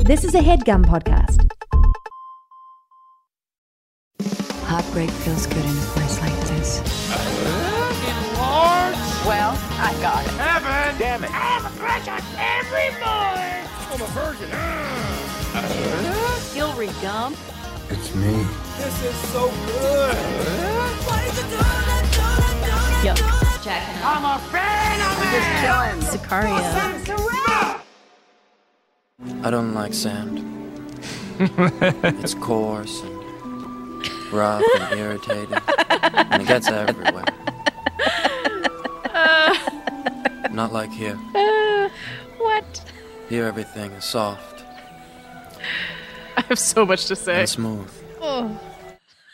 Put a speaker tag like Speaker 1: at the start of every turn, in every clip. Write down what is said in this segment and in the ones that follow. Speaker 1: This is a headgum podcast.
Speaker 2: Heartbreak feels good in a place like this.
Speaker 3: Well, I got it.
Speaker 4: Damn it.
Speaker 3: Hillary Gump. It's me. This is so good. Yo, Jack. I'm a fan of it. Just Jones. Sicario.
Speaker 5: I don't like sand. it's coarse and rough and irritated, and it gets everywhere. Not like here.
Speaker 6: Uh, What?
Speaker 5: Here, everything is soft
Speaker 6: I have so much to say.
Speaker 5: and smooth.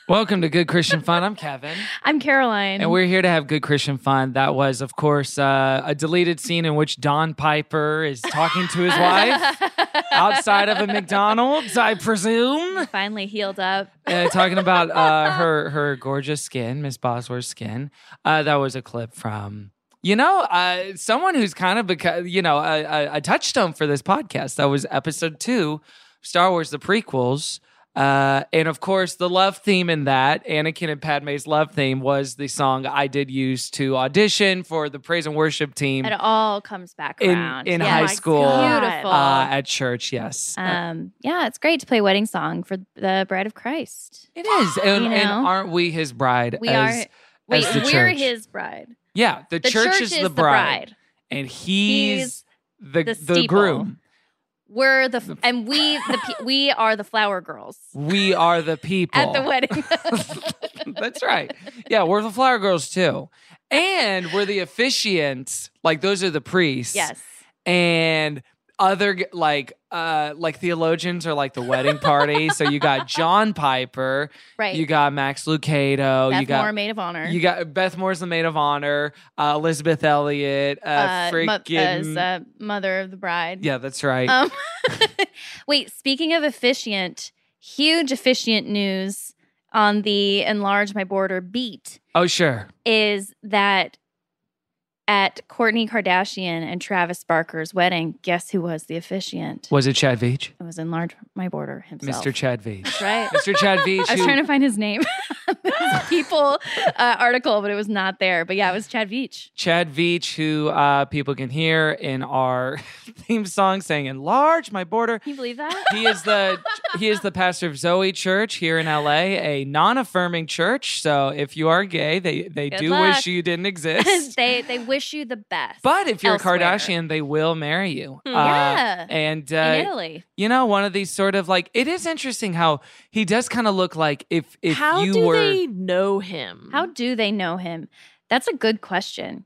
Speaker 7: Welcome to Good Christian Fun. I'm Kevin,
Speaker 6: I'm Caroline.
Speaker 7: and we're here to have Good Christian Fun. That was, of course, uh, a deleted scene in which Don Piper is talking to his wife outside of a McDonald's, I presume,
Speaker 6: finally healed up.
Speaker 7: uh, talking about uh, her her gorgeous skin, Miss Bosworth's skin. Uh, that was a clip from. You know, uh, someone who's kind of become, you know, a, a, a touchstone for this podcast. That was episode two, Star Wars the prequels. Uh, and of course, the love theme in that, Anakin and Padme's love theme, was the song I did use to audition for the praise and worship team
Speaker 6: It all comes back
Speaker 7: in,
Speaker 6: around.
Speaker 7: in
Speaker 6: Yeah. Oh
Speaker 7: high
Speaker 6: My
Speaker 7: school
Speaker 6: God. Beautiful.
Speaker 7: uh, at church. Yes.
Speaker 6: Um, yeah, it's great to play wedding song for the bride of Christ.
Speaker 7: it is. And,
Speaker 6: you
Speaker 7: and
Speaker 6: know,
Speaker 7: aren't we his bride?
Speaker 6: We
Speaker 7: as-
Speaker 6: are. Wait,
Speaker 7: as the
Speaker 6: we're
Speaker 7: church.
Speaker 6: his bride.
Speaker 7: Yeah, the,
Speaker 6: The
Speaker 7: church, is, the bride, and he's,
Speaker 6: the
Speaker 7: the, the,
Speaker 6: steeple.
Speaker 7: groom.
Speaker 6: We're the f- and we the pe- we are the flower girls
Speaker 7: We are the people
Speaker 6: at the wedding.
Speaker 7: That's right. Yeah, we're the flower girls too, and we're the officiants. Like those are the priests.
Speaker 6: yes.
Speaker 7: and other g- like uh like theologians are like the wedding party. so you got John Piper,
Speaker 6: Right.
Speaker 7: you got Max Lucado,
Speaker 6: Beth
Speaker 7: you got.
Speaker 6: Moore, maid of honor.
Speaker 7: You got Beth Moore's the maid of honor, uh, Elizabeth Elliot, uh,
Speaker 6: mo-
Speaker 7: freaking
Speaker 6: as uh, mother of the bride.
Speaker 7: yeah, that's right.
Speaker 6: Um, wait, speaking of efficient, huge efficient news on the enlarge my border beat
Speaker 7: oh sure,
Speaker 6: is that at Courtney Kardashian and Travis Barker's wedding, guess who was the officiant?
Speaker 7: was it Chad Veach?
Speaker 6: It was enlarge my border himself.
Speaker 7: Mr. Chad Veach.
Speaker 6: That's right.
Speaker 7: Mr. Chad Veach.
Speaker 6: I was
Speaker 7: who-
Speaker 6: trying to find his name. This people uh, article, but it was not there. But yeah, it was Chad Veach.
Speaker 7: Chad Veach, who uh, people can hear in our theme song, saying "Enlarge my border."
Speaker 6: Can you believe that?
Speaker 7: He is the he is the pastor of Zoe Church here in LA, a non-affirming church. So if you are gay, they they
Speaker 6: Good
Speaker 7: do
Speaker 6: luck.
Speaker 7: wish you didn't exist.
Speaker 6: they they wish you the best.
Speaker 7: but if you're
Speaker 6: Elsewhere. Hmm.
Speaker 7: a Kardashian, they will marry you. Uh,
Speaker 6: Yeah.
Speaker 7: and
Speaker 6: in
Speaker 7: uh,
Speaker 6: Italy.
Speaker 7: you know, one of these sort of like it is interesting how he does kind of look like if if
Speaker 8: How
Speaker 7: you
Speaker 8: do
Speaker 7: were
Speaker 8: they know him?
Speaker 6: How do they know him? That's a good question.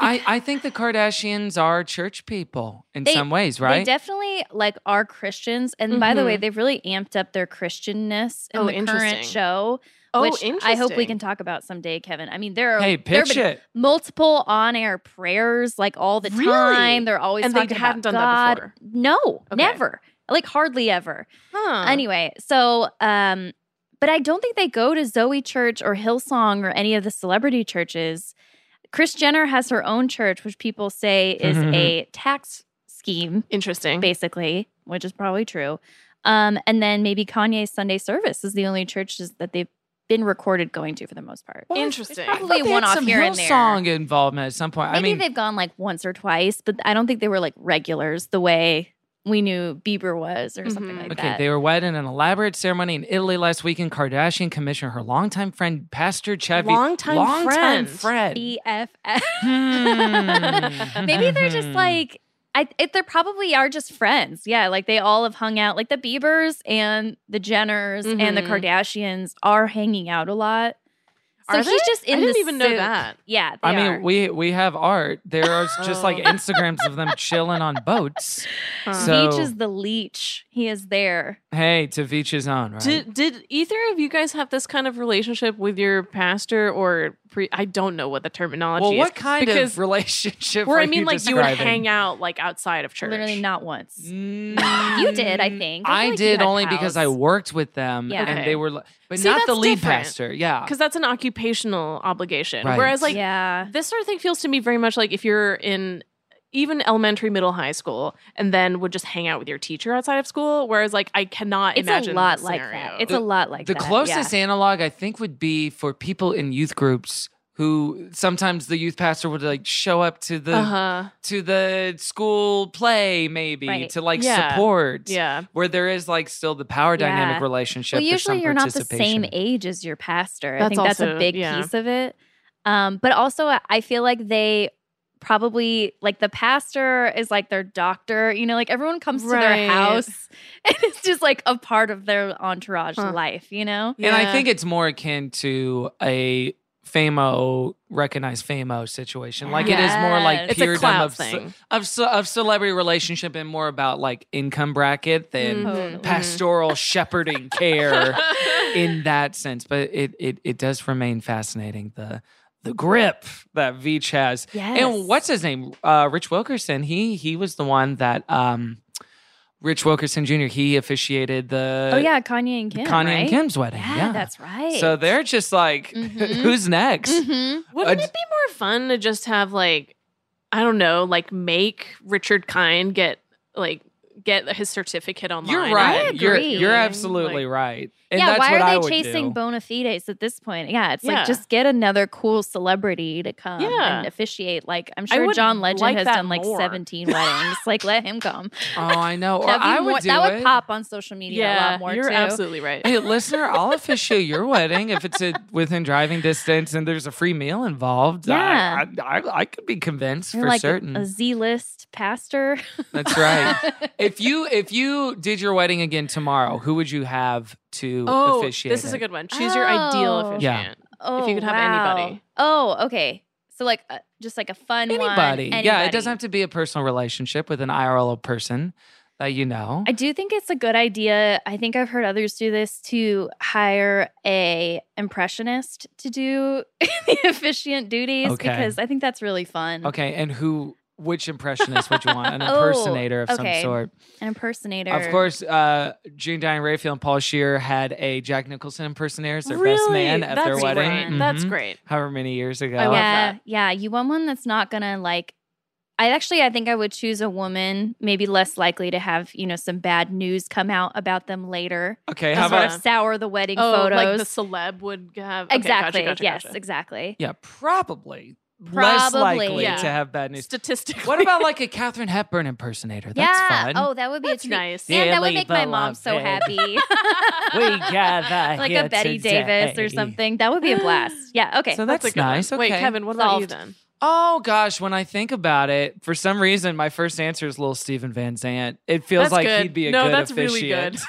Speaker 7: I, I think the Kardashians are church people in
Speaker 6: They-
Speaker 7: some ways,
Speaker 6: They
Speaker 7: right?
Speaker 6: definitely like are Christians, and by the way,
Speaker 8: Mhm.
Speaker 6: they've really amped up their Christianness in
Speaker 8: Oh,
Speaker 6: the current
Speaker 8: interesting.
Speaker 6: show.
Speaker 8: Oh,
Speaker 6: which I hope we
Speaker 8: interesting.
Speaker 6: can talk about someday, Kevin. I mean, there are
Speaker 7: hey,
Speaker 6: there
Speaker 7: pitch
Speaker 6: have been
Speaker 7: it.
Speaker 6: multiple on-air prayers like all the
Speaker 8: Really?
Speaker 6: time. They're always
Speaker 8: And they
Speaker 6: talking
Speaker 8: hadn't
Speaker 6: about
Speaker 8: done that
Speaker 6: God.
Speaker 8: before?
Speaker 6: No,
Speaker 8: Okay.
Speaker 6: never. Like hardly ever.
Speaker 8: Huh.
Speaker 6: Anyway, so um, but I don't think they go to Zoe Church or Hillsong or any of the celebrity churches. Chris Jenner has her own church, which people say is a tax scheme,
Speaker 7: Mm-hmm.
Speaker 8: Interesting.
Speaker 6: basically, which is probably true. Um, and then maybe Kanye's Sunday service is the only churches that they've been recorded going to for the most part.
Speaker 7: Well,
Speaker 8: Interesting.
Speaker 7: I thought
Speaker 6: probably
Speaker 7: they had
Speaker 6: one-off
Speaker 7: some
Speaker 6: here and there.
Speaker 7: Hillsong involvement at some point.
Speaker 6: Maybe
Speaker 7: I mean,
Speaker 6: they've gone like once or twice, but I don't think they were like regulars the way we knew Bieber was or something
Speaker 8: Mhm.
Speaker 6: like
Speaker 7: okay,
Speaker 6: that.
Speaker 7: Mm-hmm. they were wed in an elaborate ceremony in Italy last weekend. Kardashian commissioned her longtime friend, Pastor Chad Veach-
Speaker 8: Longtime
Speaker 7: longtime
Speaker 8: friend.
Speaker 7: friend.
Speaker 6: BFF.
Speaker 7: Hmm.
Speaker 6: Maybe they're
Speaker 8: Mm-hmm.
Speaker 6: just like I it, they probably are just friends. Yeah, like they all have hung out like the Biebers and the Jenners and the
Speaker 8: Mhm.
Speaker 6: Kardashians are hanging out a lot. So
Speaker 8: Are
Speaker 6: he's
Speaker 8: they?
Speaker 6: just in
Speaker 8: I didn't
Speaker 6: the
Speaker 8: even know
Speaker 6: soup.
Speaker 8: that.
Speaker 6: Yeah, they
Speaker 7: I mean,
Speaker 6: are.
Speaker 7: we we have art. There are just like
Speaker 8: Oh.
Speaker 7: Instagrams of them chilling on boats.
Speaker 8: Huh.
Speaker 7: So-
Speaker 6: Veach is the leech. He is there.
Speaker 7: Hey, to Veach's own, right?
Speaker 8: did did either of you guys have this kind of relationship with your pastor or pre? I don't know what the terminology
Speaker 7: well,
Speaker 8: is.
Speaker 7: what kind
Speaker 8: because,
Speaker 7: of relationship?
Speaker 8: Where
Speaker 7: are
Speaker 8: I mean,
Speaker 7: you
Speaker 8: like you would
Speaker 7: describing?
Speaker 8: hang out like outside of church.
Speaker 6: Literally not once. Mm.
Speaker 7: you
Speaker 6: You did, I think. I feel
Speaker 7: I
Speaker 6: like you
Speaker 7: did
Speaker 6: had
Speaker 7: only because I
Speaker 6: pals.
Speaker 7: worked with them
Speaker 6: Yeah.
Speaker 7: and
Speaker 8: Okay.
Speaker 7: they were, li- but
Speaker 8: See,
Speaker 7: not the
Speaker 8: that's
Speaker 7: lead
Speaker 8: different.
Speaker 7: pastor. Yeah.
Speaker 8: because that's an occupational obligation.
Speaker 7: Right.
Speaker 8: Whereas like
Speaker 6: yeah.
Speaker 8: this sort of thing feels to me very much like if you're in even elementary, middle, high school, and then would just hang out with your teacher outside of school. Whereas, like, I cannot
Speaker 6: It's a
Speaker 8: imagine
Speaker 6: lot
Speaker 8: this
Speaker 6: like
Speaker 8: scenario.
Speaker 6: that. It's
Speaker 7: The-
Speaker 6: a lot like
Speaker 7: the
Speaker 6: that.
Speaker 7: closest analog I think would be for people in youth groups who sometimes the youth pastor would like show up to the
Speaker 8: uh huh.
Speaker 7: to the school play maybe
Speaker 6: Right.
Speaker 7: to like
Speaker 8: Yeah.
Speaker 7: support
Speaker 8: Yeah.
Speaker 7: where there is like still the power dynamic
Speaker 6: Yeah.
Speaker 7: relationship.
Speaker 6: Well,
Speaker 7: there's
Speaker 6: usually
Speaker 7: some
Speaker 6: you're not the same
Speaker 7: participation.
Speaker 6: age as your pastor. I
Speaker 8: That's
Speaker 6: think that's a
Speaker 8: also-
Speaker 6: big
Speaker 8: yeah.
Speaker 6: piece of it. Um, but also, I- I feel like they probably like the pastor is like their doctor. You know, like everyone comes to
Speaker 8: Right.
Speaker 6: their house, and it's just like a part of their entourage
Speaker 8: Huh.
Speaker 6: life. You know,
Speaker 7: And I
Speaker 8: Yeah.
Speaker 7: think it's more akin to a FAMO recognized FAMO situation. Like it is more like
Speaker 6: Yes.
Speaker 8: it's
Speaker 7: pure
Speaker 8: a cloud
Speaker 7: of, ce-
Speaker 8: thing.
Speaker 7: of ce- of celebrity relationship and more about like income bracket than
Speaker 8: Mhm.
Speaker 6: Totally.
Speaker 7: pastoral shepherding care in that sense. But it it it does remain fascinating the the grip that Veach has.
Speaker 6: yes.
Speaker 7: And what's his name? Uh, Rich Wilkerson. He he was the one that um, Rich Wilkerson Jr. He officiated the
Speaker 6: oh yeah, Kanye and Kim.
Speaker 7: Kanye
Speaker 6: right?
Speaker 7: and Kim's wedding.
Speaker 6: Yeah,
Speaker 7: Yeah,
Speaker 6: that's right.
Speaker 7: so they're just like,
Speaker 6: Mhm.
Speaker 7: who's next?
Speaker 6: Mhm.
Speaker 8: Mm-hmm. Wouldn't
Speaker 7: I'd-
Speaker 8: it be more fun to just have like, I don't know, like make Richard Kind get like get his certificate online?
Speaker 7: You're
Speaker 6: I
Speaker 7: right. You're
Speaker 6: agree.
Speaker 7: you're absolutely
Speaker 8: Like,
Speaker 7: right. And
Speaker 6: yeah,
Speaker 7: that's
Speaker 6: why
Speaker 7: what I
Speaker 6: are they
Speaker 7: would
Speaker 6: chasing
Speaker 7: do.
Speaker 6: bona fides at this point? Yeah, it's
Speaker 8: Yeah.
Speaker 6: like just get another cool celebrity to come
Speaker 8: Yeah.
Speaker 6: and officiate. Like I'm
Speaker 8: I
Speaker 6: sure
Speaker 8: would
Speaker 6: John Legend
Speaker 8: like
Speaker 6: has
Speaker 8: that
Speaker 6: done like
Speaker 8: more.
Speaker 6: 17 weddings. like let him come.
Speaker 7: Oh, I know. Or
Speaker 6: That'd be
Speaker 7: I
Speaker 6: more-
Speaker 7: would do
Speaker 6: that would
Speaker 7: it.
Speaker 6: pop on social media a lot more
Speaker 8: you're
Speaker 6: too.
Speaker 8: absolutely right.
Speaker 7: Hey, listener, I'll officiate your wedding if it's a, within driving distance and there's a free meal involved.
Speaker 6: Yeah.
Speaker 7: I, I, I, I could be convinced
Speaker 6: You're
Speaker 7: for
Speaker 6: like
Speaker 7: certain.
Speaker 6: a Z list pastor.
Speaker 7: That's right. if you if you did your wedding again tomorrow, who would you have to
Speaker 8: oh,
Speaker 7: officiate?
Speaker 8: this is a
Speaker 7: it?
Speaker 8: good one. Choose your ideal
Speaker 6: Oh.
Speaker 8: officiant.
Speaker 7: Yeah.
Speaker 6: oh,
Speaker 8: could have
Speaker 6: wow.
Speaker 8: anybody.
Speaker 6: Oh, okay. So like uh, just like a fun one.
Speaker 7: anybody. Yeah, it doesn't have to be a personal relationship with an IRL person that you know.
Speaker 6: I do think it's a good idea. I think I've heard others do this to hire a impressionist to do the officiant duties
Speaker 7: Okay.
Speaker 6: because I think that's really fun.
Speaker 7: okay, and who? Which impressionist would you want? An
Speaker 6: Mm-hmm. Oh,
Speaker 7: impersonator of
Speaker 6: okay.
Speaker 7: some sort.
Speaker 6: An impersonator.
Speaker 7: Of course, uh, June Diane Raphael and Paul Shear had a Jack Nicholson impersonator as their
Speaker 8: really?
Speaker 7: best man at
Speaker 8: That's
Speaker 7: their wedding.
Speaker 8: Great. That's
Speaker 7: Mhm.
Speaker 8: great.
Speaker 7: However many years ago.
Speaker 8: I love
Speaker 6: Oh, yeah,
Speaker 8: that.
Speaker 6: yeah. You want one that's not gonna like. I actually, I think I would choose a woman, maybe less likely to have you know some bad news come out about them later,
Speaker 7: okay,
Speaker 6: to
Speaker 7: how
Speaker 8: That's
Speaker 6: sort
Speaker 7: about
Speaker 6: of sour the wedding
Speaker 8: oh,
Speaker 6: photos.
Speaker 8: like the celeb would have okay,
Speaker 6: exactly.
Speaker 8: Gotcha, gotcha,
Speaker 6: yes,
Speaker 8: gotcha.
Speaker 6: exactly.
Speaker 7: yeah, probably, less
Speaker 6: Probably.
Speaker 7: likely
Speaker 8: Yeah.
Speaker 7: to have bad news.
Speaker 8: Statistically,
Speaker 7: What about like a Katherine Hepburn impersonator? That's
Speaker 6: yeah.
Speaker 7: fun.
Speaker 6: Oh, that would be
Speaker 8: That's
Speaker 6: a treat.
Speaker 8: nice.
Speaker 6: Man, that would
Speaker 7: Dearly
Speaker 6: make my mom so
Speaker 7: beloved.
Speaker 6: happy.
Speaker 7: We gather
Speaker 6: like
Speaker 7: here
Speaker 6: a Betty Davis or
Speaker 7: today.
Speaker 6: something. That would be a blast. Yeah. Okay.
Speaker 7: So
Speaker 8: That's,
Speaker 7: that's,
Speaker 8: a good one.
Speaker 7: nice.
Speaker 8: Wait,
Speaker 7: okay.
Speaker 8: Kevin, what about you
Speaker 6: Solved.
Speaker 8: then?
Speaker 7: Oh gosh, when I think about it, for some reason my first answer is little Steven Van Zant. It feels
Speaker 8: That's
Speaker 7: like
Speaker 8: good.
Speaker 7: he'd be a
Speaker 8: No,
Speaker 7: good
Speaker 8: that's really
Speaker 7: officiant.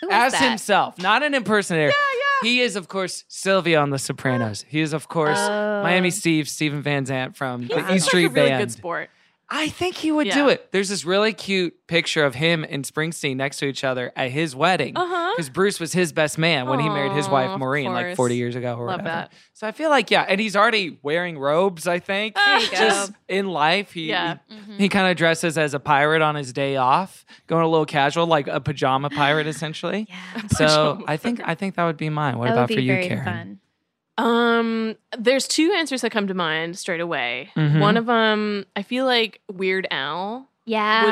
Speaker 8: good.
Speaker 6: Who is
Speaker 7: As
Speaker 6: that?
Speaker 7: himself, not an impersonator. Yeah, yeah. He is, of course, Sylvia on The Sopranos. He is, of course,
Speaker 6: Oh.
Speaker 7: Miami Steve, Steven Van Zant from
Speaker 8: He's
Speaker 7: the E Street
Speaker 8: like a really
Speaker 7: Band.
Speaker 8: good sport.
Speaker 7: I think he would do
Speaker 8: Yeah.
Speaker 7: it. There's this really cute picture of him and Springsteen next to each other at his wedding.
Speaker 8: Uh-huh.
Speaker 7: Because Bruce was his best man when he married his
Speaker 8: Aw,
Speaker 7: wife
Speaker 8: of
Speaker 7: Maureen like
Speaker 8: course.
Speaker 7: 40 years ago or
Speaker 8: Love
Speaker 7: whatever.
Speaker 8: that.
Speaker 7: So I feel like, yeah, and he's already wearing robes, I think.
Speaker 8: There you go.
Speaker 7: Just in life. He,
Speaker 8: Yeah. Mm-hmm.
Speaker 7: he, kind of dresses as a pirate on his day off, going a little casual, like a pajama pirate essentially.
Speaker 6: Yeah.
Speaker 7: So I think I think that would be mine. What
Speaker 6: that
Speaker 7: about
Speaker 6: would be
Speaker 7: for you,
Speaker 6: very
Speaker 7: Karen?
Speaker 6: fun.
Speaker 8: Um, there's two answers that come to mind straight away.
Speaker 7: Mhm.
Speaker 8: One of them, I feel like Weird Al
Speaker 6: Yeah.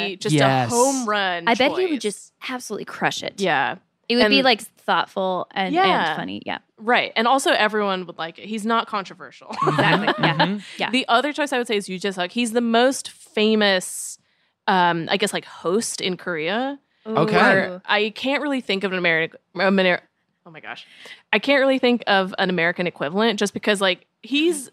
Speaker 8: would be just
Speaker 7: Yes.
Speaker 8: a home run.
Speaker 6: Ah. I bet he would
Speaker 8: choice.
Speaker 6: just absolutely crush it.
Speaker 8: yeah,
Speaker 6: It would be
Speaker 8: And-
Speaker 6: like thoughtful and,
Speaker 8: Yeah.
Speaker 6: and funny. Yeah.
Speaker 8: right. And also, everyone would like it. He's not controversial.
Speaker 7: Mm-hmm.
Speaker 6: Exactly. Yeah.
Speaker 7: Mhm.
Speaker 6: Yeah.
Speaker 8: The other choice I would say is Yoo Jae Suk. He's the most famous, um, I guess, like host in Korea.
Speaker 7: Okay.
Speaker 6: Ooh.
Speaker 8: Or I can't really think of an American. Amer- oh my gosh, I can't really think of an American equivalent just because like he's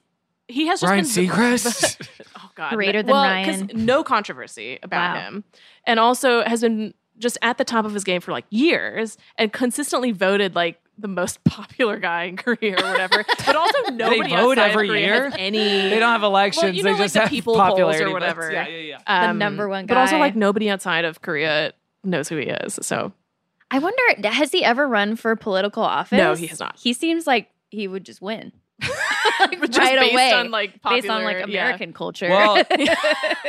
Speaker 8: he has just
Speaker 7: Ryan
Speaker 8: been
Speaker 7: Seacrest?
Speaker 8: oh god,
Speaker 6: Greater than
Speaker 8: well,
Speaker 6: Ryan.
Speaker 8: 'cause No controversy about
Speaker 6: Wow.
Speaker 8: him, and also has been just at the top of his game for like years and consistently voted like. The most popular guy in Korea or whatever, but also nobody
Speaker 7: vote
Speaker 8: outside of
Speaker 7: every
Speaker 8: Korea
Speaker 7: year?
Speaker 8: has any.
Speaker 7: They don't have elections.
Speaker 8: you
Speaker 7: they
Speaker 8: know, like,
Speaker 7: just
Speaker 8: the
Speaker 7: have
Speaker 8: people polls or
Speaker 7: popularity votes.
Speaker 8: whatever.
Speaker 7: Yeah, yeah, yeah.
Speaker 8: um,
Speaker 6: number one
Speaker 8: But also,
Speaker 6: guy.
Speaker 8: like nobody outside of Korea knows who he is. So
Speaker 6: I wonder, has he ever run for political office?
Speaker 8: No, he has not.
Speaker 6: He seems like he would just win. like,
Speaker 8: But just
Speaker 6: right
Speaker 8: based
Speaker 6: away.
Speaker 8: on like popular,
Speaker 6: based on like
Speaker 8: yeah.
Speaker 6: American culture.
Speaker 7: Well,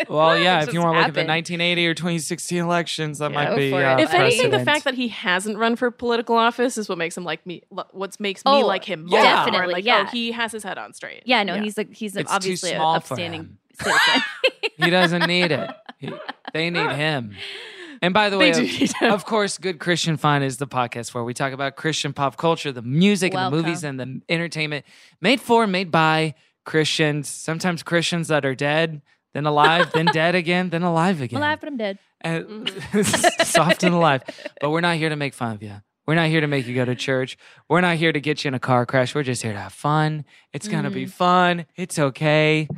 Speaker 7: Well,
Speaker 6: It
Speaker 7: yeah, if
Speaker 6: just
Speaker 7: you want to look at
Speaker 6: happened.
Speaker 7: the 1980 or 2016 elections, that
Speaker 6: Yeah,
Speaker 7: might
Speaker 6: go
Speaker 7: be.
Speaker 6: for
Speaker 7: Uh,
Speaker 6: it.
Speaker 8: If anything, the
Speaker 7: precedent.
Speaker 8: fact that he hasn't run for political office is what makes him like me. lo- What makes me
Speaker 6: Oh,
Speaker 8: like him more.
Speaker 7: yeah.
Speaker 8: Or,
Speaker 6: definitely,
Speaker 8: Like,
Speaker 6: yeah.
Speaker 8: oh, he has his head on straight.
Speaker 6: yeah, no, he's like he's
Speaker 7: It's too
Speaker 6: obviously an
Speaker 7: small for
Speaker 6: upstanding
Speaker 7: him.
Speaker 6: citizen.
Speaker 7: He doesn't need it. He- they need him. And by the way,
Speaker 8: do
Speaker 7: of-
Speaker 8: need him.
Speaker 7: of course, Good Christian Fun is the podcast where we talk about Christian pop culture, the music and the movies and the entertainment made for, and made by Christians, sometimes Christians that are dead, then alive, then dead again, then alive again.
Speaker 6: Alive, but I'm dead.
Speaker 7: And-
Speaker 6: Mm-hmm.
Speaker 7: soft and alive. But we're not here to make fun of you. We're not here to make you go to church. We're not here to get you in a car crash. We're just here to have fun. It's going to
Speaker 6: Mm-hmm.
Speaker 7: be fun. It's okay.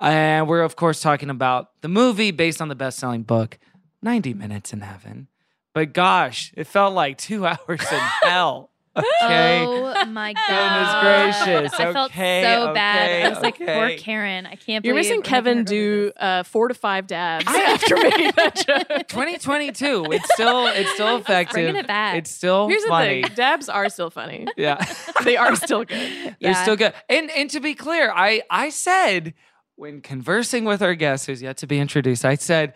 Speaker 7: And we're, of course, talking about the movie based on the best selling book, 90 Minutes in Heaven. But gosh, it felt like two hours in hell. Okay.
Speaker 6: Oh my god!
Speaker 7: Goodness gracious.
Speaker 6: I felt
Speaker 7: Okay,
Speaker 6: so bad. I
Speaker 7: okay,
Speaker 6: was like,
Speaker 7: okay.
Speaker 6: poor Karen. I can't.
Speaker 8: You're
Speaker 6: believe
Speaker 8: missing
Speaker 6: we're
Speaker 8: Kevin
Speaker 6: making her
Speaker 8: do
Speaker 6: go
Speaker 8: uh, four to five dabs after making that joke.
Speaker 7: 2022. It's still it's still effective.
Speaker 6: Bringing it back.
Speaker 7: It's still
Speaker 8: Here's
Speaker 7: funny.
Speaker 8: the thing: dabs are still funny.
Speaker 7: Yeah.
Speaker 8: They are still good.
Speaker 6: through this.
Speaker 7: They're
Speaker 6: Yeah.
Speaker 7: still good. And and to be clear, I I said when conversing with our guest who's yet to be introduced, I said,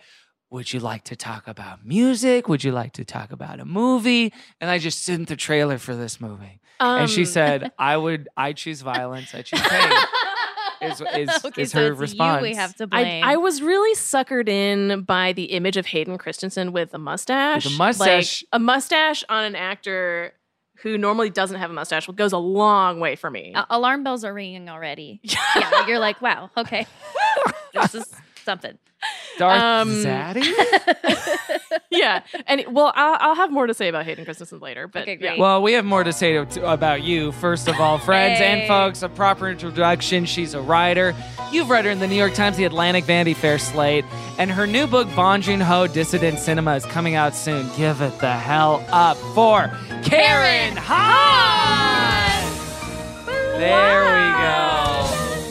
Speaker 7: "Would you like to talk about music? Would you like to talk about a movie?" And I just sent the trailer for this movie, and she
Speaker 8: Um,
Speaker 7: said, "I would. I choose violence. I choose pain." is is,
Speaker 6: okay,
Speaker 7: is
Speaker 6: so
Speaker 7: her
Speaker 6: it's
Speaker 7: response?
Speaker 6: You we have to
Speaker 8: I,
Speaker 6: blame.
Speaker 8: I was really suckered in by the image of Hayden Christensen with a mustache.
Speaker 7: With a mustache.
Speaker 8: Like, a mustache on an actor who normally doesn't have a mustache goes a long way for me.
Speaker 6: A- alarm bells are ringing already. yeah, you're like, wow, okay, this is something.
Speaker 7: Darth
Speaker 8: um,
Speaker 7: Zaddy.
Speaker 8: yeah. And well, I'll, I'll have more to say about Hayden Christensen later. But
Speaker 6: Okay,
Speaker 8: yeah.
Speaker 6: great.
Speaker 7: Well, we have more to say to, about you. First of all, friends and
Speaker 6: Hey.
Speaker 7: folks, a proper introduction. She's a writer. You've read her in the New York Times, the Atlantic, Vanity Fair, Slate, and her new book, Bon Joon Ho: Dissident Cinema, is coming out soon. Give it the hell up for Karen
Speaker 6: Karen
Speaker 7: Hahn. There we go,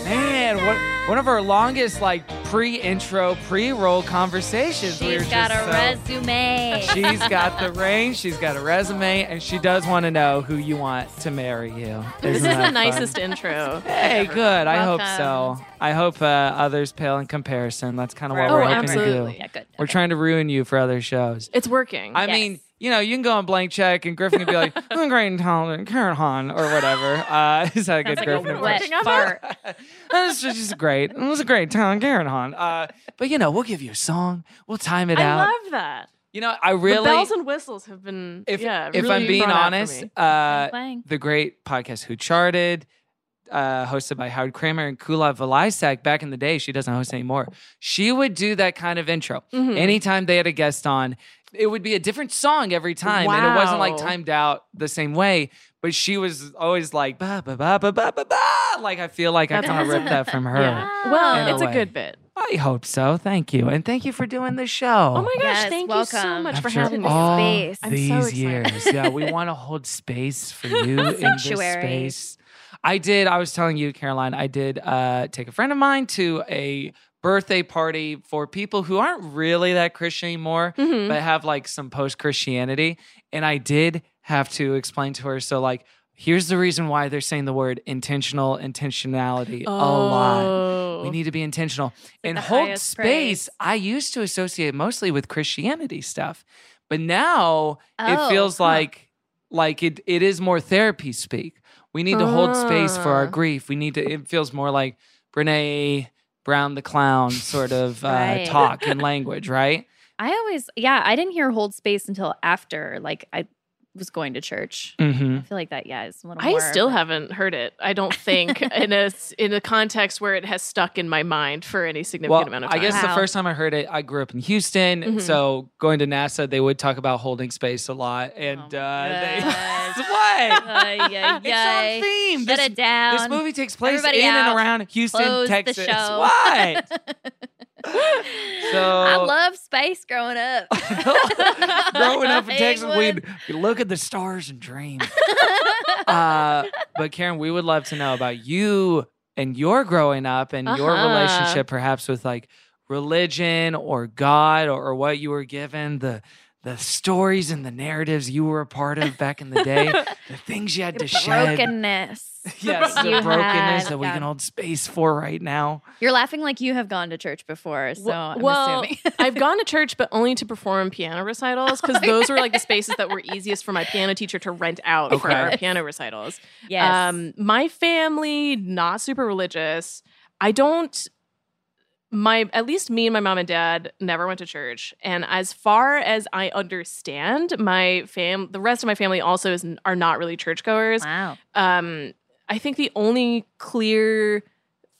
Speaker 7: man. What one of our longest like pre-intro, pre-roll conversations. we
Speaker 6: She's
Speaker 7: were
Speaker 6: got
Speaker 7: just
Speaker 6: a
Speaker 7: so-
Speaker 6: resume.
Speaker 7: She's got the range, she's got a resume, and she does want to know who you want to marry you.
Speaker 8: This is the
Speaker 7: that
Speaker 8: nicest
Speaker 7: fun?
Speaker 8: intro.
Speaker 7: Hey, good. I hope
Speaker 6: Welcome.
Speaker 7: so. I hope uh, others pale in comparison. That's kind of what
Speaker 6: Right.
Speaker 7: we're
Speaker 8: Oh,
Speaker 7: hoping to
Speaker 8: absolutely.
Speaker 7: do.
Speaker 6: yeah, good.
Speaker 7: We're trying to ruin you for other shows.
Speaker 8: It's working.
Speaker 7: I
Speaker 6: Yes.
Speaker 7: mean, you know, you can go on blank check and Griffin can be like, I'm great and talented, Karen Hahn, or whatever. Uh, is that a good
Speaker 6: Sounds like a
Speaker 7: Griffin
Speaker 6: wet
Speaker 7: impression?
Speaker 8: impression.
Speaker 6: fart.
Speaker 7: That's just, just great. It was a great talent, Karen Hahn. Uh, but, you know, we'll give you a song. We'll time it
Speaker 8: I
Speaker 7: out.
Speaker 8: love that.
Speaker 7: you know, I
Speaker 8: The
Speaker 7: really.
Speaker 8: bells and whistles have been.
Speaker 7: if
Speaker 8: yeah,
Speaker 7: if
Speaker 8: really
Speaker 7: I'm being
Speaker 8: brought out for
Speaker 7: honest,
Speaker 8: me.
Speaker 7: uh,
Speaker 6: Playing.
Speaker 7: the great podcast Who Charted, uh, hosted by Howard Kramer and Kula Velisak back in the day, she doesn't host anymore. She would do that kind of intro.
Speaker 8: Mhm.
Speaker 7: Anytime they had a guest on, it would be a different song every time. And it wasn't like
Speaker 8: Wow.
Speaker 7: timed out the same way, but she was always like, ba, ba, ba, ba, ba, ba, ba. Like, I feel like I
Speaker 8: That's
Speaker 7: kind of ripped
Speaker 8: awesome.
Speaker 7: that from her.
Speaker 6: Ah.
Speaker 8: yeah.
Speaker 7: In
Speaker 8: Well,
Speaker 6: Oh.
Speaker 7: a
Speaker 8: it's a
Speaker 7: way.
Speaker 8: good bit.
Speaker 7: I hope so. Thank you. And thank you for doing the show.
Speaker 8: Oh my gosh,
Speaker 6: Yes,
Speaker 8: thank you so
Speaker 6: welcome.
Speaker 8: much
Speaker 7: After
Speaker 8: for having me.
Speaker 7: all
Speaker 6: Space.
Speaker 8: I'm so
Speaker 7: these
Speaker 8: excited.
Speaker 7: years. Yeah, we want to hold space for you in this
Speaker 6: Sanctuary.
Speaker 7: space. I did. I was telling you, Caroline. I did uh, take a friend of mine to a birthday party for people who aren't really that Christian anymore,
Speaker 8: Mhm.
Speaker 7: but have like some post Christianity. And I did have to explain to her. So like, here's the reason why they're saying the word intentional intentionality a lot.
Speaker 8: Oh.
Speaker 7: We need to be intentional. and
Speaker 6: the
Speaker 7: hold
Speaker 6: highest
Speaker 7: space,
Speaker 6: praise.
Speaker 7: I used to associate mostly with Christianity stuff. But now
Speaker 6: Oh,
Speaker 7: it feels
Speaker 6: huh.
Speaker 7: like like it it is more therapy speak. We need to hold space for our
Speaker 8: Ah.
Speaker 7: grief. We need to it feels more like Brene Brown the clown sort of uh,
Speaker 6: Right.
Speaker 7: talk and language, right?
Speaker 6: I always, yeah, I didn't hear hold space until after, like I was going to church.
Speaker 7: Mm-hmm.
Speaker 6: I feel like that, yeah, is a little.
Speaker 8: I
Speaker 6: more
Speaker 8: still
Speaker 6: of a-
Speaker 8: haven't heard it. I don't think in a s- in a context where it has stuck in my mind for any significant amount of time.
Speaker 7: I guess the
Speaker 6: Wow.
Speaker 7: first time I heard it, I grew up in Houston,
Speaker 6: Mm-hmm.
Speaker 8: Mhm.
Speaker 7: so going to NASA, they would talk about holding space a lot, and
Speaker 6: Oh my
Speaker 7: uh, they
Speaker 6: gosh.
Speaker 7: what?
Speaker 6: Ay, ay,
Speaker 7: It's
Speaker 6: ay.
Speaker 7: on theme.
Speaker 6: Shut
Speaker 7: This,
Speaker 6: it down.
Speaker 7: this movie takes place
Speaker 6: Um, Everybody
Speaker 7: in and
Speaker 6: out.
Speaker 7: around Houston,
Speaker 6: Close the
Speaker 7: Texas.
Speaker 6: show.
Speaker 7: What?
Speaker 6: I
Speaker 7: So-
Speaker 6: love space growing up.
Speaker 7: Growing up in Texas,
Speaker 6: Haywood.
Speaker 7: we'd look at the stars and dream. uh, but Karen, we would love to know about you and your growing up and your
Speaker 8: Uh-huh.
Speaker 7: relationship, perhaps with like religion or God or, or what you were given the. The stories and the narratives you were a part of back in the day, the things you had to shed,
Speaker 6: brokenness.
Speaker 7: yes, the
Speaker 6: you had.
Speaker 7: brokenness that we
Speaker 6: Yeah.
Speaker 7: can hold space for right now.
Speaker 6: You're laughing like you have gone to church before, so
Speaker 8: Well-
Speaker 6: I'm
Speaker 8: well,
Speaker 6: assuming.
Speaker 8: I've gone to church, but only to perform piano recitals because those were like the spaces that were easiest for my piano teacher to rent out for
Speaker 7: Okay.
Speaker 8: our piano recitals.
Speaker 6: yes.
Speaker 8: Um, my family, not super religious. I don't my at least me and my mom and dad never went to church and as far as i understand my fam the rest of my family also is are not really churchgoers
Speaker 6: Wow.
Speaker 8: um i think the only clear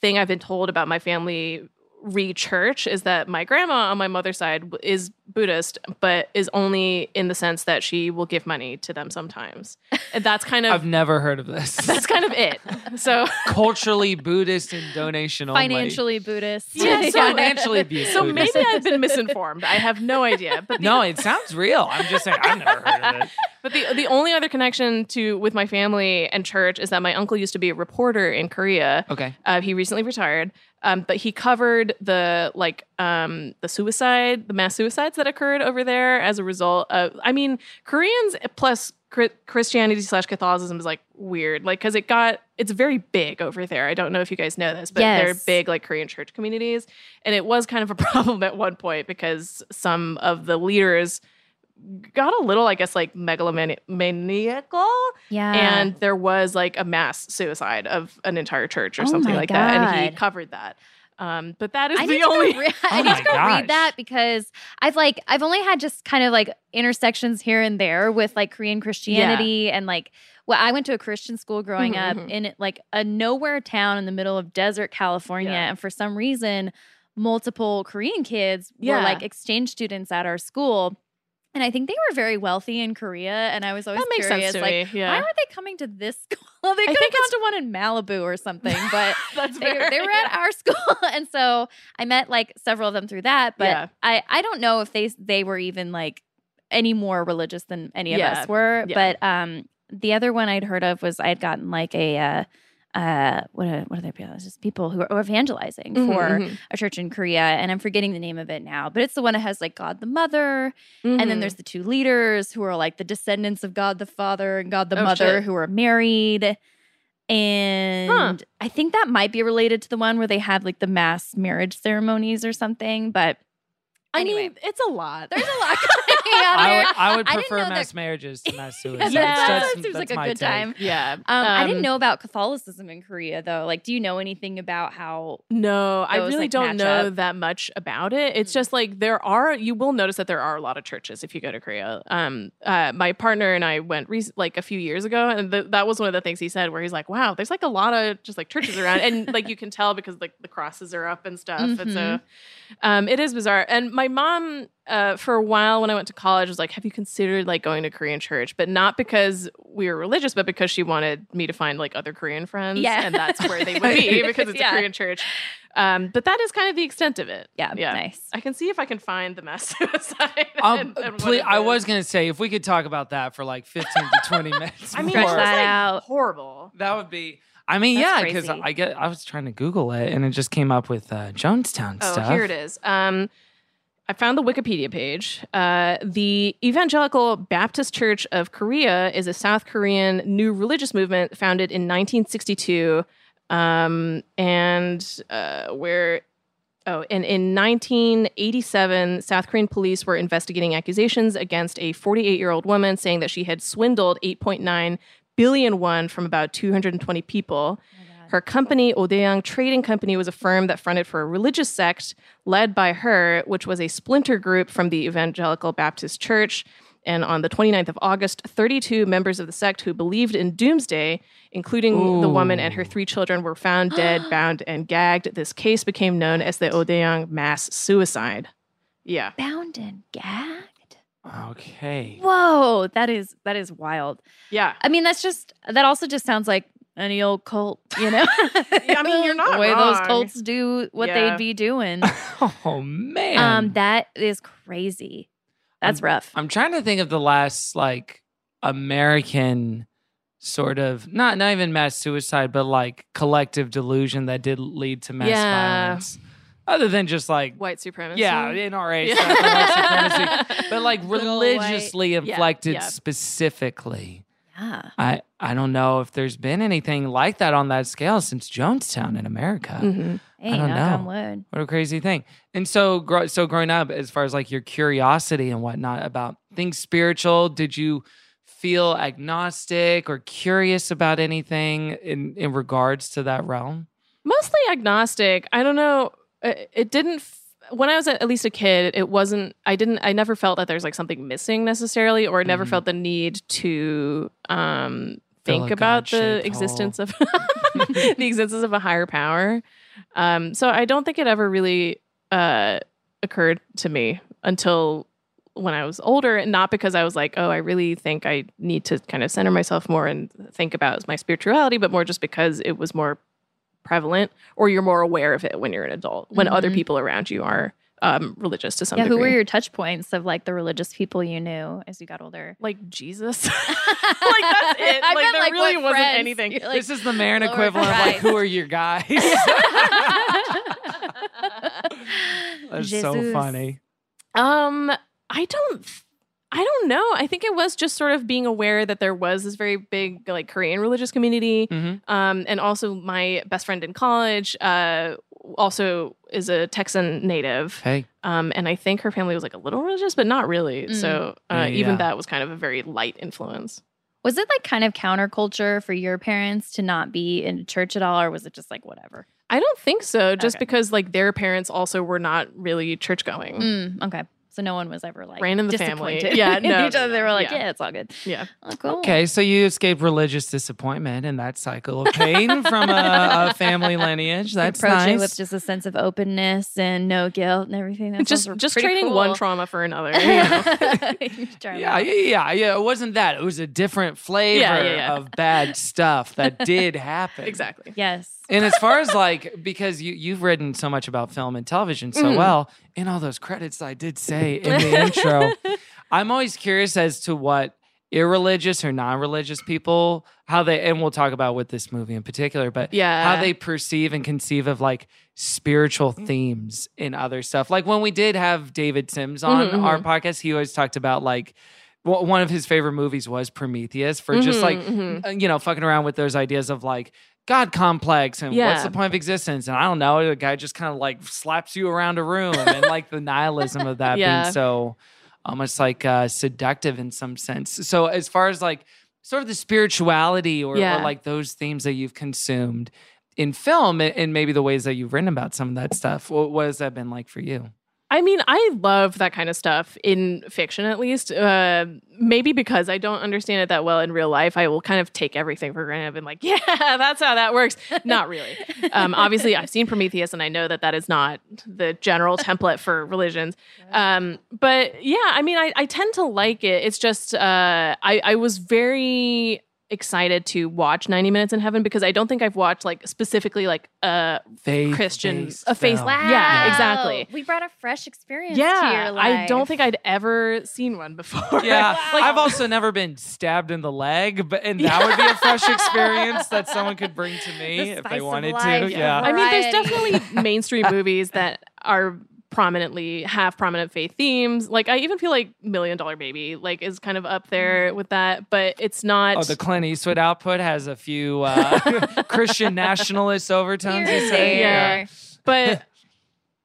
Speaker 8: thing i've been told about my family re church is that my grandma on my mother's side w- is buddhist but is only in the sense that she will give money to them sometimes and that's kind
Speaker 7: I've
Speaker 8: of
Speaker 7: never heard of this.
Speaker 8: that's kind of it so
Speaker 7: Culturally Buddhist and donation only.
Speaker 6: Financially Buddhist.
Speaker 8: Yeah, so-
Speaker 7: financially Buddhist.
Speaker 8: so maybe i've been misinformed i have no idea but the
Speaker 7: no, it sounds real. I'm just saying I've never heard of it.
Speaker 8: But the the only other connection to with my family and church is that my uncle used to be a reporter in Korea.
Speaker 7: Okay.
Speaker 8: Uh, he recently retired, um, but he covered the like um, the suicide, the mass suicides that occurred over there as a result of. I mean, Koreans plus Chri- Christianity slash Catholicism is like weird, like because it got it's very big over there. I don't know if you guys know this, but they're
Speaker 6: Yes.
Speaker 8: big like Korean church communities, and it was kind of a problem at one point because some of the leaders got a little, I guess, like megalomaniacal,
Speaker 6: Yeah.
Speaker 8: and there was like a mass suicide of an entire church or
Speaker 6: Oh
Speaker 8: something
Speaker 6: my
Speaker 8: like that, and he
Speaker 6: God.
Speaker 8: covered that. Um, but that is
Speaker 6: I need to
Speaker 8: the only.
Speaker 6: go, re- I
Speaker 7: Oh
Speaker 6: need
Speaker 7: my
Speaker 6: to go
Speaker 7: gosh.
Speaker 6: read that because I've like I've only had just kind of like intersections here and there with like Korean Christianity and like well I went to a Christian school growing
Speaker 8: Mhm,
Speaker 6: up
Speaker 8: mhm.
Speaker 6: in like a nowhere town in the middle of desert California
Speaker 8: Yeah.
Speaker 6: and for some reason multiple Korean kids
Speaker 8: Yeah.
Speaker 6: were like exchange students at our school and I think they were very wealthy in Korea and I was always
Speaker 8: that makes
Speaker 6: curious
Speaker 8: sense to
Speaker 6: like
Speaker 8: me.
Speaker 6: why
Speaker 8: Yeah,
Speaker 6: were they coming to this school well they
Speaker 8: I
Speaker 6: could have
Speaker 8: think
Speaker 6: gone to one in Malibu or something but
Speaker 8: that's
Speaker 6: they,
Speaker 8: fair.
Speaker 6: they were at our school and so i met like several of them through that but
Speaker 8: Yeah.
Speaker 6: i i don't know if they they were even like any more religious than any of
Speaker 8: Yeah.
Speaker 6: us were
Speaker 8: Yeah.
Speaker 6: but um the other one i'd heard of was i'd gotten like a uh uh what are, what are they people just people who are evangelizing
Speaker 8: Mhm,
Speaker 6: for
Speaker 8: mhm,
Speaker 6: a church in korea and i'm forgetting the name of it now but it's the one that has like god the mother and
Speaker 8: mhm.
Speaker 6: then there's the two leaders who are like the descendants of God the Father and God the
Speaker 8: Oh,
Speaker 6: Mother
Speaker 8: shit.
Speaker 6: who are married. And I think that might be related to the one where they have like the mass marriage ceremonies or something. But
Speaker 8: I
Speaker 6: anyway.
Speaker 8: mean, it's a lot.
Speaker 6: there's a lot going on
Speaker 7: I
Speaker 6: here.
Speaker 7: would, I would
Speaker 6: I didn't
Speaker 7: prefer
Speaker 6: know
Speaker 7: mass
Speaker 6: that-
Speaker 7: marriages to mass
Speaker 6: Yeah,
Speaker 7: suicides.
Speaker 6: that-
Speaker 8: That's-
Speaker 6: that
Speaker 7: That's-
Speaker 6: seems
Speaker 7: that's
Speaker 6: like a
Speaker 7: my
Speaker 6: good
Speaker 7: take.
Speaker 6: time.
Speaker 8: yeah.
Speaker 6: Um, I didn't
Speaker 8: Um,
Speaker 6: know about Catholicism in Korea though. Like, do you know anything about how?
Speaker 8: No, I
Speaker 6: those,
Speaker 8: really
Speaker 6: like, Hmm.
Speaker 8: don't
Speaker 6: match
Speaker 8: know
Speaker 6: up.
Speaker 8: that much about it. It's just like there are you will notice that there are a lot of churches if you go to Korea. Um uh my partner and I went rec- like a few years ago and th- that was one of the things he said where he's like, "Wow, there's like a lot of just like churches around." and like you can tell because like the crosses are up and stuff. And so
Speaker 6: Mm-hmm.
Speaker 8: um it is bizarre. And my mom uh, for a while when I went to college was like, "Have you considered like going to Korean church?" But not because we were religious, but because she wanted me to find like other Korean friends,
Speaker 6: Yeah.
Speaker 8: and that's where they would be because it's
Speaker 6: Yeah.
Speaker 8: a Korean church. Um, but that is kind of the extent of it.
Speaker 6: Yeah, nice.
Speaker 8: I can see if I can find the mass suicide.
Speaker 7: Um,
Speaker 8: and- and what
Speaker 7: please,
Speaker 8: it
Speaker 7: I
Speaker 8: is.
Speaker 7: was gonna say if we could talk about that for like 15 to 20 minutes.
Speaker 8: I mean,
Speaker 7: more,
Speaker 6: Stretch
Speaker 8: it was,
Speaker 6: that
Speaker 8: like,
Speaker 6: out.
Speaker 8: Horrible.
Speaker 7: that would be. I mean,
Speaker 6: That's
Speaker 7: yeah, because
Speaker 6: crazy.
Speaker 7: I get. I was trying to Google it, and it just came up with uh, Jonestown
Speaker 8: Oh,
Speaker 7: stuff.
Speaker 8: here it is. Um, I found the Wikipedia page. Uh, the Evangelical Baptist Church of Korea is a South Korean new religious movement founded in 1962. Um, and uh, where, oh, and in 1987, South Korean police were investigating accusations against a 48 year old woman saying that she had swindled 8.9 billion won from about 220 people. Her company, Odeang Trading Company, was a firm that fronted for a religious sect led by her, which was a splinter group from the Evangelical Baptist Church. And on the 29th of August, 32 members of the sect who believed in doomsday, including the woman and her three children, were found dead, bound, and gagged. This case became known as the Odeang mass suicide. Yeah.
Speaker 6: Bound and gagged.
Speaker 7: Okay.
Speaker 6: Whoa, that is that is wild.
Speaker 8: Yeah.
Speaker 6: I mean, that's just that also just sounds like any old cult, you know?
Speaker 8: Yeah, I mean, you're not
Speaker 6: the way those
Speaker 8: wrong.
Speaker 6: cults do what
Speaker 8: Yeah.
Speaker 6: they'd be doing.
Speaker 7: Oh man.
Speaker 6: um, that is crazy.
Speaker 7: Um,
Speaker 6: That's rough.
Speaker 7: I'm trying to think of the last like American sort of not not even mass suicide, but like collective delusion that did lead to mass
Speaker 8: Yeah.
Speaker 7: violence. Other than just like
Speaker 8: White supremacy.
Speaker 7: yeah, NRA
Speaker 8: Yeah.
Speaker 7: stuff, and white supremacy, but like
Speaker 6: Good old white-
Speaker 7: religiously inflected
Speaker 8: yeah.
Speaker 7: specifically.
Speaker 6: yeah.
Speaker 7: I I don't know if there's been anything like that on that scale since Jonestown in America.
Speaker 8: Mhm.
Speaker 6: Hey,
Speaker 7: I don't
Speaker 6: knock on
Speaker 7: know.
Speaker 6: wood.
Speaker 7: What a crazy thing. And so grow so growing up as far as like your curiosity and whatnot about things spiritual, did you feel agnostic or curious about anything in in regards to that realm?
Speaker 8: mostly agnostic. I don't know. it, it didn't f- when I was at least a kid, it wasn't I didn't I never felt that there's like something missing necessarily or I never
Speaker 7: Mhm.
Speaker 8: felt the need to um
Speaker 7: Fill
Speaker 8: think
Speaker 7: a
Speaker 8: about the
Speaker 7: God-shaped
Speaker 8: existence of the existence of a higher power. Um so I don't think it ever really uh occurred to me until when I was older, and not because I was like, oh, I really think I need to kind of center myself more and think about my spirituality, but more just because it was more prevalent or you're more aware of it when you're an adult, when other
Speaker 6: Mhm.
Speaker 8: people around you are um, religious to some
Speaker 6: yeah,
Speaker 8: degree.
Speaker 6: who were your touch points of like the religious people you knew as you got older?
Speaker 8: like Jesus? like that's it.
Speaker 6: I
Speaker 8: like
Speaker 6: meant,
Speaker 8: there
Speaker 6: like,
Speaker 8: really
Speaker 6: what
Speaker 8: wasn't
Speaker 6: friends
Speaker 8: anything.
Speaker 6: you're, like-
Speaker 7: this is the Marin
Speaker 6: Lord
Speaker 7: equivalent of like,
Speaker 6: Christ.
Speaker 7: who are your guys? That's so
Speaker 6: Jesus.
Speaker 7: funny.
Speaker 8: Um, I don't. th- I don't know. I think it was just sort of being aware that there was this very big like Korean religious community.
Speaker 7: Mhm.
Speaker 8: Um, and also my best friend in college uh, also is a Texan native.
Speaker 7: Hey,
Speaker 8: Um, and I think her family was like a little religious, but not really.
Speaker 6: Mm.
Speaker 8: So uh,
Speaker 7: Yeah, yeah.
Speaker 8: even that was kind of a very light influence.
Speaker 6: Was it like kind of counterculture for your parents to not be in church at all, or was it just like whatever?
Speaker 8: I don't think so, just
Speaker 6: Okay.
Speaker 8: because like their parents also were not really church going.
Speaker 6: Mm, okay, so no one was ever like
Speaker 8: Ran in the family.
Speaker 6: disappointed.
Speaker 8: Yeah,
Speaker 6: in
Speaker 8: no,
Speaker 6: each
Speaker 8: no,
Speaker 6: other. They
Speaker 8: no.
Speaker 6: were like,
Speaker 8: Yeah.
Speaker 6: yeah. it's all good.
Speaker 8: Yeah.
Speaker 6: Oh, cool.
Speaker 7: Okay, so you escaped religious disappointment and that cycle of pain from a, a family lineage.
Speaker 6: You
Speaker 7: That's
Speaker 6: approach it
Speaker 7: nice.
Speaker 6: with just a sense of openness and no guilt and everything. That
Speaker 8: Just
Speaker 6: sounds
Speaker 8: just
Speaker 6: pretty
Speaker 8: trading
Speaker 6: cool.
Speaker 8: one trauma for another. you know?
Speaker 6: yeah,
Speaker 7: yeah, yeah, yeah, yeah. It wasn't that. It was a different flavor
Speaker 8: Yeah, yeah, yeah.
Speaker 7: of bad stuff that did happen.
Speaker 8: exactly.
Speaker 6: Yes.
Speaker 7: And as far as like, because you you've written so much about film and television so
Speaker 8: Mhm.
Speaker 7: well, in all those credits, I did say in the intro, I'm always curious as to what irreligious or non-religious people how they and we'll talk about with this movie in particular, but
Speaker 8: Yeah.
Speaker 7: how they perceive and conceive of like spiritual themes in other stuff. Like when we did have David Sims on
Speaker 8: Mhm,
Speaker 7: our podcast, he always talked about like wh- one of his favorite movies was Prometheus for just
Speaker 8: Mhm,
Speaker 7: like
Speaker 8: mhm.
Speaker 7: uh, you know fucking around with those ideas of like God complex and what's
Speaker 8: Yeah.
Speaker 7: the point of existence and I don't know. The guy just kind of like slaps you around a room and like the nihilism of that
Speaker 8: Yeah.
Speaker 7: being so almost like uh, seductive in some sense. So as far as like sort of the spirituality or, or,
Speaker 8: Yeah.
Speaker 7: like those themes that you've consumed in film and- and maybe the ways that you've written about some of that stuff, wh- what has that been like for you?
Speaker 8: I mean, I love that kind of stuff in fiction, at least. Uh, maybe because I don't understand it that well in real life, I will kind of take everything for granted and like, yeah, that's how that works. Not really. Um, obviously, I've seen Prometheus, and I know that that is not the general template for religions. Um, but yeah, I mean, I, I tend to like it. It's just uh, I, I was very excited to watch 90 Minutes in Heaven because I don't think I've watched like specifically like a
Speaker 7: Faith
Speaker 8: Christian- a faith-
Speaker 6: Wow.
Speaker 8: Yeah, exactly.
Speaker 6: We brought a fresh experience to
Speaker 8: yeah,
Speaker 6: your life.
Speaker 8: I don't think I'd ever seen one before.
Speaker 7: Yeah,
Speaker 6: Like-
Speaker 7: I've also never been stabbed in the leg, but and that would be a fresh experience that someone could bring to
Speaker 6: The
Speaker 7: me if
Speaker 6: spice
Speaker 7: they
Speaker 6: of
Speaker 7: wanted
Speaker 6: life,
Speaker 7: to.
Speaker 6: yeah.
Speaker 7: Yeah,
Speaker 8: I mean, there's
Speaker 6: variety.
Speaker 8: definitely mainstream movies that are prominently have prominent faith themes. Like I even feel like Million Dollar Baby like is kind of up
Speaker 6: Mm-hmm.
Speaker 8: there with that, but it's not.
Speaker 7: Oh, the Clint Eastwood output has a few uh, Christian nationalist overtones.
Speaker 6: Here
Speaker 7: you
Speaker 6: and
Speaker 7: say?
Speaker 8: Yeah.
Speaker 6: there.
Speaker 8: but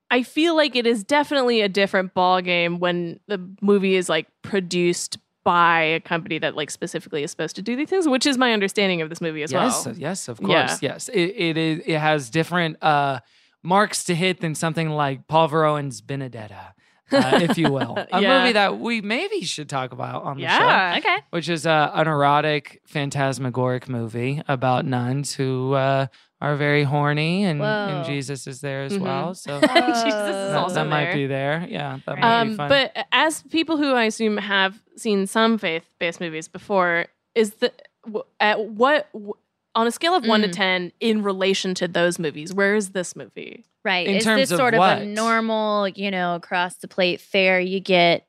Speaker 8: I feel like it is definitely a different ball game when the movie is like produced by a company that like specifically is supposed to do these things, which is my understanding of this movie as
Speaker 7: yes,
Speaker 8: well.
Speaker 7: yes, of course,
Speaker 8: Yeah.
Speaker 7: yes. It, it is. It has different uh, marks to hit than something like Paul Verhoeven's Benedetta, uh, if you will, a
Speaker 8: Yeah.
Speaker 7: movie that we maybe should talk about on the show.
Speaker 8: Yeah.
Speaker 6: Okay.
Speaker 7: which is uh, an erotic, phantasmagoric movie about nuns who uh, are very horny, and, and
Speaker 6: Whoa.
Speaker 7: Jesus is there as
Speaker 8: Mhm.
Speaker 7: well. So that,
Speaker 8: Jesus is
Speaker 6: Oh.
Speaker 8: also
Speaker 7: that might
Speaker 8: there.
Speaker 7: be there. Yeah, that might be
Speaker 8: Um,
Speaker 7: fun.
Speaker 8: but as people who I assume have seen some faith-based movies before, is the w- at what w- on a scale of one to
Speaker 6: Mm.
Speaker 8: ten in relation to those movies? Where is this movie?
Speaker 6: Right.
Speaker 7: In
Speaker 6: is
Speaker 7: terms
Speaker 6: this
Speaker 7: of
Speaker 6: sort of,
Speaker 7: what?
Speaker 6: a normal, you know, across the plate fare you get,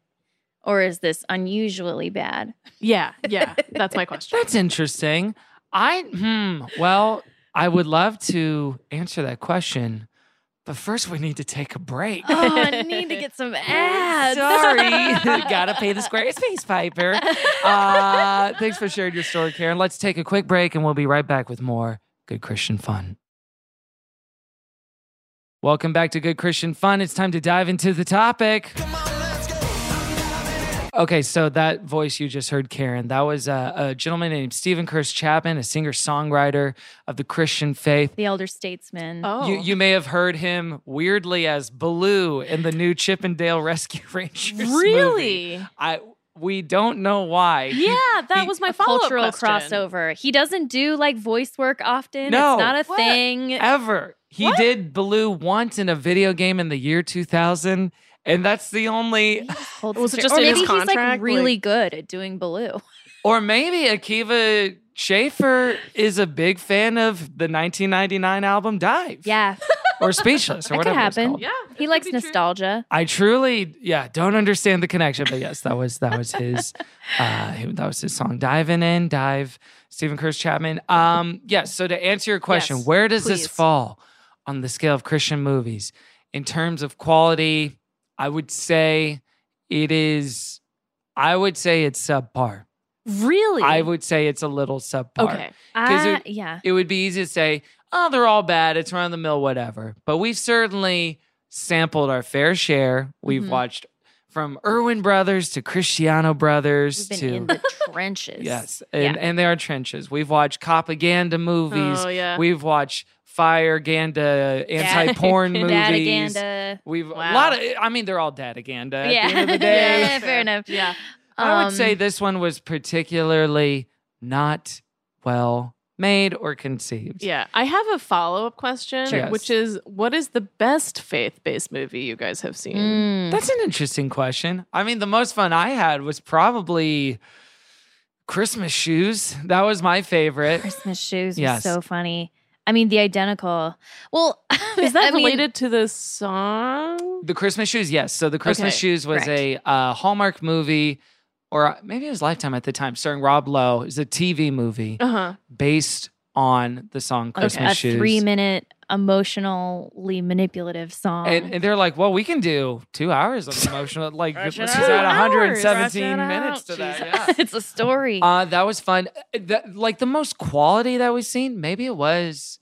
Speaker 6: or is this unusually bad?
Speaker 8: Yeah, yeah, that's my question.
Speaker 7: That's interesting. I hmm. Well, I would love to answer that question, but first we need to take a break.
Speaker 6: Oh, I need to get some ads.
Speaker 7: Sorry, gotta pay the Squarespace Piper. Uh, thanks for sharing your story, Karen. Let's take a quick break, and we'll be right back with more good Christian fun. Welcome back to Good Christian Fun. It's time to dive into the topic. Okay, so that voice you just heard, Karen, that was uh, a gentleman named Stephen Curse Chapman, a singer songwriter of the Christian faith.
Speaker 6: The elder statesman.
Speaker 8: Oh,
Speaker 7: You, you may have heard him weirdly as Baloo in the new Chippendale Rescue Rangers. movie.
Speaker 8: really?
Speaker 7: I we don't know why. He-
Speaker 8: Yeah, that
Speaker 7: he-
Speaker 8: was my
Speaker 6: a
Speaker 8: follow-up
Speaker 6: cultural
Speaker 8: question.
Speaker 6: crossover. He doesn't do like voice work often.
Speaker 7: No. Uh,
Speaker 6: It's not a
Speaker 8: What?
Speaker 6: thing.
Speaker 7: ever. He did Baloo once in a video game in the year 2000, and that's the only.
Speaker 6: Holds
Speaker 8: Was it
Speaker 6: the-
Speaker 8: just
Speaker 6: or
Speaker 8: in
Speaker 6: maybe he's
Speaker 8: his
Speaker 6: like
Speaker 8: contract,
Speaker 6: really
Speaker 8: like-
Speaker 6: good at doing Baloo.
Speaker 7: Or maybe Akiva Schaffer is a big fan of the 1999 album Dive.
Speaker 6: Yeah,
Speaker 7: Or Speechless,
Speaker 6: That
Speaker 7: or
Speaker 6: could
Speaker 7: whatever. it's
Speaker 6: happen.
Speaker 7: called.
Speaker 8: Yeah, that
Speaker 6: he
Speaker 8: could
Speaker 6: likes
Speaker 8: be true.
Speaker 6: nostalgia.
Speaker 7: I truly, yeah, don't understand the connection, but yes, that was that was his, uh, he- that was his song "Diving In," dive. Stephen Curtis Chapman. Um, yes. So to answer your question,
Speaker 8: Yes,
Speaker 7: where does this
Speaker 8: please.
Speaker 7: fall on the scale of Christian movies in terms of quality? I would say it is. I would say it's subpar.
Speaker 8: Really?
Speaker 7: I would say it's a little subpar.
Speaker 8: Okay.
Speaker 7: 'Cause
Speaker 6: Uh,
Speaker 7: it-
Speaker 6: yeah,
Speaker 7: It would be easy to say, oh, they're all bad. It's run of the mill, whatever. But we've certainly sampled our fair share. We've
Speaker 6: Mhm.
Speaker 7: watched from Irwin Brothers to Cristiano
Speaker 6: we've
Speaker 7: Brothers
Speaker 6: been
Speaker 7: to
Speaker 6: in the trenches.
Speaker 7: yes, and,
Speaker 6: Yeah.
Speaker 7: and there are trenches. We've watched propaganda movies.
Speaker 8: Oh yeah.
Speaker 7: We've watched fire ganda anti porn movies.
Speaker 6: Dadaganda.
Speaker 7: We've a
Speaker 8: Wow.
Speaker 7: lot of. I mean, they're all dadaganda. At
Speaker 6: Yeah.
Speaker 7: the end of the day,
Speaker 6: Yeah, fair enough.
Speaker 8: Yeah.
Speaker 7: I would
Speaker 6: Um,
Speaker 7: say this one was particularly not well made or conceived.
Speaker 8: Yeah. I have a follow up question,
Speaker 7: Yes.
Speaker 8: which is what is the best faith based movie you guys have seen?
Speaker 6: mm.
Speaker 7: That's an interesting question. I mean, the most fun I had was probably Christmas shoes. That was my favorite.
Speaker 6: Christmas shoes
Speaker 7: Yes.
Speaker 6: was so funny. I mean, the identical. Well,
Speaker 8: Is that
Speaker 6: I mean,
Speaker 8: related to the song?
Speaker 7: The Christmas shoes, yes. So the Christmas
Speaker 8: Okay,
Speaker 7: shoes was a uh, Hallmark movie, or maybe it was Lifetime at the time, starring Rob Lowe. It was a TV movie
Speaker 8: Uh huh.
Speaker 7: based on the song
Speaker 6: like,
Speaker 7: Christmas
Speaker 6: a
Speaker 7: shoes.
Speaker 6: three-minute emotionally manipulative song.
Speaker 7: and, and they're like, well, we can do two hours of emotional. Like, let's just
Speaker 8: out.
Speaker 7: add
Speaker 8: Hours.
Speaker 7: 117
Speaker 6: Stretch it
Speaker 7: minutes
Speaker 6: out,
Speaker 7: to that.
Speaker 6: Jesus.
Speaker 7: Yeah.
Speaker 6: it's a story.
Speaker 7: Uh, that was fun. Uh, that- like the most quality that we've seen, maybe it was.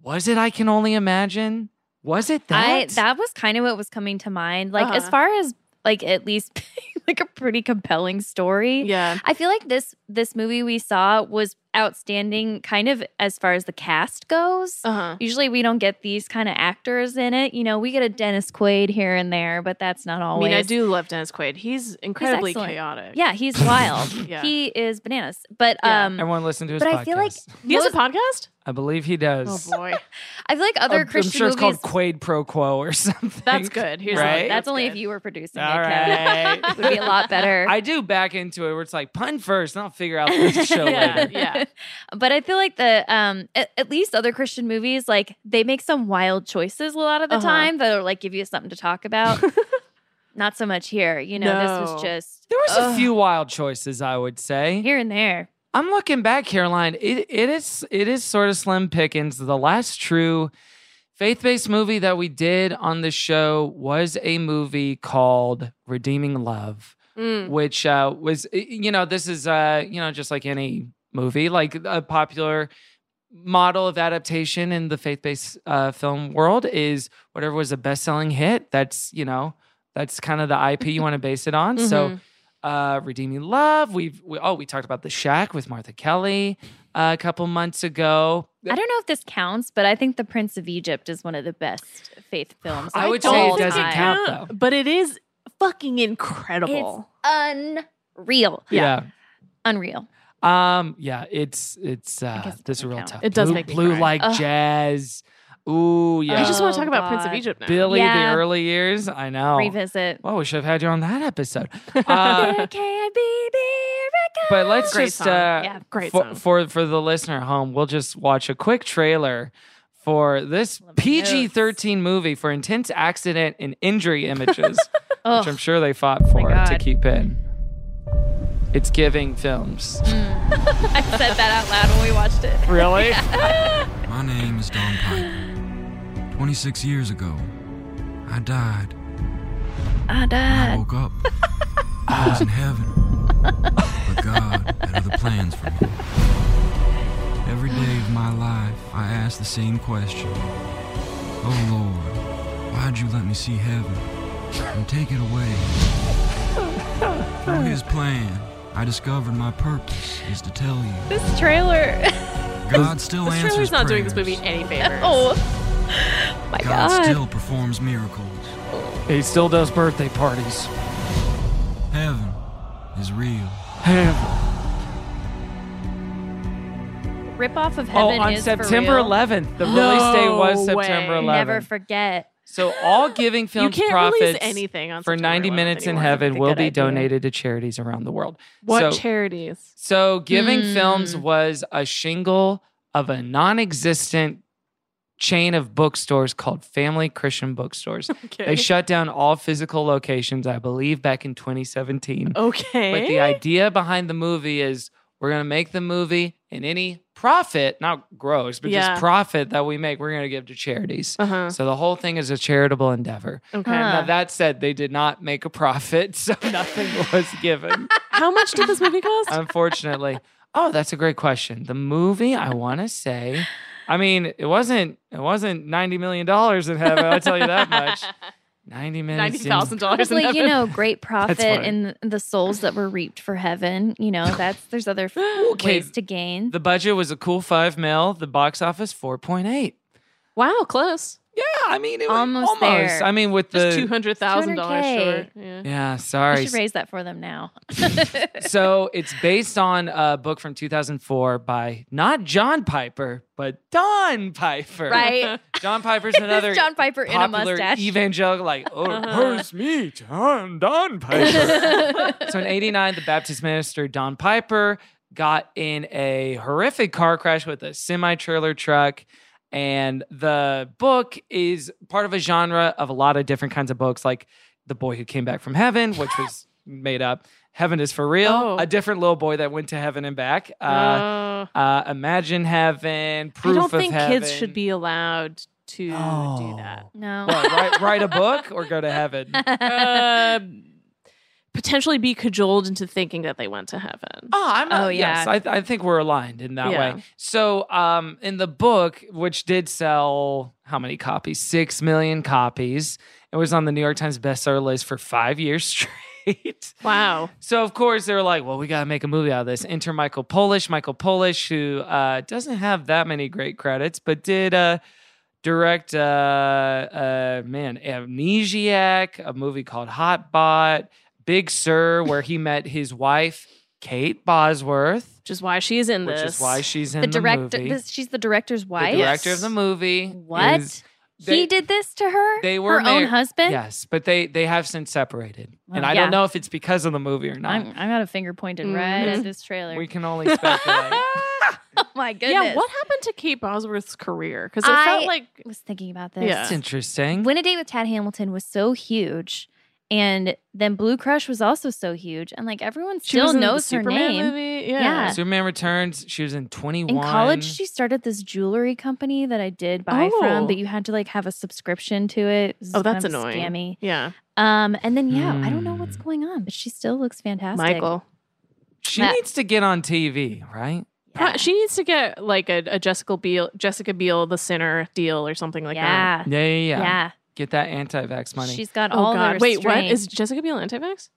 Speaker 7: Was it? I can only imagine. Was it that?
Speaker 6: I that was kind of what was coming to mind. Like as
Speaker 8: Uh-huh.
Speaker 6: far as like at least like a pretty compelling story.
Speaker 8: Yeah.
Speaker 6: I feel like this this movie we saw was outstanding kind of as far as the cast goes.
Speaker 8: Uh huh.
Speaker 6: Usually we don't get these kind of actors in it. You know, we get a Dennis Quaid here and there, but that's not
Speaker 8: I
Speaker 6: always.
Speaker 8: mean, I do love Dennis Quaid. He's incredibly
Speaker 6: excellent.
Speaker 8: chaotic.
Speaker 6: Yeah, he's wild.
Speaker 8: Yeah.
Speaker 6: He is bananas. But
Speaker 8: Yeah.
Speaker 6: um
Speaker 7: Everyone listen to his
Speaker 6: but
Speaker 7: podcast.
Speaker 6: I feel like
Speaker 8: He has a
Speaker 6: most-
Speaker 8: podcast?
Speaker 7: I believe he does.
Speaker 8: Oh boy.
Speaker 6: I feel like other
Speaker 7: Um, I'm-
Speaker 6: Christian
Speaker 7: I'm sure it's
Speaker 6: movies
Speaker 7: called Quaid Pro Quo or something.
Speaker 8: That's good. Here's
Speaker 7: Right?
Speaker 8: one.
Speaker 6: that's only
Speaker 8: good.
Speaker 6: if you were producing
Speaker 7: All
Speaker 6: it, Kevin.
Speaker 7: right.
Speaker 6: It would be a lot better.
Speaker 7: I do back into it where it's like pun first, and I'll figure out the show
Speaker 8: Yeah.
Speaker 7: later.
Speaker 6: But I feel like the um at, at least other Christian movies like they make some wild choices a lot of the
Speaker 8: Uh-huh.
Speaker 6: time that will like give you something to talk about. Not so much here, you know. This was
Speaker 8: No.
Speaker 6: just
Speaker 7: There was a
Speaker 6: Ugh.
Speaker 7: few wild choices, I would say.
Speaker 6: here and there.
Speaker 7: I'm looking back, Caroline. It it is it is sort of slim pickings. The last true faith-based movie that we did on the show was a movie called Redeeming Love,
Speaker 8: Mm.
Speaker 7: which uh, was you know this is uh, you know just like any movie, like a popular model of adaptation in the faith-based uh, film world is whatever was a best-selling hit. That's you know that's kind of the IP you want to base it on. So
Speaker 8: Mhm.
Speaker 7: uh, Redeeming Love. We've we, oh we talked about the Shack with Martha Kelly uh, a couple months ago.
Speaker 6: I don't know if this counts, but I think The Prince of Egypt is one of the best faith films.
Speaker 7: I
Speaker 6: of
Speaker 7: would
Speaker 8: Don't
Speaker 7: say it
Speaker 6: all
Speaker 8: think
Speaker 7: doesn't
Speaker 6: time.
Speaker 7: count, though.
Speaker 8: but it is fucking incredible.
Speaker 6: Unreal,
Speaker 7: Yeah.
Speaker 6: unreal.
Speaker 7: Um. Yeah. It's it's uh,
Speaker 6: guess it
Speaker 7: this is
Speaker 6: doesn't
Speaker 7: real
Speaker 6: count.
Speaker 7: tough.
Speaker 8: It does
Speaker 7: blue,
Speaker 8: make me
Speaker 7: blue
Speaker 8: cry.
Speaker 7: like
Speaker 6: Ugh.
Speaker 7: jazz. Ooh yeah.
Speaker 8: I just want to
Speaker 6: Oh,
Speaker 8: talk about Prince of
Speaker 6: God.
Speaker 8: Egypt now.
Speaker 7: Billy
Speaker 6: Yeah.
Speaker 7: the early years. I know.
Speaker 6: Revisit.
Speaker 7: Well, we should have had you on that episode. Oh. Uh, but let's
Speaker 8: Great
Speaker 7: just
Speaker 8: song.
Speaker 7: uh,
Speaker 6: Yeah,
Speaker 8: great
Speaker 7: for,
Speaker 8: song.
Speaker 7: for for the listener at home, we'll just watch a quick trailer for this
Speaker 6: Let me notes.
Speaker 7: PG thirteen movie for intense accident and injury images,
Speaker 6: Ugh. Oh
Speaker 7: which I'm sure they fought for to
Speaker 6: God.
Speaker 7: keep in. It's giving films.
Speaker 6: Mm. I said that out loud when we watched it.
Speaker 7: Really?
Speaker 4: My name is Don Piper. 26 years ago, I died.
Speaker 6: I
Speaker 4: I
Speaker 6: died.
Speaker 4: woke up. I was in heaven. But God had other plans for me. Every day of my life, I asked the same question Oh Lord, why'd you let me see heaven and take it away? Forgive his plan, I discovered my purpose is to tell you
Speaker 6: This trailer.
Speaker 4: God still
Speaker 8: This
Speaker 4: answers
Speaker 8: trailer's not doing this
Speaker 4: prayers.
Speaker 8: movie any favors.
Speaker 6: oh my
Speaker 4: God,
Speaker 6: god.
Speaker 4: still performs miracles.
Speaker 7: He still does birthday parties.
Speaker 4: Heaven is real.
Speaker 7: Heaven.
Speaker 6: Rip off of
Speaker 7: Oh,
Speaker 6: heaven
Speaker 7: on
Speaker 6: is
Speaker 7: September
Speaker 6: for real.
Speaker 7: 11th. The
Speaker 8: No
Speaker 7: release date was September
Speaker 8: way.
Speaker 7: 11th.
Speaker 6: Never forget.
Speaker 7: so all Giving
Speaker 8: You
Speaker 7: Films
Speaker 8: can't release
Speaker 7: profits
Speaker 8: anything on
Speaker 7: for
Speaker 8: September
Speaker 7: 90
Speaker 8: 11th
Speaker 7: minutes in
Speaker 8: anymore. I think
Speaker 7: heaven
Speaker 8: it's a
Speaker 7: will
Speaker 8: good
Speaker 7: be
Speaker 8: idea.
Speaker 7: donated to charities around the world.
Speaker 8: What
Speaker 7: so,
Speaker 8: charities?
Speaker 7: So Giving
Speaker 6: Hmm.
Speaker 7: Films was a shingle of a non-existent chain of bookstores called Family Christian Bookstores.
Speaker 8: Okay.
Speaker 7: They shut down all physical locations, I believe, back in 2017.
Speaker 8: okay.
Speaker 7: But the idea behind the movie is we're going to make the movie and any profit, not gross, but
Speaker 8: Yeah.
Speaker 7: just profit that we make, we're going to give to charities.
Speaker 8: uh-huh. Uh.
Speaker 7: So the whole thing is a charitable endeavor.
Speaker 8: Okay.
Speaker 6: Huh.
Speaker 7: Now, that said, they did not make a profit, so nothing was given,
Speaker 8: How much did this movie cost?
Speaker 7: unfortunately. Oh, that's a great question. The movie, I want to say, I mean, it wasn't it wasn't ninety million dollars in heaven. I'll tell you that much. Ninety minutes.
Speaker 8: Ninety
Speaker 7: in-
Speaker 8: thousand dollars.
Speaker 6: Probably, you know, great profit
Speaker 7: fine.
Speaker 6: and the souls that were reaped for heaven. You know, that's there's other
Speaker 7: Okay.
Speaker 6: ways to gain.
Speaker 7: The budget was a cool five mil. The box office four point eight.
Speaker 8: Wow, close.
Speaker 7: Yeah, I mean, it
Speaker 6: Almost
Speaker 7: was almost.
Speaker 6: there.
Speaker 7: I mean, with
Speaker 8: Just
Speaker 7: the
Speaker 8: two hundred thousand dollars
Speaker 6: 200K.
Speaker 8: short. Yeah.
Speaker 7: yeah.
Speaker 6: I
Speaker 7: Sorry.
Speaker 6: should raise that for them now.
Speaker 7: so it's based on a book from 2004 by not John Piper, but Don Piper.
Speaker 6: Right?
Speaker 7: John Piper's another
Speaker 6: It's John Piper in a
Speaker 7: popular
Speaker 6: mustache.
Speaker 7: evangelical. Like, oh, where's me, John Don Piper? so in '89, the Baptist minister Don Piper got in a horrific car crash with a semi trailer truck. And the book is part of a genre of a lot of different kinds of books, like The Boy Who Came Back from Heaven, which was made up. Heaven is for real.
Speaker 8: Oh.
Speaker 7: A different little boy that went to heaven and back. Uh,
Speaker 8: Uh,
Speaker 7: uh, imagine heaven.
Speaker 8: I
Speaker 7: Proof
Speaker 8: don't
Speaker 7: of
Speaker 8: think kids
Speaker 7: Heaven.
Speaker 8: should be allowed to do that.
Speaker 6: No.
Speaker 7: What, write, write a book or go to heaven? Oh,
Speaker 8: Uh, potentially be cajoled into thinking that they went to heaven.
Speaker 7: I'm
Speaker 6: Oh,
Speaker 7: Yes, I, I think we're aligned in that
Speaker 8: Yeah.
Speaker 7: way. So, um, in the book, which did sell how many copies? Six million copies. It was on the New York Times bestseller list for five years straight.
Speaker 8: Wow.
Speaker 7: So of course they were like, "Well, we got to make a movie out of this." Enter Michael Polish. Michael Polish, who uh, doesn't have that many great credits, but did uh, direct, uh, uh, man, Amnesiac, a movie called Hotbot, Big Sur, where he met his wife Kate Bosworth,
Speaker 8: Which is why she's in
Speaker 7: which
Speaker 8: this.
Speaker 7: is why she's in
Speaker 6: the
Speaker 7: the,
Speaker 6: director.
Speaker 7: movie.
Speaker 6: This, she's the director's wife.
Speaker 7: the director of the movie.
Speaker 6: What?
Speaker 7: is-
Speaker 6: he
Speaker 7: they-
Speaker 6: did this to her.
Speaker 7: They were
Speaker 6: her own
Speaker 7: married-
Speaker 6: husband.
Speaker 7: Yes, but they they have since separated, and
Speaker 6: Well,
Speaker 7: I
Speaker 6: yeah.
Speaker 7: don't know if it's because of the movie or not. Mm-hmm.
Speaker 6: I'm, I got a finger pointed right
Speaker 8: Mhm.
Speaker 6: at this trailer.
Speaker 7: we can only speculate.
Speaker 6: oh my goodness!
Speaker 8: Yeah, what happened to Kate Bosworth's career? Because it
Speaker 6: I-
Speaker 8: felt like
Speaker 6: I was thinking about this.
Speaker 8: Yeah.
Speaker 7: That's interesting.
Speaker 6: Uh, When a Date with Tad Hamilton was so huge, and then Blue Crush was also so huge, and like everyone
Speaker 8: she
Speaker 6: still
Speaker 8: was in the
Speaker 6: knows her
Speaker 8: Superman
Speaker 6: name.
Speaker 8: Movie. Yeah.
Speaker 6: Yeah.
Speaker 7: Superman Returns, she was in 21.
Speaker 6: uh, In college, she started this jewelry company that I did buy
Speaker 8: Oh.
Speaker 6: from, but you had to like have a subscription to it. It was
Speaker 8: Oh, that's
Speaker 6: kind of
Speaker 8: annoying.
Speaker 6: Scammy.
Speaker 8: Yeah.
Speaker 6: Um, and then yeah, I don't know what's
Speaker 7: Hmm.
Speaker 6: going on, but she still looks fantastic.
Speaker 8: Michael.
Speaker 7: She
Speaker 6: Matt-
Speaker 7: needs to get on TV, right?
Speaker 8: Pro- She needs to get like a, a Jessica Biel, Jessica Biel, the sinner deal or something like that.
Speaker 6: yeah,
Speaker 7: Yeah, yeah, yeah.
Speaker 6: yeah.
Speaker 7: Get that anti-vax money.
Speaker 6: She's got
Speaker 8: Oh
Speaker 6: all
Speaker 8: God!
Speaker 6: the
Speaker 8: Wait, what
Speaker 6: restraint.
Speaker 8: is Jessica Biel anti-vax?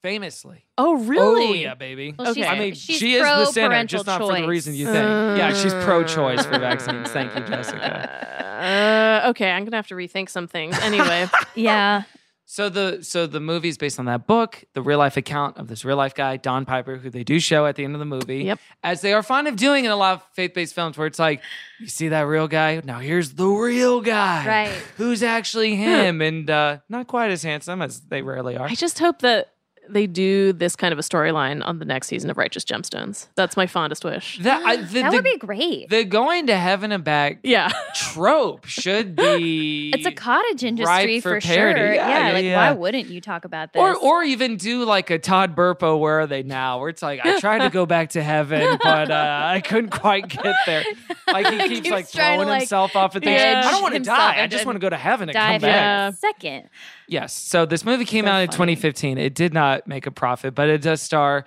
Speaker 7: famously.
Speaker 8: Oh
Speaker 7: Oh
Speaker 8: really?
Speaker 7: yeah, baby.
Speaker 6: Well, she's-
Speaker 7: I
Speaker 8: Okay.
Speaker 7: mean,
Speaker 6: she's
Speaker 7: she is the center,
Speaker 6: pro-parental
Speaker 7: just not for the
Speaker 6: choice.
Speaker 7: reason you think. yeah, she's pro-choice for vaccines. Thank you, Jessica.
Speaker 8: Uh, okay, I'm gonna have to rethink some things. Anyway,
Speaker 6: yeah,
Speaker 7: So the so the movie's based on that book, the real life account of this real life guy, Don Piper, who they do show at the end of the movie.
Speaker 8: Yep.
Speaker 7: As they are fond of doing in a lot of faith-based films where it's like, you see that real guy? Now here's the real guy.
Speaker 6: Right.
Speaker 7: Who's actually him and uh not quite as handsome as they rarely are.
Speaker 8: I just hope that they do this kind of a storyline on the next season of Righteous Gemstones. That's my fondest wish.
Speaker 7: That, I, the,
Speaker 6: that
Speaker 7: the,
Speaker 6: would be great.
Speaker 7: the going to heaven and back
Speaker 8: Yeah,
Speaker 7: trope should be
Speaker 6: It's a cottage industry
Speaker 7: ripe
Speaker 6: for,
Speaker 7: for
Speaker 6: sure.
Speaker 7: parody.
Speaker 6: Yeah,
Speaker 7: Yeah, yeah,
Speaker 6: like
Speaker 7: yeah.
Speaker 6: why wouldn't you talk about this?
Speaker 7: or or even do like a Todd Burpo. Where are they now? Where it's like I tried to go back to heaven, but uh, I couldn't quite get there. Like he keeps,
Speaker 6: keeps
Speaker 7: like
Speaker 6: trying to,
Speaker 7: throwing
Speaker 6: like,
Speaker 7: himself off at things.
Speaker 8: edge
Speaker 7: I don't want to
Speaker 6: himself
Speaker 7: die. I
Speaker 6: and-
Speaker 7: just want to
Speaker 6: and
Speaker 7: go to heaven and
Speaker 6: die
Speaker 7: come
Speaker 6: for
Speaker 7: back.
Speaker 6: a second.
Speaker 7: Yes. So this movie came
Speaker 6: So
Speaker 7: out in
Speaker 6: funny.
Speaker 7: 2015. It did not make a profit, but it does star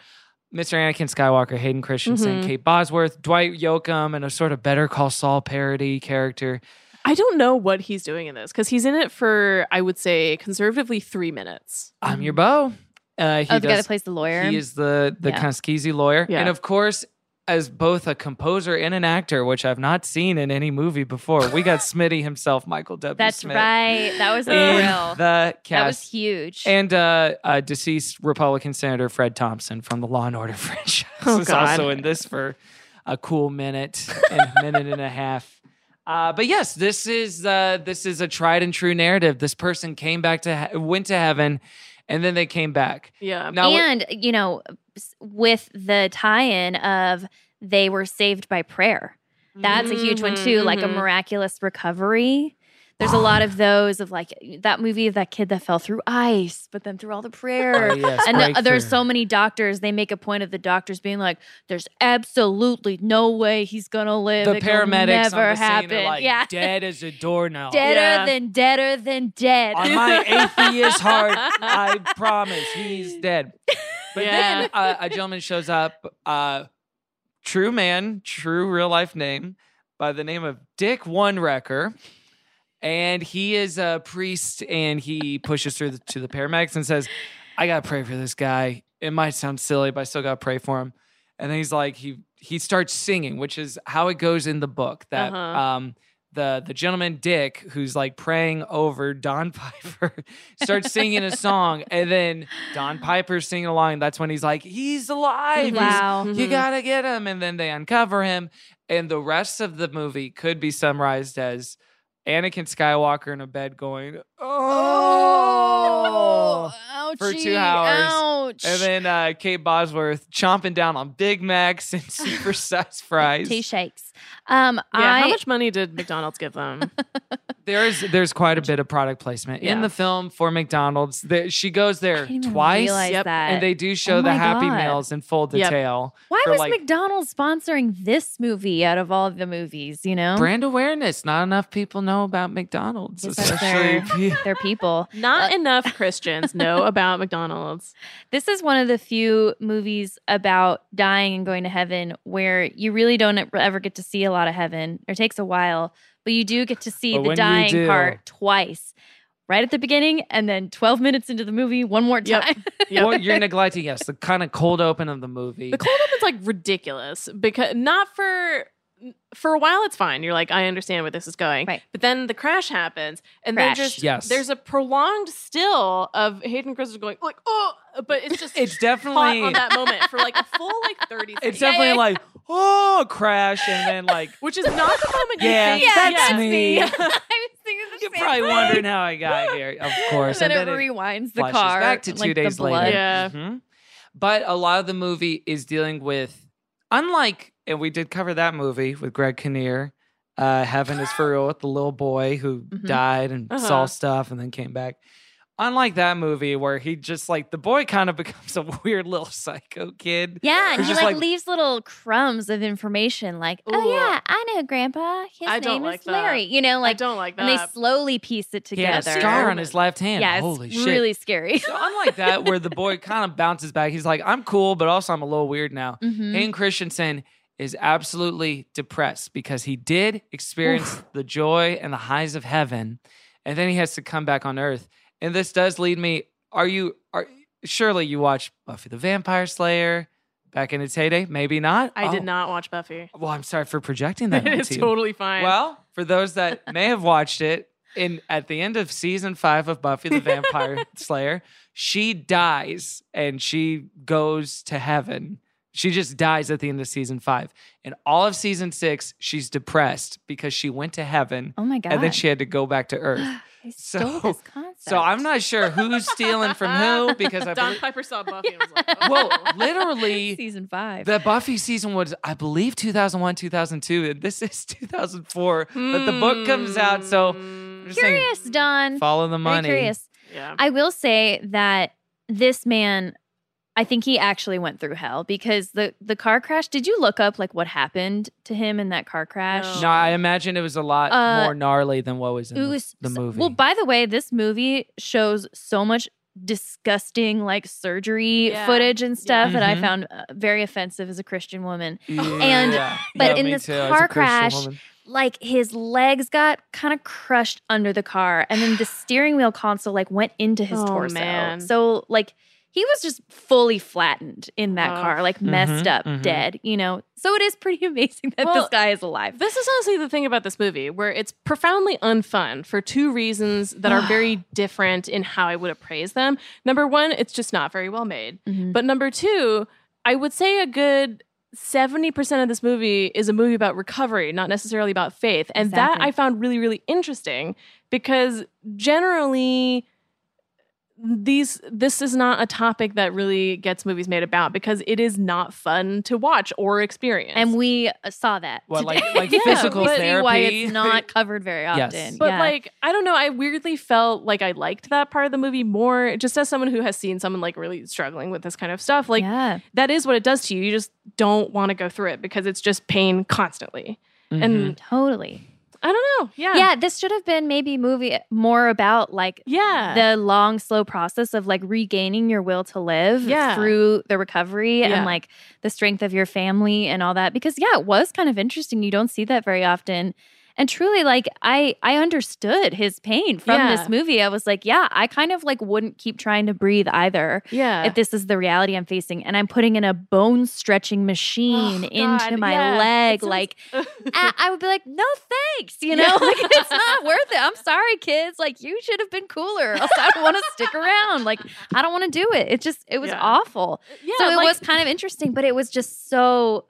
Speaker 7: Mr. Anakin Skywalker, Hayden Christensen,
Speaker 6: Mm-hmm.
Speaker 8: Mhm.
Speaker 7: Kate Bosworth, Dwight Yoakam, and a sort of Better Call Saul parody character.
Speaker 8: I don't know what he's doing in this because he's in it for I would say conservatively three minutes.
Speaker 7: I'm your beau. Uh, he
Speaker 6: oh, the guy
Speaker 7: does-
Speaker 6: that plays the lawyer.
Speaker 7: He is the the
Speaker 6: Yeah.
Speaker 7: kind of skeezy lawyer,
Speaker 8: Yeah.
Speaker 7: and of course, as both a composer and an actor, which I've not seen in any movie before, we got Smitty himself, Michael W.
Speaker 6: That's
Speaker 7: Smith,
Speaker 6: right. That was a
Speaker 7: in
Speaker 6: thrill.
Speaker 7: the cast.
Speaker 6: That was huge.
Speaker 7: and uh, uh, deceased Republican Senator Fred Thompson from the Law and Order franchise
Speaker 8: Oh,
Speaker 7: is
Speaker 8: God.
Speaker 7: also in this for a cool minute and minute and a half. Uh, but yes, this is uh, this is a tried and true narrative. This person came back to he- went to heaven, and then they came back.
Speaker 8: Yeah.
Speaker 7: Now, what-
Speaker 6: and you know s- with the tie-in of they were saved by prayer that's a huge one
Speaker 8: Mhm,
Speaker 6: too like a
Speaker 7: Mm-hmm.
Speaker 8: mhm.
Speaker 6: miraculous recovery there's a lot of those of like that movie of that kid that fell through ice but then through all the prayer
Speaker 7: Oh, yes,
Speaker 6: and the- there's
Speaker 7: breakthrough.
Speaker 6: so many doctors they make a point of the doctors being like there's absolutely no way he's gonna live
Speaker 7: the
Speaker 6: It will
Speaker 7: paramedics
Speaker 6: never
Speaker 7: on the
Speaker 6: happen
Speaker 7: scene are like
Speaker 6: yeah
Speaker 7: dead as a doornail.
Speaker 6: deader
Speaker 8: Yeah.
Speaker 6: than deader than dead
Speaker 7: on my atheist heart, I promise he's dead. But
Speaker 8: Yeah.
Speaker 7: then uh, a gentleman shows up, uh, true man, true real life name, by the name of Dick One Wrecker. And he is a priest and he pushes through the, to the paramedics and says, I got to pray for this guy. It might sound silly, but I still got to pray for him. And then he's like, he he starts singing, which is how it goes in the book that
Speaker 8: Uh-huh.
Speaker 7: um, the the gentleman Dick, who's like praying over Don Piper, starts singing a song, and then Don Piper's singing along. And that's when he's like, "He's alive! He's-
Speaker 6: wow
Speaker 7: you gotta get him!" And then they uncover him, and the rest of the movie could be summarized as Anakin Skywalker in a bed going, "Oh."
Speaker 6: ouchie,
Speaker 7: for two hours.
Speaker 6: ouch.
Speaker 7: And then uh, Kate Bosworth chomping down on Big Macs and supersized fries.
Speaker 6: Tea shakes. Um,
Speaker 8: Yeah,
Speaker 6: I
Speaker 8: how much money did McDonald's give them?
Speaker 7: There's there's quite a bit of product placement in
Speaker 8: Yeah.
Speaker 7: the film for McDonald's. There, she goes there
Speaker 6: I didn't even
Speaker 7: twice,
Speaker 6: realize Yep. that.
Speaker 7: and they do show
Speaker 6: Oh
Speaker 7: the
Speaker 6: my
Speaker 7: Happy
Speaker 6: God.
Speaker 7: Meals in full
Speaker 8: Yep.
Speaker 7: detail.
Speaker 6: why
Speaker 7: for,
Speaker 6: was
Speaker 7: like-
Speaker 6: McDonald's sponsoring this movie out of all the movies? You know,
Speaker 7: Brand awareness. Not enough people know about McDonald's,
Speaker 6: Yes, that's
Speaker 7: especially. pe-
Speaker 6: they're people.
Speaker 8: Not enough Christians know about McDonald's.
Speaker 6: This is one of the few movies about dying and going to heaven where you really don't e- ever get to see a lot of heaven. It takes a while, but you do get to see
Speaker 7: But when
Speaker 6: the
Speaker 7: you
Speaker 6: dying
Speaker 7: do-
Speaker 6: part twice, right at the beginning, and then 12 minutes into the movie, one more
Speaker 8: Yep.
Speaker 6: time.
Speaker 8: Yep.
Speaker 7: Well, you're neglecting yes, the kind of cold open of the movie.
Speaker 8: The cold open's like ridiculous because not for for a while it's fine. You're like, I understand where this is going.
Speaker 6: Right.
Speaker 8: But then the crash happens and
Speaker 6: Crash.
Speaker 8: then just
Speaker 7: Yes.
Speaker 8: there's a prolonged still of Hayden Christensen going like, oh but it's just
Speaker 7: it's
Speaker 8: caught
Speaker 7: definitely
Speaker 8: on that moment for like a full like 30 seconds.
Speaker 7: it's definitely like oh crash, and then like
Speaker 8: which is not the moment
Speaker 7: Yeah,
Speaker 8: you think.
Speaker 7: that's me.
Speaker 6: I was thinking the
Speaker 7: you're
Speaker 6: same
Speaker 7: probably
Speaker 6: thing.
Speaker 7: wondering how I got here. Of course,
Speaker 6: then,
Speaker 7: and
Speaker 6: it rewinds the
Speaker 7: flashes
Speaker 6: car
Speaker 7: back to
Speaker 6: and,
Speaker 7: two
Speaker 6: like, the
Speaker 7: days later.
Speaker 6: blood.
Speaker 8: Yeah.
Speaker 7: Mhm. But a lot of the movie is dealing with, unlike, and we did cover that movie with Greg Kinnear, uh, Heaven is for Real with the little boy who
Speaker 6: Mhm.
Speaker 7: died and saw
Speaker 8: Uh-huh.
Speaker 7: stuff and then came back. Unlike that movie where he just like the boy kind of becomes a weird little psycho kid.
Speaker 6: Yeah, and
Speaker 7: It's
Speaker 6: he
Speaker 7: just
Speaker 6: like,
Speaker 7: like-
Speaker 6: leaves little crumbs of information, like, "Oh
Speaker 8: Ooh.
Speaker 6: yeah, I know Grandpa. His
Speaker 8: I don't
Speaker 6: name
Speaker 8: like
Speaker 6: is
Speaker 8: that.
Speaker 6: Larry." You know,
Speaker 8: I
Speaker 6: like,
Speaker 8: don't like that.
Speaker 6: and they slowly piece it
Speaker 7: He had
Speaker 6: together.
Speaker 7: a scar on his left hand.
Speaker 6: yeah,
Speaker 7: Holy
Speaker 6: it's
Speaker 7: shit.
Speaker 6: really scary.
Speaker 7: so unlike that, where the boy kind of bounces back, he's like, I'm cool, but also I'm a little weird now.
Speaker 8: Mm-hmm.
Speaker 6: Mhm.
Speaker 7: Hayden Christensen is absolutely depressed because he did experience the joy and the highs of heaven, and then he has to come back on earth. And this does lead me. Are you? Are surely you watch Buffy the Vampire Slayer back in its heyday? Maybe not.
Speaker 8: I did
Speaker 7: Oh,
Speaker 8: not watch Buffy.
Speaker 7: Well, I'm sorry for projecting that.
Speaker 8: it's
Speaker 7: onto you.
Speaker 8: totally fine.
Speaker 7: Well, for those that may have watched it, in at the end of season five of Buffy the Vampire Slayer, she dies and she goes to heaven. She just dies at the end of season five. And all of season six, she's depressed because she went to heaven
Speaker 6: oh my god!
Speaker 7: and then she had to go back to earth.
Speaker 6: They
Speaker 7: so-
Speaker 6: stole this concept.
Speaker 7: So I'm not sure who's stealing from who because I
Speaker 8: Don
Speaker 7: believe,
Speaker 8: Piper saw Buffy and was like, oh.
Speaker 7: well, literally
Speaker 6: season five.
Speaker 7: the Buffy season was, I believe, 2001, 2002, and this is 2004. But the book comes out, so
Speaker 6: Hmm.
Speaker 7: I'm just saying,
Speaker 6: curious, Don.
Speaker 7: follow the
Speaker 6: Very
Speaker 7: money.
Speaker 6: curious.
Speaker 8: Hmm. yeah.
Speaker 6: I will say that this man, I think he actually went through hell because the the car crash. Did you look up like what happened to him in that car crash?
Speaker 8: No.
Speaker 7: No, I imagine it was a lot
Speaker 6: Uh,
Speaker 7: more gnarly than what was in
Speaker 6: It
Speaker 7: the-
Speaker 6: was
Speaker 7: the
Speaker 6: so-
Speaker 7: movie.
Speaker 6: Well, by the way, this movie shows so much disgusting like surgery
Speaker 8: Yeah.
Speaker 6: footage and stuff that I
Speaker 7: Mhm.
Speaker 6: found uh, very offensive as a Christian woman.
Speaker 7: Yeah.
Speaker 6: but
Speaker 7: Yeah,
Speaker 6: in
Speaker 7: me
Speaker 6: this
Speaker 7: too, as a
Speaker 6: car
Speaker 7: Christian
Speaker 6: crash,
Speaker 7: woman.
Speaker 6: Like his legs got kind of crushed under the car and then the steering wheel console like went into his
Speaker 8: Oh,
Speaker 6: torso.
Speaker 8: man.
Speaker 6: So like he was just fully flattened in that
Speaker 8: Oh.
Speaker 6: car, like messed
Speaker 7: Mhm,
Speaker 6: up,
Speaker 7: mhm.
Speaker 6: dead, you know? So it is pretty amazing that
Speaker 8: Well,
Speaker 6: this guy is alive.
Speaker 8: This is honestly the thing about this movie, where it's profoundly unfun for two reasons that are very different in how I would appraise them. Number one, it's just not very well made.
Speaker 6: Mhm.
Speaker 8: But number two, I would say a good 70% of this movie is a movie about recovery, not necessarily about faith. And that
Speaker 6: Exactly.
Speaker 8: I found really, really interesting because generally these this is not a topic that really gets movies made about because it is not fun to watch or experience.
Speaker 6: and we uh, saw that.
Speaker 7: What,
Speaker 6: today.
Speaker 7: like- like
Speaker 6: Yeah,
Speaker 7: physical
Speaker 6: we See why
Speaker 7: therapy?
Speaker 6: it's not covered very
Speaker 7: Yes.
Speaker 6: often.
Speaker 8: But
Speaker 6: Yeah.
Speaker 8: like, I don't know. I weirdly felt like I liked that part of the movie more, just as someone who has seen someone like really struggling with this kind of stuff. Like
Speaker 6: yeah.
Speaker 8: that is what it does to you. You just don't want to go through it because it's just pain constantly. And
Speaker 6: totally.
Speaker 8: I don't know. Yeah.
Speaker 6: Mm-hmm. Yeah. this should have been maybe movie more about like
Speaker 8: Yeah.
Speaker 6: the long slow process of like regaining your will to live
Speaker 8: Yeah.
Speaker 6: through the recovery
Speaker 8: Yeah.
Speaker 6: and like the strength of your family and all that because yeah it was kind of interesting you don't see that very often and truly like i i understood his pain from
Speaker 8: Yeah.
Speaker 6: this movie i was like yeah i kind of like wouldn't keep trying to breathe either
Speaker 8: yeah.
Speaker 6: if this is the reality i'm facing and i'm putting in a bone stretching machine
Speaker 8: Oh,
Speaker 6: into
Speaker 8: God,
Speaker 6: my
Speaker 8: yeah.
Speaker 6: leg
Speaker 8: It sounds-
Speaker 6: like I, I would be like, no thanks, you know,
Speaker 8: Yeah.
Speaker 6: like it's not worth it. I'm sorry, kids. Like you should have been cooler. Else I don't want to stick around. Like I don't want to do it. It just it was
Speaker 8: Yeah.
Speaker 6: awful.
Speaker 8: yeah,
Speaker 6: so it
Speaker 8: like-
Speaker 6: was kind of interesting, but it was just so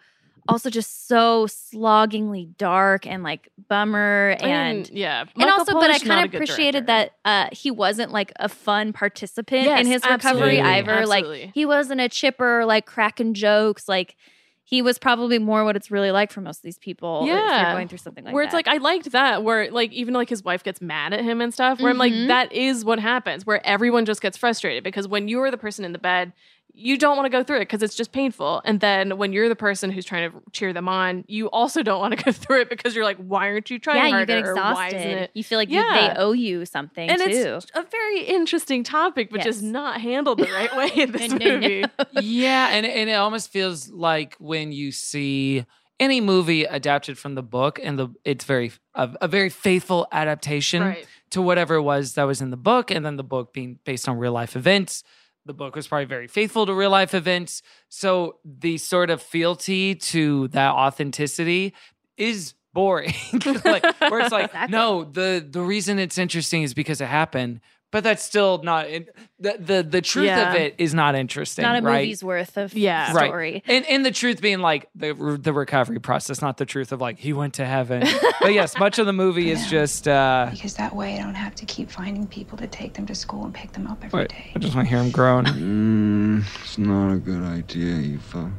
Speaker 6: also just so sloggingly dark and like bummer
Speaker 8: I mean,
Speaker 6: and
Speaker 8: yeah.
Speaker 6: and
Speaker 8: Michael
Speaker 6: also, but I
Speaker 8: Polish, not
Speaker 6: kind
Speaker 8: a
Speaker 6: of
Speaker 8: good
Speaker 6: appreciated
Speaker 8: director.
Speaker 6: that uh, he wasn't like a fun participant
Speaker 8: Yes,
Speaker 6: in his recovery
Speaker 7: absolutely.
Speaker 6: either.
Speaker 8: Absolutely.
Speaker 6: Like he wasn't a chipper, like cracking jokes. Like he was probably more what it's really like for most of these people. if
Speaker 8: Yeah.
Speaker 6: they're going through something like
Speaker 8: where
Speaker 6: that.
Speaker 8: it's like I liked that where like even like his wife gets mad at him and stuff where I'm like
Speaker 6: Mhm.
Speaker 8: that is what happens where everyone just gets frustrated because when you are the person in the bed you don't want to go through it because it's just painful and then when you're the person who's trying to cheer them on you also don't want to go through it because you're like why aren't you trying
Speaker 6: yeah, you
Speaker 8: harder
Speaker 6: get
Speaker 8: Or, why isn't
Speaker 6: exhausted.
Speaker 8: it
Speaker 6: You feel like you-
Speaker 8: Yeah.
Speaker 6: they owe you something
Speaker 8: and
Speaker 6: too.
Speaker 8: it's a very interesting topic but just
Speaker 6: Yes.
Speaker 8: not handled the right way in this
Speaker 6: No, no, no.
Speaker 8: movie
Speaker 7: yeah, and and it almost feels like when you see any movie adapted from the book, and the it's very a, a very faithful adaptation
Speaker 8: right
Speaker 7: to whatever it was that was in the book, and then the book being based on real life events. The book was probably very faithful to real life events, so the sort of fealty to that authenticity is boring. like, where it's like,
Speaker 6: Exactly.
Speaker 7: no, the the reason it's interesting is because it happened. But that's still not it, the, the the truth
Speaker 8: Yeah.
Speaker 7: of it is not interesting,
Speaker 6: not a
Speaker 7: right?
Speaker 6: movie's worth of
Speaker 8: Yeah.
Speaker 7: Right.
Speaker 6: story.
Speaker 7: And and the truth being like the the recovery process, not the truth of like he went to heaven. but yes, much of the movie is just. uh
Speaker 9: Because that way I don't have to keep finding people to take them to school and pick them up every
Speaker 7: Wait,
Speaker 9: day.
Speaker 7: I just want to hear him groan.
Speaker 4: Mm, it's not a good idea, Aoife.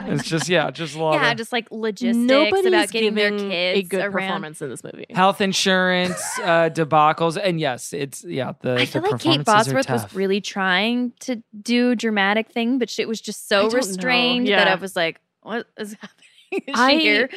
Speaker 7: It's just yeah, just a lot
Speaker 6: Yeah,
Speaker 7: of
Speaker 6: just like logistics
Speaker 8: Nobody's
Speaker 6: about getting their
Speaker 8: giving
Speaker 6: kids
Speaker 8: a good
Speaker 6: around.
Speaker 8: performance in this movie
Speaker 7: health insurance uh, debacles. And yes, it's yeah. The
Speaker 6: I
Speaker 7: the
Speaker 6: feel like Kate
Speaker 7: performances are
Speaker 6: Bosworth was
Speaker 7: tough.
Speaker 6: really trying to do dramatic thing, but she was just
Speaker 8: I
Speaker 6: so
Speaker 8: don't know.
Speaker 6: restrained that
Speaker 8: Yeah.
Speaker 6: I was like, "What is happening? Is
Speaker 8: I-
Speaker 6: she here?"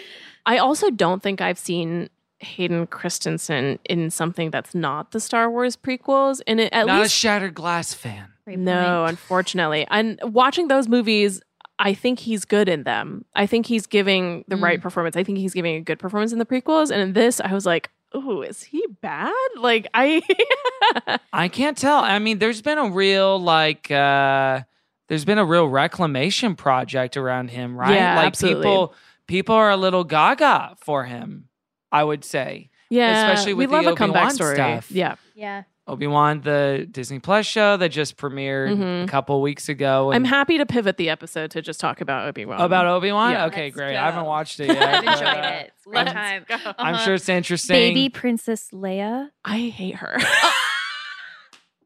Speaker 8: I also don't think I've seen Hayden Christensen in something that's not the Star Wars prequels. And it at
Speaker 7: not a
Speaker 8: least
Speaker 7: shattered glass fan.
Speaker 6: Great
Speaker 8: no,
Speaker 6: point.
Speaker 8: unfortunately. And watching those movies, I think he's good in them. I think he's giving the right performance. I think he's giving a good performance in the prequels. And in this, I was like, "Ooh, is he bad?" Like I,
Speaker 7: I can't tell. I mean, there's been a real like uh there's been a real reclamation project around him, right?
Speaker 8: Yeah,
Speaker 7: like
Speaker 8: absolutely.
Speaker 7: people people are a little gaga for him, I would say.
Speaker 8: yeah,
Speaker 7: Especially with
Speaker 8: we love
Speaker 7: the
Speaker 8: a comeback
Speaker 7: Obi-Wan
Speaker 8: story.
Speaker 7: stuff.
Speaker 8: Yeah,
Speaker 6: yeah,
Speaker 7: Obi-Wan the Disney Plus show that just premiered
Speaker 6: Mm-hmm.
Speaker 8: Mhm.
Speaker 7: a couple weeks ago.
Speaker 8: I'm
Speaker 7: and-
Speaker 8: happy to pivot the episode to just talk about Obi Wan.
Speaker 7: about Obi-Wan?
Speaker 8: Yeah.
Speaker 7: Okay,
Speaker 6: Let's
Speaker 7: great.
Speaker 6: go.
Speaker 7: I haven't watched it yet.
Speaker 6: I've
Speaker 7: but,
Speaker 6: enjoyed
Speaker 7: uh,
Speaker 6: it. It's a long
Speaker 7: I'm-
Speaker 6: time.
Speaker 7: I'm
Speaker 6: Uh-huh.
Speaker 7: sure it's interesting.
Speaker 6: Baby Princess Leia.
Speaker 8: I hate her.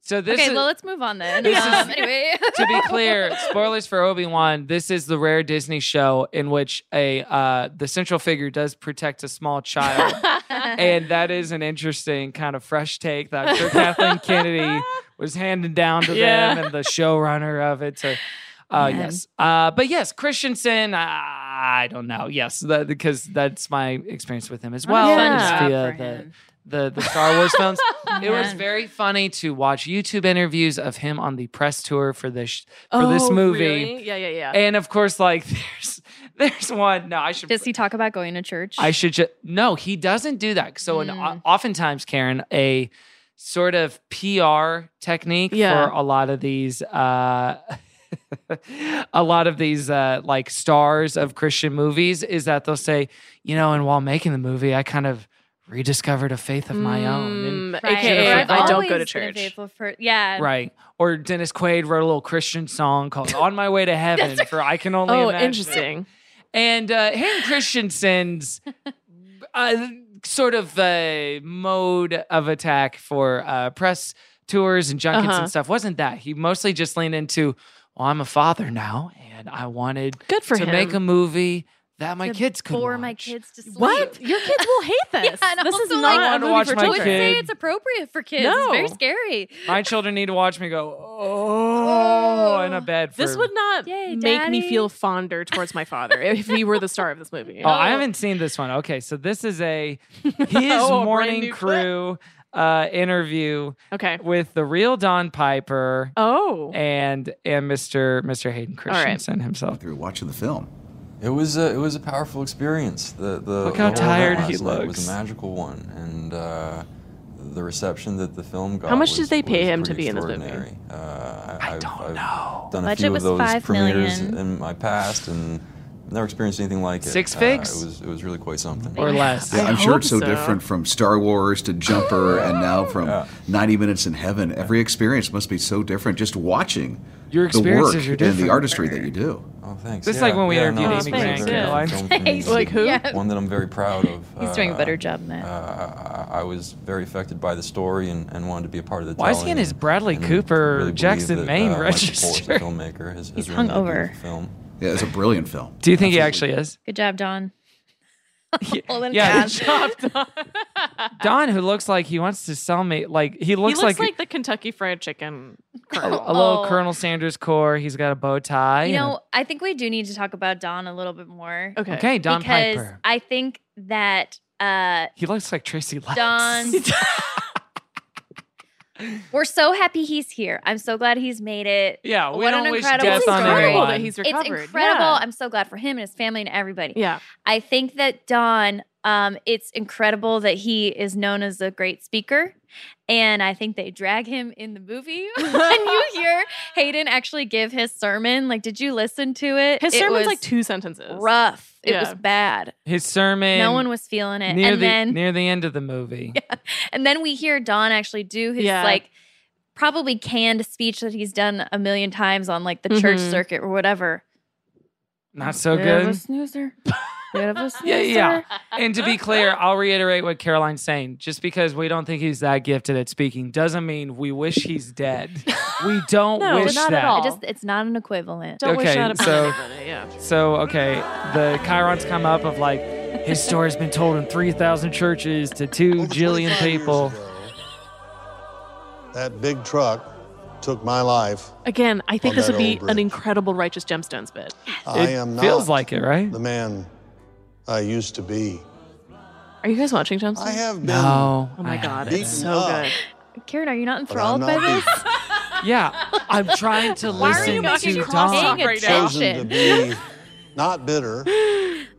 Speaker 7: So this
Speaker 6: okay,
Speaker 7: is,
Speaker 6: well, let's move on then.
Speaker 7: This is-
Speaker 6: Um, anyway,
Speaker 7: to be clear, spoilers for Obi Wan. This is the rare Disney show in which a uh, the central figure does protect a small child, and that is an interesting kind of fresh take that I'm sure Kathleen Kennedy was handed down to
Speaker 8: Yeah.
Speaker 7: them and the showrunner of it. So, uh,
Speaker 6: Man.
Speaker 7: yes, uh, but yes, Christensen. Uh, I don't know. Yes, that, because that's my experience with him as well.
Speaker 8: fun
Speaker 7: is
Speaker 6: Oh, job
Speaker 7: via
Speaker 6: for
Speaker 7: the-
Speaker 6: him.
Speaker 7: the the Star Wars films. It was
Speaker 6: Oh, Man.
Speaker 7: very funny to watch YouTube interviews of him on the press tour for this sh- for this
Speaker 8: Oh,
Speaker 7: movie.
Speaker 8: really? Yeah, yeah, yeah.
Speaker 7: And of course, like there's there's one. No, I should.
Speaker 6: does he talk about going to church?
Speaker 7: I should just no. He doesn't do that. So, an,
Speaker 6: Mm.
Speaker 7: oftentimes, Karen, a sort of PR technique
Speaker 8: Yeah.
Speaker 7: for a lot of these uh a lot of these uh like stars of Christian movies is that they'll say, you know, and while making the movie, I kind of rediscovered a faith of my own. And-
Speaker 8: Mm,
Speaker 6: Right.
Speaker 8: AKA,
Speaker 6: Or
Speaker 7: Jennifer
Speaker 6: I've
Speaker 8: I don't go
Speaker 6: always
Speaker 8: to
Speaker 6: been a
Speaker 8: church.
Speaker 6: faithful fir- yeah.
Speaker 7: Right. Or Dennis Quaid wrote a little Christian song called On My Way to Heaven for I Can Only
Speaker 8: Oh,
Speaker 7: Imagine.
Speaker 8: interesting.
Speaker 7: And uh, Hayden Christensen's uh, sort of uh, mode of attack for uh, press tours and junkets
Speaker 8: Uh-huh.
Speaker 7: and stuff wasn't that. He mostly just leaned into, well, I'm a father now, and I wanted
Speaker 8: Good for
Speaker 7: to
Speaker 8: him.
Speaker 7: make a movie that my
Speaker 6: To
Speaker 7: kids could
Speaker 6: bore
Speaker 7: watch.
Speaker 6: my kids to sleep.
Speaker 8: what? Your kids will hate this.
Speaker 6: Yeah, and
Speaker 8: this is
Speaker 6: also,
Speaker 8: not
Speaker 6: like,
Speaker 8: a
Speaker 7: I wanna
Speaker 8: movie
Speaker 7: watch
Speaker 8: for
Speaker 7: my
Speaker 6: I would
Speaker 8: children.
Speaker 7: kid.
Speaker 6: say it's appropriate for kids.
Speaker 8: No.
Speaker 6: It's very scary.
Speaker 7: My children need to watch me go, oh,
Speaker 6: Oh.
Speaker 7: in a bed. For,
Speaker 8: This would not
Speaker 6: Yay,
Speaker 8: make me
Speaker 6: Daddy.
Speaker 8: feel fonder towards my father if he were the star of this movie.
Speaker 7: Oh, I haven't seen this one. Okay, so this is a his
Speaker 8: Oh, a brand
Speaker 7: morning
Speaker 8: new clip.
Speaker 7: crew uh, interview
Speaker 8: Okay.
Speaker 7: with the real Don Piper
Speaker 8: Oh.
Speaker 7: and and Mr. Mr. Hayden
Speaker 8: right.
Speaker 7: Christensen himself.
Speaker 10: through watching the film.
Speaker 5: It was a, it was a powerful experience. The the
Speaker 7: Look how
Speaker 5: the whole event
Speaker 7: tired he
Speaker 5: last night was
Speaker 7: looks.
Speaker 5: a magical one, and uh, the reception that the film got.
Speaker 8: How much
Speaker 5: was,
Speaker 8: did they pay
Speaker 5: was
Speaker 8: him to
Speaker 5: pretty
Speaker 8: be in this movie?
Speaker 5: extraordinary. Uh,
Speaker 7: I
Speaker 5: I've-
Speaker 7: don't
Speaker 5: I've
Speaker 7: know.
Speaker 5: Done a
Speaker 6: Budget
Speaker 5: few
Speaker 6: was
Speaker 5: of those
Speaker 6: five
Speaker 5: premieres
Speaker 6: million.
Speaker 5: in my past, and never experienced anything like it.
Speaker 7: Six
Speaker 5: Uh,
Speaker 7: figs?
Speaker 5: it was it was really quite something.
Speaker 7: Or less.
Speaker 10: Yeah,
Speaker 8: I
Speaker 10: I'm sure
Speaker 8: hope
Speaker 10: it's so,
Speaker 8: so.
Speaker 10: different from Star Wars to Jumper and now from 90 Minutes in Heaven. Every experience must be so different just watching
Speaker 7: Your
Speaker 10: the work
Speaker 7: experiences are
Speaker 10: and
Speaker 7: different.
Speaker 10: the artistry that you do.
Speaker 5: Oh, thanks.
Speaker 7: This is
Speaker 5: yeah,
Speaker 7: like when we
Speaker 5: yeah,
Speaker 7: interviewed
Speaker 5: no,
Speaker 8: Amy
Speaker 5: this was
Speaker 8: Grant,
Speaker 5: a
Speaker 7: Caroline.
Speaker 5: film for me.
Speaker 8: Like who?
Speaker 6: Yeah.
Speaker 5: One that I'm very proud of.
Speaker 6: He's doing
Speaker 5: Uh,
Speaker 6: a
Speaker 8: Um,
Speaker 6: better job than that.
Speaker 5: Uh, I, I was very affected by the story and, and wanted to be a part of the.
Speaker 7: Why is he
Speaker 5: telling
Speaker 7: in his
Speaker 5: and-
Speaker 7: Bradley
Speaker 5: and
Speaker 7: Cooper,
Speaker 5: believe
Speaker 7: Jackson
Speaker 5: that,
Speaker 7: Maine
Speaker 5: uh, Michael Ford,
Speaker 7: register?
Speaker 5: the filmmaker, has, has
Speaker 6: He's
Speaker 5: written that
Speaker 6: hungover.
Speaker 5: beautiful Film.
Speaker 10: Yeah, it's a brilliant film.
Speaker 7: Do you think he actually is?
Speaker 6: Good job, Don. All in
Speaker 7: Yeah.
Speaker 6: cash.
Speaker 7: Don, who looks like he wants to sell me, like he
Speaker 8: He
Speaker 7: looks,
Speaker 8: looks like, the Kentucky Fried Chicken.
Speaker 7: a, a little
Speaker 6: Oh.
Speaker 7: Colonel Sanders core. He's got a bow tie.
Speaker 6: You
Speaker 7: and a-
Speaker 6: know, I think we do need to talk about Don a little bit more.
Speaker 8: oh, Okay.
Speaker 7: okay, Don
Speaker 6: because
Speaker 7: Piper.
Speaker 6: I think that uh
Speaker 7: He looks like Tracy Letts.
Speaker 6: Don We're so happy he's here. I'm so glad he's made it.
Speaker 7: yeah, we
Speaker 6: What
Speaker 7: don't
Speaker 6: an
Speaker 7: wish
Speaker 6: incredible
Speaker 7: death
Speaker 8: It's
Speaker 7: on
Speaker 6: story.
Speaker 8: incredible
Speaker 7: anyone.
Speaker 8: that he's recovered.
Speaker 6: It's incredible.
Speaker 8: Yeah.
Speaker 6: I'm so glad for him and his family and everybody.
Speaker 8: Yeah.
Speaker 6: I think that Don, um, it's incredible that he is known as a great speaker. And I think they drag him in the movie when you hear Hayden actually give his sermon. Like, did you listen to it?
Speaker 8: His
Speaker 6: it
Speaker 8: sermon's
Speaker 6: was
Speaker 8: like two sentences.
Speaker 6: rough. It
Speaker 8: Yeah.
Speaker 6: was bad.
Speaker 7: His sermon.
Speaker 6: no one was feeling it.
Speaker 7: near
Speaker 6: And
Speaker 7: the
Speaker 6: then
Speaker 7: near the end of the movie.
Speaker 6: and then we hear Don actually do his
Speaker 8: Yeah.
Speaker 6: like probably canned speech that he's done a million times on like the church
Speaker 8: Mhm.
Speaker 6: circuit or whatever.
Speaker 7: Not so
Speaker 6: Bit of a
Speaker 7: good.
Speaker 6: snoozer. Bit of a snoozer.
Speaker 7: Yeah, yeah. And to be clear, I'll reiterate what Caroline's saying. Just because we don't think he's that gifted at speaking doesn't mean we wish he's dead. We don't
Speaker 8: No,
Speaker 7: wish
Speaker 8: not at
Speaker 7: that.
Speaker 8: all.
Speaker 6: I just it's not an equivalent.
Speaker 8: Don't wish
Speaker 7: Okay,
Speaker 8: that upon
Speaker 7: so-
Speaker 8: anybody. Yeah.
Speaker 7: So okay, the Chiron's come up of like his story's been told in three thousand churches to two jillion people.
Speaker 11: That big truck took my life.
Speaker 8: Again, I think
Speaker 11: On
Speaker 8: this
Speaker 11: that
Speaker 8: would be
Speaker 11: old
Speaker 8: an
Speaker 11: bridge.
Speaker 8: incredible Righteous Gemstones bit.
Speaker 11: I
Speaker 7: It
Speaker 11: am not
Speaker 7: feels like it, right?
Speaker 11: the man I used to be.
Speaker 8: Are you guys watching Gemstones?
Speaker 11: I have been.
Speaker 7: No.
Speaker 8: Oh my
Speaker 7: I
Speaker 8: god,
Speaker 7: haven't.
Speaker 8: it's so
Speaker 11: Beaten up.
Speaker 8: good.
Speaker 6: Karen, are you not
Speaker 11: But I'm
Speaker 6: enthralled by
Speaker 11: not
Speaker 6: this?
Speaker 11: being
Speaker 7: Yeah, I'm trying to
Speaker 11: Why are
Speaker 7: listen
Speaker 11: you making
Speaker 7: to
Speaker 8: cross
Speaker 7: Don.
Speaker 8: up right now?
Speaker 11: chosen to be not bitter,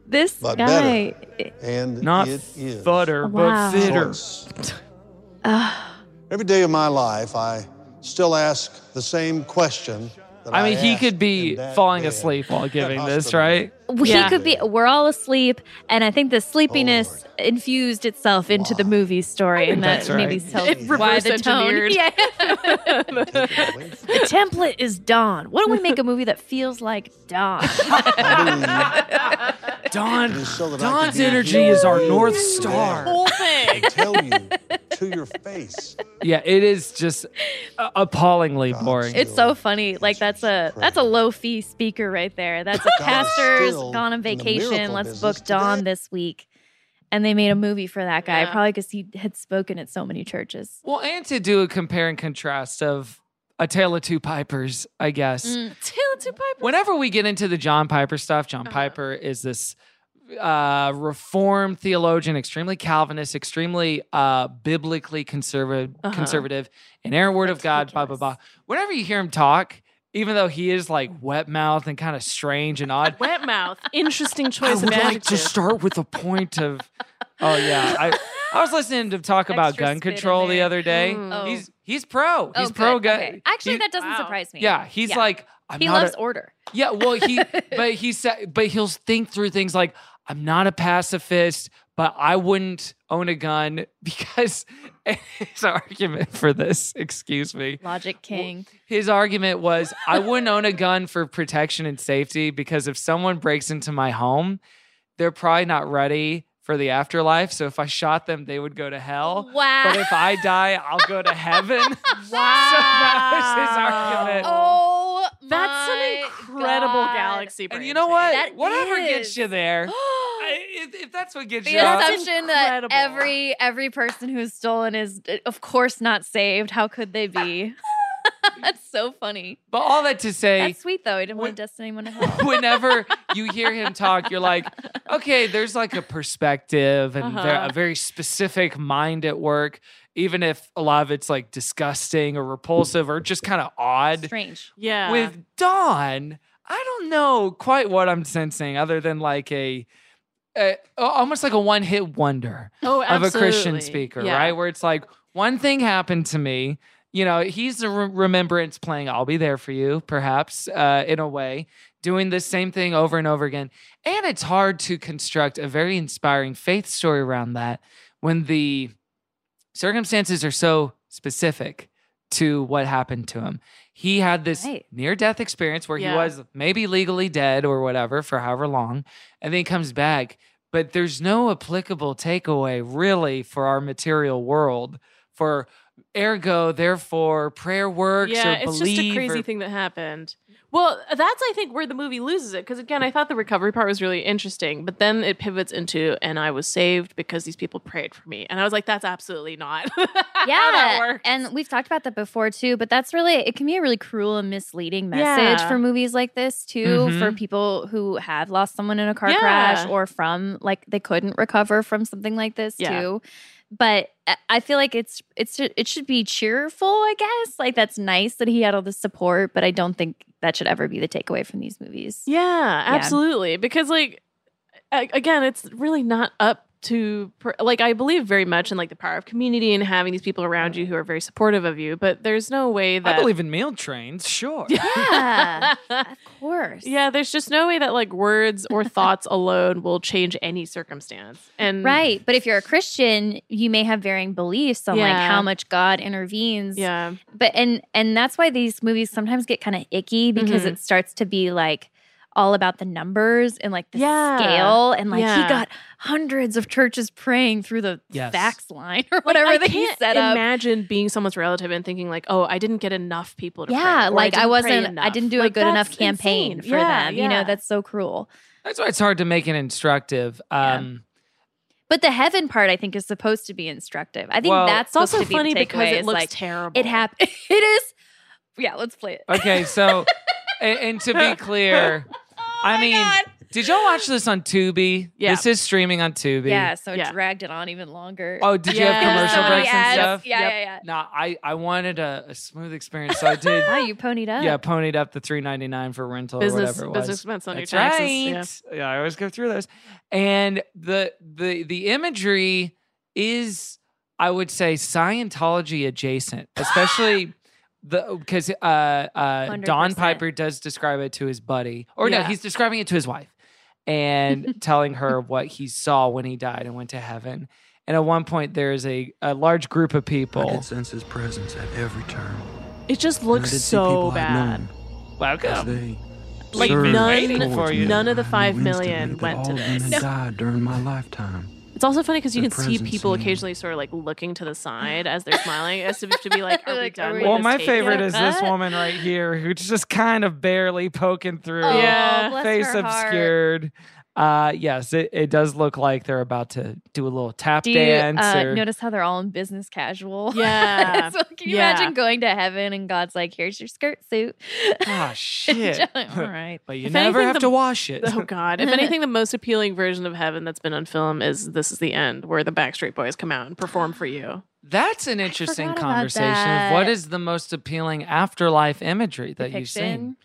Speaker 6: This
Speaker 11: But
Speaker 6: guy.
Speaker 11: and
Speaker 7: Not
Speaker 11: it is
Speaker 8: Oh,
Speaker 7: butter,
Speaker 6: Wow.
Speaker 7: but fitter.
Speaker 11: choice.
Speaker 6: Uh.
Speaker 11: Every day of my life, I still ask the same question. That
Speaker 7: I mean, he
Speaker 11: asked
Speaker 7: could be
Speaker 11: in that
Speaker 7: falling
Speaker 11: bed
Speaker 7: asleep while
Speaker 11: at
Speaker 7: giving this,
Speaker 11: hospital.
Speaker 7: right?
Speaker 6: He
Speaker 8: Yeah.
Speaker 6: could be. We're all asleep, and I think the sleepiness
Speaker 11: Lord.
Speaker 6: infused itself into the movie story, and that
Speaker 7: that's
Speaker 6: maybe
Speaker 7: right.
Speaker 6: tells
Speaker 11: It
Speaker 6: why
Speaker 8: reverse
Speaker 6: the tone.
Speaker 8: engineered.
Speaker 6: Yeah.
Speaker 11: Take it away from
Speaker 6: The template is Don. Why don't we make a movie that feels like Don?
Speaker 11: me.
Speaker 7: Don,
Speaker 11: Just so that I could
Speaker 7: Don's
Speaker 11: be
Speaker 7: energy
Speaker 11: here
Speaker 7: is our
Speaker 11: with you
Speaker 7: north
Speaker 11: today.
Speaker 7: star.
Speaker 8: Whole thing.
Speaker 11: Tell you to your face.
Speaker 7: Yeah, it is just a- appallingly
Speaker 11: God's
Speaker 7: boring.
Speaker 6: it's so funny. Like that's a that's a low fee speaker right there. That's a
Speaker 11: Don is
Speaker 6: pastor's
Speaker 11: still
Speaker 6: gone on
Speaker 11: in the
Speaker 6: vacation.
Speaker 11: miracle
Speaker 6: Let's
Speaker 11: business
Speaker 6: book Don
Speaker 11: today.
Speaker 6: this week. And they made a movie for that guy,
Speaker 8: Yeah.
Speaker 6: probably because he had spoken at so many churches.
Speaker 7: Well, and to do a compare and contrast of A Tale of Two Pipers, I guess.
Speaker 6: Mm,
Speaker 7: Whenever we get into the John Piper stuff, John Piper is this uh reformed theologian extremely calvinist extremely uh biblically conservative
Speaker 8: Uh-huh.
Speaker 7: conservative and air word of god blah blah blah whenever you hear him talk even though he is like wet mouth and kind of strange and odd
Speaker 8: Wet mouth. Interesting
Speaker 7: I
Speaker 8: choice
Speaker 7: would
Speaker 8: of
Speaker 7: like to
Speaker 8: adjective.
Speaker 7: start with a point of. Oh yeah, I, I was listening to him talk about
Speaker 6: Extra
Speaker 7: gun
Speaker 6: spit in
Speaker 7: control the
Speaker 6: there.
Speaker 7: other day.
Speaker 8: Hmm.
Speaker 6: Oh.
Speaker 7: He's he's pro.
Speaker 6: Oh,
Speaker 7: He's
Speaker 6: good.
Speaker 7: pro gun.
Speaker 6: Okay. Actually,
Speaker 7: he-
Speaker 6: that doesn't surprise me.
Speaker 7: Yeah, he's like I'm
Speaker 6: he
Speaker 7: not
Speaker 6: loves
Speaker 7: a-
Speaker 6: order.
Speaker 7: Yeah, well, he but he said but he'll think through things like I'm not a pacifist, but I wouldn't own a gun because his argument for this, excuse me.
Speaker 6: Logic King.
Speaker 7: His argument was I wouldn't own a gun for protection and safety because if someone breaks into my home, they're probably not ready for the afterlife. So if I shot them, they would go to hell.
Speaker 6: Wow.
Speaker 7: But if I die, I'll go to heaven. wow. So that was his argument.
Speaker 6: Oh,
Speaker 8: That's an incredible galaxy brain.
Speaker 7: And you know what?
Speaker 6: That
Speaker 7: Whatever
Speaker 6: is-
Speaker 7: gets you there. I, if, if that's what gets
Speaker 6: The
Speaker 7: you, up-
Speaker 6: assumption that every every person who is stolen is, uh, of course, not saved. How could they be? That's so funny.
Speaker 7: But all that to say,
Speaker 6: That's sweet though. He didn't want to destiny anyone to hell.
Speaker 7: whenever you hear him talk, you're like, okay, there's like a perspective and ver-
Speaker 6: Uh-huh.
Speaker 7: a very specific mind at work, even if a lot of it's like disgusting or repulsive or just kind of odd.
Speaker 6: Strange.
Speaker 8: Yeah.
Speaker 7: With Dawn, I don't know quite what I'm sensing other than like a. a almost like a one hit wonder.
Speaker 8: oh,
Speaker 7: of a Christian
Speaker 8: absolutely.
Speaker 7: speaker,
Speaker 8: Yeah.
Speaker 7: right? Where it's like one thing happened to me. You know, he's the re- remembrance playing "I'll be there for you," perhaps uh, in a way, doing the same thing over and over again. And it's hard to construct a very inspiring faith story around that when the circumstances are so specific to what happened to him. He had this
Speaker 6: Right.
Speaker 7: near death experience where
Speaker 8: Yeah.
Speaker 7: he was maybe legally dead or whatever for however long, and then he comes back. But there's no applicable takeaway really for our material world for ergo, therefore, prayer works
Speaker 8: Yeah,
Speaker 7: or
Speaker 8: it's
Speaker 7: believe.
Speaker 8: just a crazy
Speaker 7: or-
Speaker 8: thing that happened. Well, that's I think where the movie loses it because again, I thought the recovery part was really interesting, but then it pivots into and I was saved because these people prayed for me, and I was like, that's absolutely not yeah, how that
Speaker 6: yeah
Speaker 8: works.
Speaker 6: and we've talked about that before too but that's really it can be a really cruel and misleading message
Speaker 8: Yeah.
Speaker 6: for movies like this too
Speaker 7: Mhm.
Speaker 6: for people who have lost someone in a car
Speaker 8: Yeah.
Speaker 6: crash or from like they couldn't recover from something like this
Speaker 8: Yeah.
Speaker 6: too but I- i feel like it's it's it should be cheerful i guess like that's nice that he had all the support but i don't think that should ever be the takeaway from these movies
Speaker 8: yeah, absolutely, because like a- again, it's really not up to pr- like I believe very much in like the power of community and having these people around you who are very supportive of you, but there's no way that
Speaker 7: I believe in meal trains, sure.
Speaker 6: yeah of course
Speaker 8: Yeah, there's just no way that like words or thoughts alone will change any circumstance. And
Speaker 6: Right. But if you're a Christian, you may have varying beliefs on like
Speaker 8: Yeah.
Speaker 6: how much God intervenes.
Speaker 8: Yeah.
Speaker 6: But and and that's why these movies sometimes get kind of icky because
Speaker 8: Mhm.
Speaker 6: it starts to be like all about the numbers and like the
Speaker 8: Yeah.
Speaker 6: scale and like
Speaker 8: Yeah.
Speaker 6: he got hundreds of churches praying through the
Speaker 7: Yes.
Speaker 6: fax line or
Speaker 8: Like,
Speaker 6: whatever
Speaker 8: I
Speaker 6: that he
Speaker 8: can't
Speaker 6: set up.
Speaker 8: imagine being someone's relative and thinking like, "Oh, I didn't get enough people to pray,"
Speaker 6: yeah,
Speaker 8: or,
Speaker 6: like I,
Speaker 8: didn't pray
Speaker 6: wasn't I
Speaker 8: enough."
Speaker 6: didn't do a
Speaker 8: Like,
Speaker 6: good enough
Speaker 8: that's
Speaker 6: campaign
Speaker 8: insane.
Speaker 6: for
Speaker 8: Yeah,
Speaker 6: them. You know,
Speaker 8: yeah.
Speaker 6: that's so cruel.
Speaker 7: That's why it's hard to make it instructive. Um,
Speaker 6: But the heaven part I think is supposed to be instructive. I think
Speaker 7: Well-
Speaker 6: that's
Speaker 8: it's also
Speaker 6: supposed to be
Speaker 8: funny
Speaker 6: the
Speaker 8: because
Speaker 6: takeaway
Speaker 8: it
Speaker 6: is,
Speaker 8: looks
Speaker 6: like,
Speaker 8: terrible.
Speaker 6: It happened. It is. Yeah, let's play it.
Speaker 7: Okay, so and, and to be clear, I mean, did y'all watch this on Tubi?
Speaker 8: Yeah.
Speaker 7: This is streaming on Tubi.
Speaker 6: Yeah, so
Speaker 8: Yeah.
Speaker 6: it dragged it on even longer.
Speaker 7: Oh, did you
Speaker 8: Yeah.
Speaker 7: have commercial
Speaker 8: Somebody
Speaker 7: breaks and
Speaker 8: asked-
Speaker 7: stuff?
Speaker 6: Yeah, yeah, yeah.
Speaker 7: No, I I wanted a, a smooth experience, so I did.
Speaker 6: Wow, Ah, you ponied up.
Speaker 7: yeah, ponied up the three ninety nine for rental or
Speaker 8: business
Speaker 7: whatever it was.
Speaker 8: business expense on your
Speaker 7: That's
Speaker 8: taxes.
Speaker 7: right. Yeah. I always go through those. And the the the imagery is, I would say, Scientology adjacent, especially the because uh, uh, Don
Speaker 6: 100%.
Speaker 7: Piper does describe it to his buddy, or no,
Speaker 8: Yeah.
Speaker 7: he's describing it to his wife, and telling her what he saw when he died and went to heaven. And at one point, there is a, a large group of
Speaker 4: I
Speaker 7: people.
Speaker 4: could sense his presence at every turn.
Speaker 8: Yeah. It just
Speaker 4: And I
Speaker 8: looks
Speaker 4: did see
Speaker 8: so
Speaker 4: people I'd
Speaker 8: bad.
Speaker 4: known as
Speaker 7: Welcome.
Speaker 4: they
Speaker 8: Like,
Speaker 4: surged
Speaker 8: none-
Speaker 4: towards
Speaker 7: for you.
Speaker 4: me.
Speaker 8: none of the
Speaker 4: I knew
Speaker 8: five
Speaker 4: instantly
Speaker 8: million
Speaker 4: that
Speaker 8: went to
Speaker 4: all men
Speaker 8: this.
Speaker 4: had died during my lifetime.
Speaker 8: It's also funny because you
Speaker 4: Their
Speaker 8: can see
Speaker 4: presence
Speaker 8: people
Speaker 4: and-
Speaker 8: occasionally sort of like looking to the side as they're smiling, as if to be like, "Are we
Speaker 6: Like,
Speaker 8: done?"
Speaker 6: are we-
Speaker 8: with
Speaker 7: Well,
Speaker 8: this
Speaker 7: my
Speaker 8: take
Speaker 7: favorite
Speaker 8: yet?
Speaker 7: is this
Speaker 6: Cut.
Speaker 7: woman right here who's just kind of barely poking through.
Speaker 6: Oh,
Speaker 8: Yeah.
Speaker 6: bless
Speaker 7: face
Speaker 6: her heart.
Speaker 7: obscured. Uh, yes, it, it does look like they're about to do a little tap
Speaker 6: Do you
Speaker 7: dance.
Speaker 6: uh,
Speaker 7: or,
Speaker 6: notice how they're all in business casual?
Speaker 8: Yeah.
Speaker 6: so can you
Speaker 8: Yeah.
Speaker 6: imagine going to heaven and God's like, "Here's your skirt suit."
Speaker 7: Ah, shit.
Speaker 6: All right.
Speaker 7: but you
Speaker 8: If
Speaker 7: never
Speaker 8: anything,
Speaker 7: have
Speaker 8: the-
Speaker 7: to wash it.
Speaker 8: Oh God! If anything, the most appealing version of heaven that's been on film is "This Is the End," where the Backstreet Boys come out and perform for you.
Speaker 7: That's an interesting
Speaker 6: forgot about
Speaker 7: conversation. Of what
Speaker 6: that.
Speaker 7: is the most appealing afterlife imagery that you've seen?
Speaker 6: Depiction.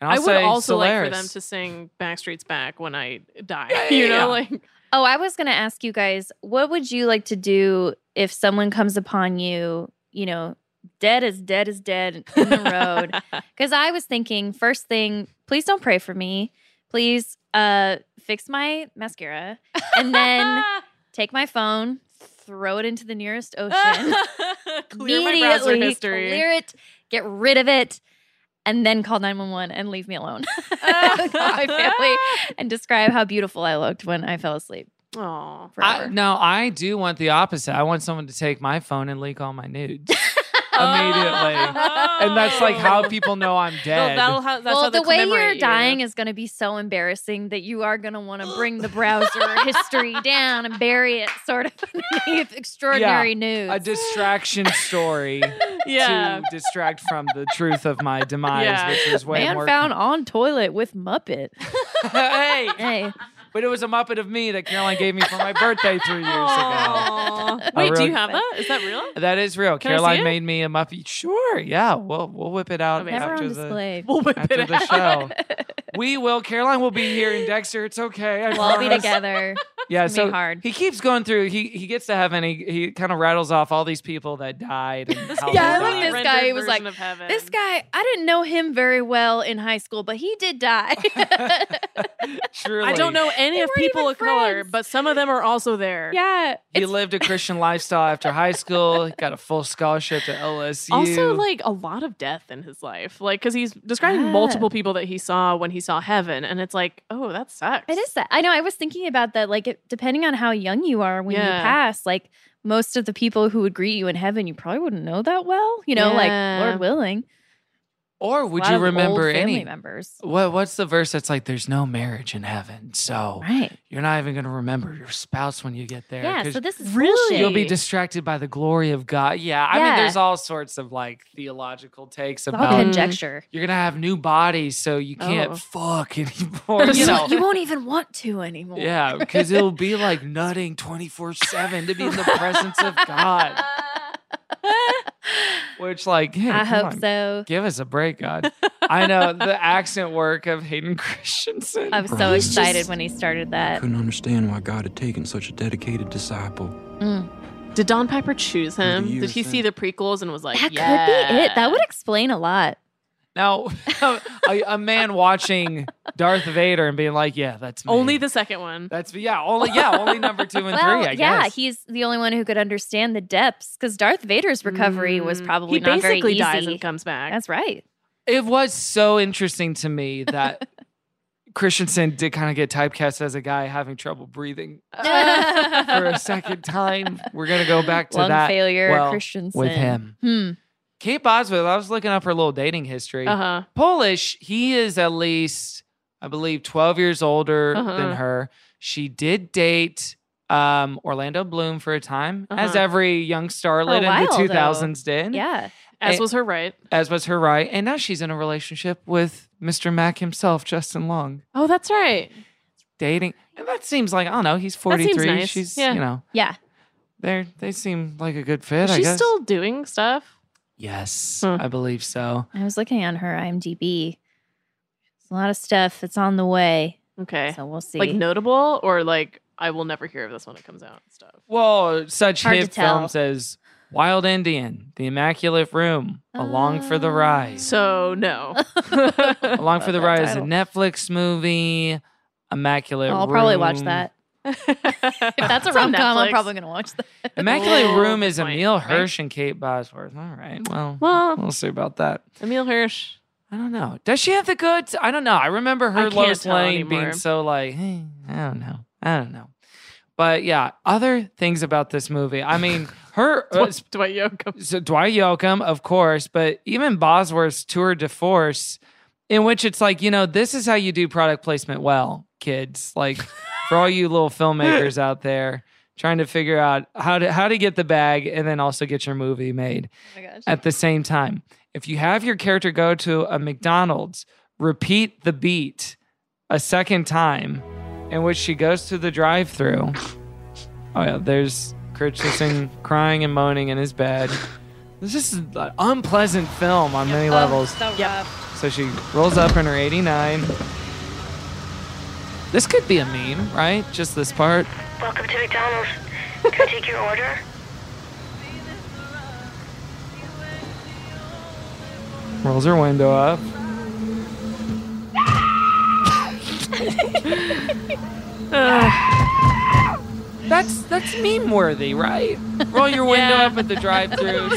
Speaker 7: And I'll
Speaker 8: i would
Speaker 7: say
Speaker 8: also like for
Speaker 7: Solaris.
Speaker 8: them to sing "Backstreet's Back" when I die.
Speaker 7: Yeah, yeah,
Speaker 8: you know,
Speaker 7: yeah.
Speaker 8: like
Speaker 6: Oh, I was going to ask you guys, what would you like to do if someone comes upon you, you know, dead as dead as dead in the road? Because I was thinking, first thing, please don't pray for me. Please uh, fix my mascara and then take my phone, throw it into the nearest ocean,
Speaker 8: Clear my browser
Speaker 6: immediately
Speaker 8: history.
Speaker 6: clear it, get rid of it. And then call 911 and leave me alone. Call my family and describe how beautiful I looked when I fell asleep.
Speaker 8: Aw.
Speaker 7: I, no, I do want the opposite. I want someone to take my phone and leak all my nudes
Speaker 6: Oh.
Speaker 7: immediately. And that's like how people know I'm dead.
Speaker 8: that'll how, that's
Speaker 6: well,
Speaker 8: how they
Speaker 6: the way
Speaker 8: commemorate
Speaker 6: you're
Speaker 8: you.
Speaker 6: dying is going to be so embarrassing that you are going to want to bring the browser history down and bury it sort of underneath extraordinary news.
Speaker 7: a distraction story
Speaker 8: Yeah.
Speaker 7: to distract from the truth of my demise,
Speaker 8: Yeah.
Speaker 7: which is way
Speaker 6: Man
Speaker 7: more.
Speaker 6: found on toilet with Muppet.
Speaker 7: hey,
Speaker 6: hey,
Speaker 7: but it was a Muppet of me that Caroline gave me for my birthday three years ago.
Speaker 8: Aw.
Speaker 7: I
Speaker 8: Wait, do
Speaker 7: wrote-
Speaker 8: you have that? Is that real?
Speaker 7: That is real.
Speaker 8: Can I see
Speaker 7: Caroline
Speaker 8: it?
Speaker 7: made me a Muppet. Sure, yeah. We'll we'll whip it out
Speaker 8: Amazing.
Speaker 6: never on
Speaker 7: after the
Speaker 6: display.
Speaker 8: We'll whip
Speaker 7: after
Speaker 8: it
Speaker 7: the
Speaker 8: out.
Speaker 7: show. we will. Caroline will be here in Dexter. It's okay. I
Speaker 6: We'll all be
Speaker 7: promise.
Speaker 6: together.
Speaker 7: Yeah,
Speaker 6: It's gonna
Speaker 7: so
Speaker 6: be hard.
Speaker 7: he keeps going through. He he gets to heaven. He he kind of rattles off all these people that died. And how
Speaker 6: Yeah, I
Speaker 7: they
Speaker 6: love
Speaker 7: died.
Speaker 6: this
Speaker 8: Rendered
Speaker 6: guy. He was
Speaker 8: version
Speaker 6: like,
Speaker 8: of heaven.
Speaker 6: This guy, I didn't know him very well in high school, but he did die.
Speaker 7: Truly,
Speaker 8: I don't know any
Speaker 6: They
Speaker 8: of
Speaker 6: weren't
Speaker 8: people
Speaker 6: even
Speaker 8: of color,
Speaker 6: friends.
Speaker 8: but some of them are also there.
Speaker 6: yeah.
Speaker 7: He lived a Christian lifestyle after high school. He got a full scholarship to LSU.
Speaker 8: Also, like a lot of death in his life, like because he's describing
Speaker 6: Yeah.
Speaker 8: multiple people that he saw when he saw heaven, and it's like, oh, that sucks.
Speaker 6: It is that. I know. I was thinking about that. Like, it, depending on how young you are when you
Speaker 8: Yeah.
Speaker 6: pass, like most of the people who would greet you in heaven, you probably wouldn't know that well. You know,
Speaker 8: Yeah.
Speaker 6: like Lord willing.
Speaker 7: or would
Speaker 6: A lot
Speaker 7: you
Speaker 6: of old
Speaker 7: remember
Speaker 6: family
Speaker 7: any?
Speaker 6: members?
Speaker 7: What what's the verse that's like? There's no marriage in heaven, so
Speaker 6: Right.
Speaker 7: you're not even going to remember your spouse when you get there.
Speaker 6: Yeah.
Speaker 7: 'cause
Speaker 6: So this is
Speaker 8: Really?
Speaker 6: bullshit.
Speaker 7: You'll be distracted by the glory of God. Yeah, I mean,
Speaker 6: Yeah.
Speaker 7: there's all sorts of like theological takes
Speaker 6: It's all
Speaker 7: about
Speaker 6: conjecture.
Speaker 7: you're gonna have new bodies, so you can't
Speaker 8: Oh.
Speaker 7: fuck anymore.
Speaker 6: You,
Speaker 7: so,
Speaker 6: you won't even want to anymore.
Speaker 7: Oh. yeah, because it'll be like nutting twenty four seven to be in the presence of God. Which, like, hey,
Speaker 6: I
Speaker 7: come
Speaker 6: hope
Speaker 7: on,
Speaker 6: so.
Speaker 7: Give us a break, God. I know the accent work of Hayden Christensen.
Speaker 6: I was so
Speaker 4: Right. He's
Speaker 6: excited when he started that.
Speaker 4: Couldn't understand why God had taken such a dedicated disciple.
Speaker 8: Did Don Piper choose him?
Speaker 4: Who do you
Speaker 8: Did he see the
Speaker 4: think?
Speaker 8: prequels and was like,
Speaker 6: That could be
Speaker 8: yeah.
Speaker 6: it. That would explain a lot.
Speaker 7: now, a, a man watching Darth Vader and being like, "Yeah, that's me.
Speaker 8: only the second one.
Speaker 7: that's yeah, only yeah, only number two and
Speaker 6: well,
Speaker 7: three. I
Speaker 6: yeah,
Speaker 7: guess.
Speaker 6: he's the only one who could understand the depths because Darth Vader's recovery was
Speaker 8: Mm.
Speaker 6: probably
Speaker 8: he
Speaker 6: not very
Speaker 8: basically
Speaker 6: easy.
Speaker 8: dies and comes back.
Speaker 6: That's right.
Speaker 7: it was so interesting to me that Christensen did kind of get typecast as a guy having trouble breathing for a second time. We're gonna go back to
Speaker 6: Lung
Speaker 7: that
Speaker 6: failure,
Speaker 7: well,
Speaker 6: Christensen.
Speaker 7: with him.
Speaker 6: Hmm. Uh-huh.
Speaker 7: Kate Bosworth. I was looking up her little dating history.
Speaker 8: Uh huh.
Speaker 7: Polish. He is at least, I believe, twelve years older
Speaker 8: Uh-huh.
Speaker 7: than her. She did date. Um, Orlando Bloom for a time, as
Speaker 8: Uh-huh.
Speaker 7: every young starlet in
Speaker 6: while,
Speaker 7: the
Speaker 6: though.
Speaker 7: 2000s did
Speaker 6: Yeah.
Speaker 8: As
Speaker 7: And-
Speaker 8: was her right.
Speaker 7: as was her right. And now she's in a relationship with Mr. Mack himself, Justin Long,
Speaker 8: Oh, that's right.
Speaker 7: dating. And that seems like, I don't know, he's
Speaker 8: seems
Speaker 7: 43.
Speaker 8: nice.
Speaker 7: She's,
Speaker 8: Yeah.
Speaker 7: you know,
Speaker 6: Yeah.
Speaker 7: they they seem like a good fit,
Speaker 8: Is
Speaker 7: I
Speaker 8: she
Speaker 7: guess.
Speaker 8: still doing stuff?
Speaker 7: yes,
Speaker 6: Hmm.
Speaker 8: Huh.
Speaker 7: I believe so.
Speaker 6: I was looking on her IMDb. There's a lot of stuff that's on the way.
Speaker 8: Okay.
Speaker 6: So we'll see.
Speaker 8: like notable or like I will never hear of this when it comes out and stuff.
Speaker 7: Well, such
Speaker 6: Hard to
Speaker 7: hit films
Speaker 6: tell.
Speaker 7: as Wild Indian, The Immaculate Room, Along for the
Speaker 6: Ah.
Speaker 7: Ride.
Speaker 8: So no.
Speaker 7: Along for
Speaker 6: Love
Speaker 7: the
Speaker 6: that
Speaker 7: Ride is a
Speaker 6: title.
Speaker 7: Netflix movie. Immaculate
Speaker 6: I'll probably watch
Speaker 7: Room.
Speaker 6: that.
Speaker 8: if
Speaker 6: If that's a rom com, I'm probably going to watch that.
Speaker 7: Immaculate
Speaker 8: Oh,
Speaker 7: Room is
Speaker 8: good point.
Speaker 7: Emil
Speaker 8: Right.
Speaker 7: Hirsch and Kate Bosworth. All right. Well,
Speaker 8: Well,
Speaker 7: we'll see about that.
Speaker 8: Emil Hirsch.
Speaker 7: I don't know. Does she have the goods? I don't know. I remember her
Speaker 8: I can't
Speaker 7: Lois
Speaker 8: tell
Speaker 7: Lane being
Speaker 8: anymore.
Speaker 7: so like, "Eh, I don't know. I don't know. But yeah, other things about this movie. I mean, her uh,
Speaker 8: Dwight, Dwight Yoakam.
Speaker 7: so Dwight Yoakam, of course, but even Bosworth's tour de force, in which it's like, you know, this is how you do product placement well, kids. Like for all you little filmmakers out there trying to figure out how to how to get the bag and then also get your movie made
Speaker 6: Oh my gosh.
Speaker 7: at the same time. If you have your character go to a McDonald's, repeat the beat a second time in which she goes through the drive through. Oh, yeah, there's Christensen crying and moaning in his bed. This is an unpleasant film on many levels.
Speaker 6: Oh, So
Speaker 8: Yep.
Speaker 6: rough.
Speaker 7: So she rolls up in her 89. This could be a meme, right? Just this part.
Speaker 12: Welcome to McDonald's. Can I take your order?
Speaker 7: Rolls her window up. That's that's meme worthy, right? Roll your window
Speaker 6: Yeah.
Speaker 7: up at the drive-through,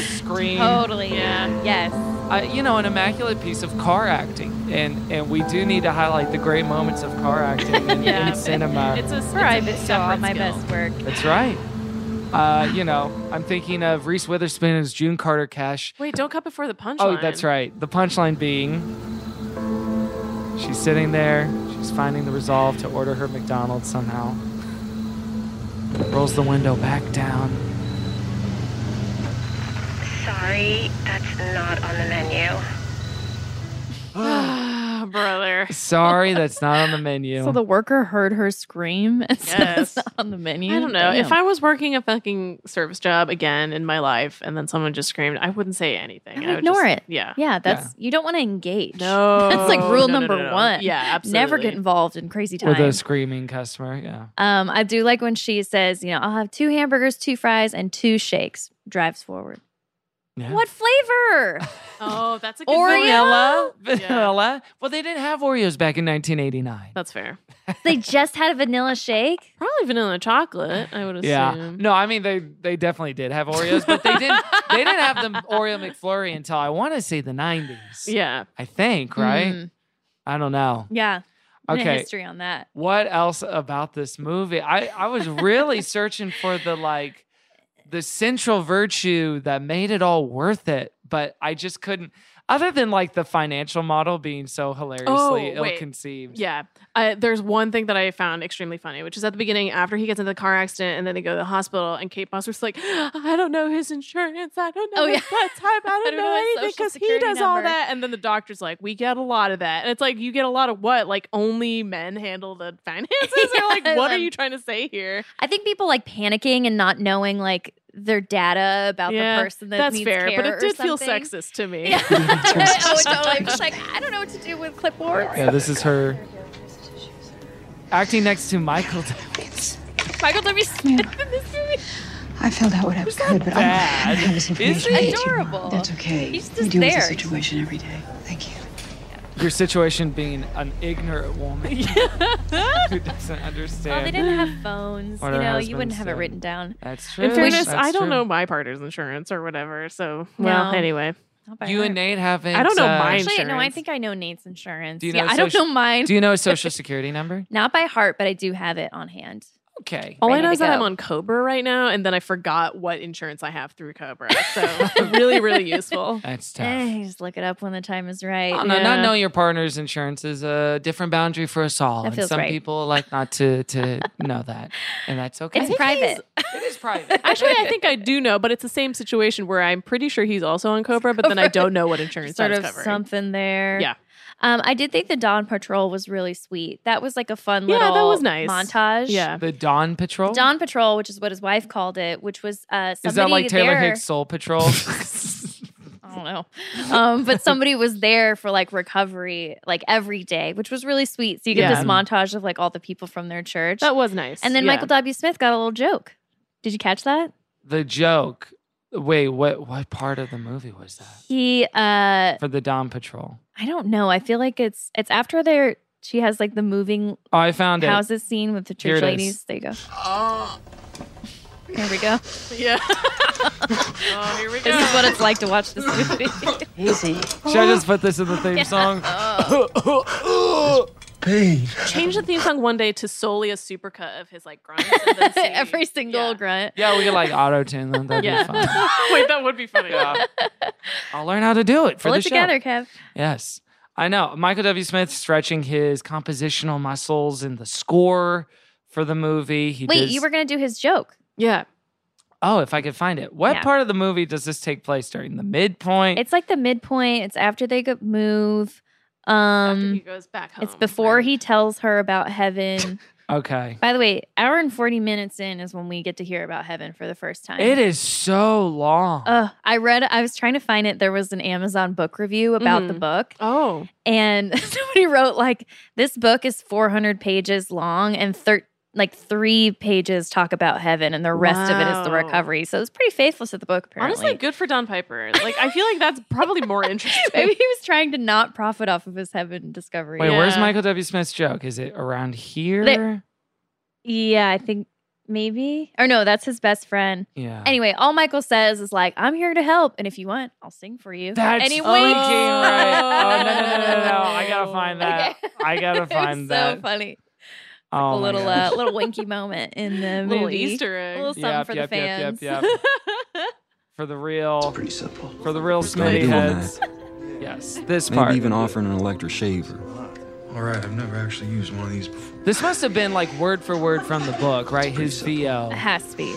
Speaker 7: scream.
Speaker 6: Totally. Yes.
Speaker 7: Uh, you know, an immaculate piece of car acting, and and we do need to highlight the great moments of car acting in, in cinema.
Speaker 8: It's a
Speaker 6: Right,
Speaker 8: private
Speaker 6: so all my best work.
Speaker 7: that's right. Uh, you know, I'm thinking of Reese Witherspoon as June Carter Cash.
Speaker 8: Wait, don't cut before the punchline.
Speaker 7: Oh, that's right. The punchline being she's sitting there, she's finding the resolve to order her McDonald's somehow. Rolls the window back down.
Speaker 12: Sorry, that's not on the menu.
Speaker 8: Ah, brother.
Speaker 7: Sorry, that's not on the menu.
Speaker 6: So the worker heard her scream and said
Speaker 8: Yes.
Speaker 6: it's not on the menu.
Speaker 8: I don't know. If
Speaker 6: Damn.
Speaker 8: I was working a fucking service job again in my life and then someone just screamed, I wouldn't say anything.
Speaker 6: I
Speaker 8: would
Speaker 6: would ignore
Speaker 8: just-
Speaker 6: it.
Speaker 8: Yeah.
Speaker 6: Yeah, that's you don't want to engage.
Speaker 8: No.
Speaker 6: That's like rule
Speaker 8: No, no,
Speaker 6: number
Speaker 8: no, no.
Speaker 6: one.
Speaker 8: Yeah, absolutely.
Speaker 6: Never get involved in crazy time.
Speaker 7: With a screaming customer, yeah.
Speaker 6: Um, I do like when she says, you know, I'll have two hamburgers, two fries, and two shakes. Drives forward.
Speaker 7: Yeah.
Speaker 6: What flavor?
Speaker 8: Oh, that's a good
Speaker 6: Oreo.
Speaker 7: Vanilla? Vanilla? Well, they didn't have Oreos back in 1989.
Speaker 8: That's fair.
Speaker 6: they just had a vanilla shake.
Speaker 8: Probably vanilla chocolate, I would assume.
Speaker 7: Yeah. No, I mean they they definitely did have Oreos, but they didn't they didn't have the Oreo McFlurry until I want to say the 90s.
Speaker 8: Yeah.
Speaker 7: I think, right?
Speaker 6: Mm.
Speaker 7: I don't know.
Speaker 6: Yeah. Bit of
Speaker 7: Okay.
Speaker 6: history on that.
Speaker 7: What else about this movie? I, I was really searching for the like the central virtue that made it all worth it, but I just couldn't other than like the financial model being so
Speaker 8: Oh,
Speaker 7: hilariously
Speaker 8: wait.
Speaker 7: ill conceived.
Speaker 8: Yeah. Uh, there's one thing that I found extremely funny, which is at the beginning, after he gets into the car accident and then they go to the hospital, and Kate Bosworth's like, I don't know his insurance. I don't know
Speaker 6: Oh, yeah.
Speaker 8: his blood type. I don't, know,
Speaker 6: his
Speaker 8: anything
Speaker 6: social
Speaker 8: because he
Speaker 6: security
Speaker 8: does all
Speaker 6: number."
Speaker 8: that. And then the doctor's like, We get a lot of that. And it's like, You get a lot of what? Like, only men handle the finances? They're like,
Speaker 6: Yeah,
Speaker 8: What are
Speaker 6: um,
Speaker 8: you trying to say here?
Speaker 6: I think people like panicking and not knowing like their data about the person that
Speaker 8: that's
Speaker 6: needs
Speaker 8: fair,
Speaker 6: care
Speaker 8: but it
Speaker 6: or
Speaker 8: did feel
Speaker 6: something.
Speaker 8: sexist to me.
Speaker 6: Yeah. oh, totally. I'm just like, I don't know what to do with clipboards.
Speaker 7: Yeah, this is her acting next to Michael.
Speaker 6: Michael W. Smith in this movie.
Speaker 9: I filled out what I could, but I don't I don't have this information.
Speaker 6: he?
Speaker 9: for you tomorrow.
Speaker 6: Adorable.
Speaker 9: That's okay.
Speaker 6: He's
Speaker 9: we
Speaker 6: just
Speaker 9: deal with
Speaker 6: there.
Speaker 9: the situation every day. Thank you.
Speaker 7: Your situation being an ignorant woman who doesn't understand.
Speaker 6: Well, they didn't have phones.
Speaker 7: What
Speaker 6: you
Speaker 7: her
Speaker 6: know, you wouldn't
Speaker 7: husband
Speaker 6: have it
Speaker 7: said.
Speaker 6: written down.
Speaker 7: That's true.
Speaker 8: In fairness,
Speaker 7: That's
Speaker 8: I don't
Speaker 7: true.
Speaker 8: know my partner's insurance or whatever. So, well,
Speaker 6: No.
Speaker 8: anyway.
Speaker 6: Not by
Speaker 7: You
Speaker 6: heart.
Speaker 7: and Nate haven't.
Speaker 8: I don't know
Speaker 7: uh,
Speaker 8: mine.
Speaker 6: Actually, no, I
Speaker 8: insurance.
Speaker 6: think I know Nate's insurance.
Speaker 7: Do you
Speaker 6: yeah,
Speaker 7: know
Speaker 6: I don't
Speaker 7: social-
Speaker 6: know mine.
Speaker 7: Do you know his social security number?
Speaker 6: Not by heart, but I do have it on hand.
Speaker 7: Okay.
Speaker 8: All I
Speaker 6: ready
Speaker 8: know
Speaker 6: to
Speaker 8: is that I'm
Speaker 6: go.
Speaker 8: on Cobra right now, and then I forgot what insurance I have through Cobra. So really, really useful.
Speaker 7: That's tough.
Speaker 6: Eh, you just look it up when the time is right.
Speaker 7: Oh, no, Not
Speaker 8: Yeah.
Speaker 7: knowing your partner's insurance is a different boundary for us all.
Speaker 6: That
Speaker 7: and
Speaker 6: feels
Speaker 7: some
Speaker 6: right.
Speaker 7: people like not to to know that. And that's okay.
Speaker 6: It's private.
Speaker 7: It is private.
Speaker 8: Actually, I think I do know, but it's the same situation where I'm pretty sure he's also on Cobra, but then I don't know what insurance
Speaker 6: Sort
Speaker 8: I was
Speaker 6: of
Speaker 8: covering.
Speaker 6: something there.
Speaker 8: Yeah.
Speaker 6: Um, I did think the Dawn Patrol was really sweet. That was like a fun
Speaker 8: Yeah,
Speaker 6: little
Speaker 8: that was nice.
Speaker 6: montage.
Speaker 8: Yeah.
Speaker 7: the Dawn Patrol.
Speaker 6: Dawn Patrol, which is what his wife called it, which was uh, somebody
Speaker 7: is that like Taylor
Speaker 6: there-
Speaker 7: Hicks Soul Patrol?
Speaker 6: I don't know. Um, but somebody was there for like recovery, like every day, which was really sweet. So you get
Speaker 8: Yeah.
Speaker 6: this montage of like all the people from their church.
Speaker 8: That was nice.
Speaker 6: and then
Speaker 8: Yeah.
Speaker 6: Michael W. Smith got a little joke. Did you catch that?
Speaker 7: the joke. Wait, what what part of the movie was that?
Speaker 6: He, uh, I
Speaker 7: For the Dawn Patrol.
Speaker 6: don't know. I feel like it's it's after their she has like the moving
Speaker 7: Oh, I found it.
Speaker 6: houses scene with the
Speaker 7: Here
Speaker 6: church
Speaker 7: it
Speaker 6: ladies.
Speaker 7: is.
Speaker 6: There you go. There we go.
Speaker 8: Yeah. oh, here we go.
Speaker 6: This is what it's like to watch this movie.
Speaker 9: Easy.
Speaker 7: Should I just put this in the theme song?
Speaker 8: Change the theme song one day to solely a supercut of his like grunts. and then singing.
Speaker 6: Every single
Speaker 8: Yeah.
Speaker 6: grunt.
Speaker 7: Yeah, we could like auto tune them. That'd
Speaker 8: Yeah.
Speaker 7: be fun.
Speaker 8: Wait, that would be funny.
Speaker 7: I'll learn how to do it for
Speaker 6: Pull
Speaker 7: the
Speaker 6: it
Speaker 7: show.
Speaker 6: together, Kev.
Speaker 7: Yes. I know. Michael W. Smith stretching his compositional muscles in the score for the movie. He
Speaker 6: Wait,
Speaker 7: does-
Speaker 6: you were gonna do his joke.
Speaker 8: Yeah.
Speaker 7: Oh, if I could find it. What
Speaker 6: Yeah.
Speaker 7: part of the movie does this take place during? The midpoint?
Speaker 6: It's like the midpoint. It's after they go- move.
Speaker 8: After he
Speaker 6: Um,
Speaker 8: goes back home.
Speaker 6: it's before
Speaker 8: right?
Speaker 6: he tells her about heaven.
Speaker 7: Okay.
Speaker 6: By the way, hour and 40 minutes in is when we get to hear about heaven for the first time.
Speaker 7: It is so long.
Speaker 6: Ugh, I read, I was trying to find it. There was an Amazon book review about the
Speaker 8: Mhm.
Speaker 6: book.
Speaker 8: Oh.
Speaker 6: And somebody wrote, like, this book is 400 pages long and thir- like three pages talk about heaven and the rest of it is the
Speaker 8: Wow.
Speaker 6: recovery. So it's pretty faithful to the book, apparently.
Speaker 8: Honestly, good for Don Piper. Like, I feel like that's probably more interesting.
Speaker 6: Maybe he was trying to not profit off of his heaven discovery.
Speaker 7: Wait, where's
Speaker 6: Yeah.
Speaker 7: Michael W. Smith's joke? Is it around here?
Speaker 6: There- yeah, I think maybe. Or no, that's his best friend.
Speaker 7: Yeah.
Speaker 6: Anyway, all Michael says is like, "I'm here to help, and if you want, I'll sing for you."
Speaker 7: That's
Speaker 6: and he
Speaker 7: freaking
Speaker 8: Oh,
Speaker 6: winks.
Speaker 7: right. Oh, no, no, no, no, no, no. I gotta find that. I gotta
Speaker 6: It's
Speaker 7: find that.
Speaker 6: So funny.
Speaker 7: Oh
Speaker 6: a
Speaker 7: my
Speaker 6: little uh,
Speaker 7: gosh.
Speaker 6: little winky moment in the
Speaker 8: Little
Speaker 6: movie.
Speaker 8: Easter egg.
Speaker 6: A little something
Speaker 7: Yep,
Speaker 6: for
Speaker 7: yep,
Speaker 6: the
Speaker 7: yep,
Speaker 6: fans.
Speaker 7: yep, yep. For the real. It's pretty simple. For the real
Speaker 4: Don't
Speaker 7: Smitty
Speaker 4: do that.
Speaker 7: heads. yes, this
Speaker 4: Maybe
Speaker 7: part.
Speaker 4: even offering an electric shaver. All right, I've never actually used one of these before.
Speaker 7: This must have been like word for word from the book, right? His
Speaker 6: It
Speaker 7: VO.
Speaker 6: has to be.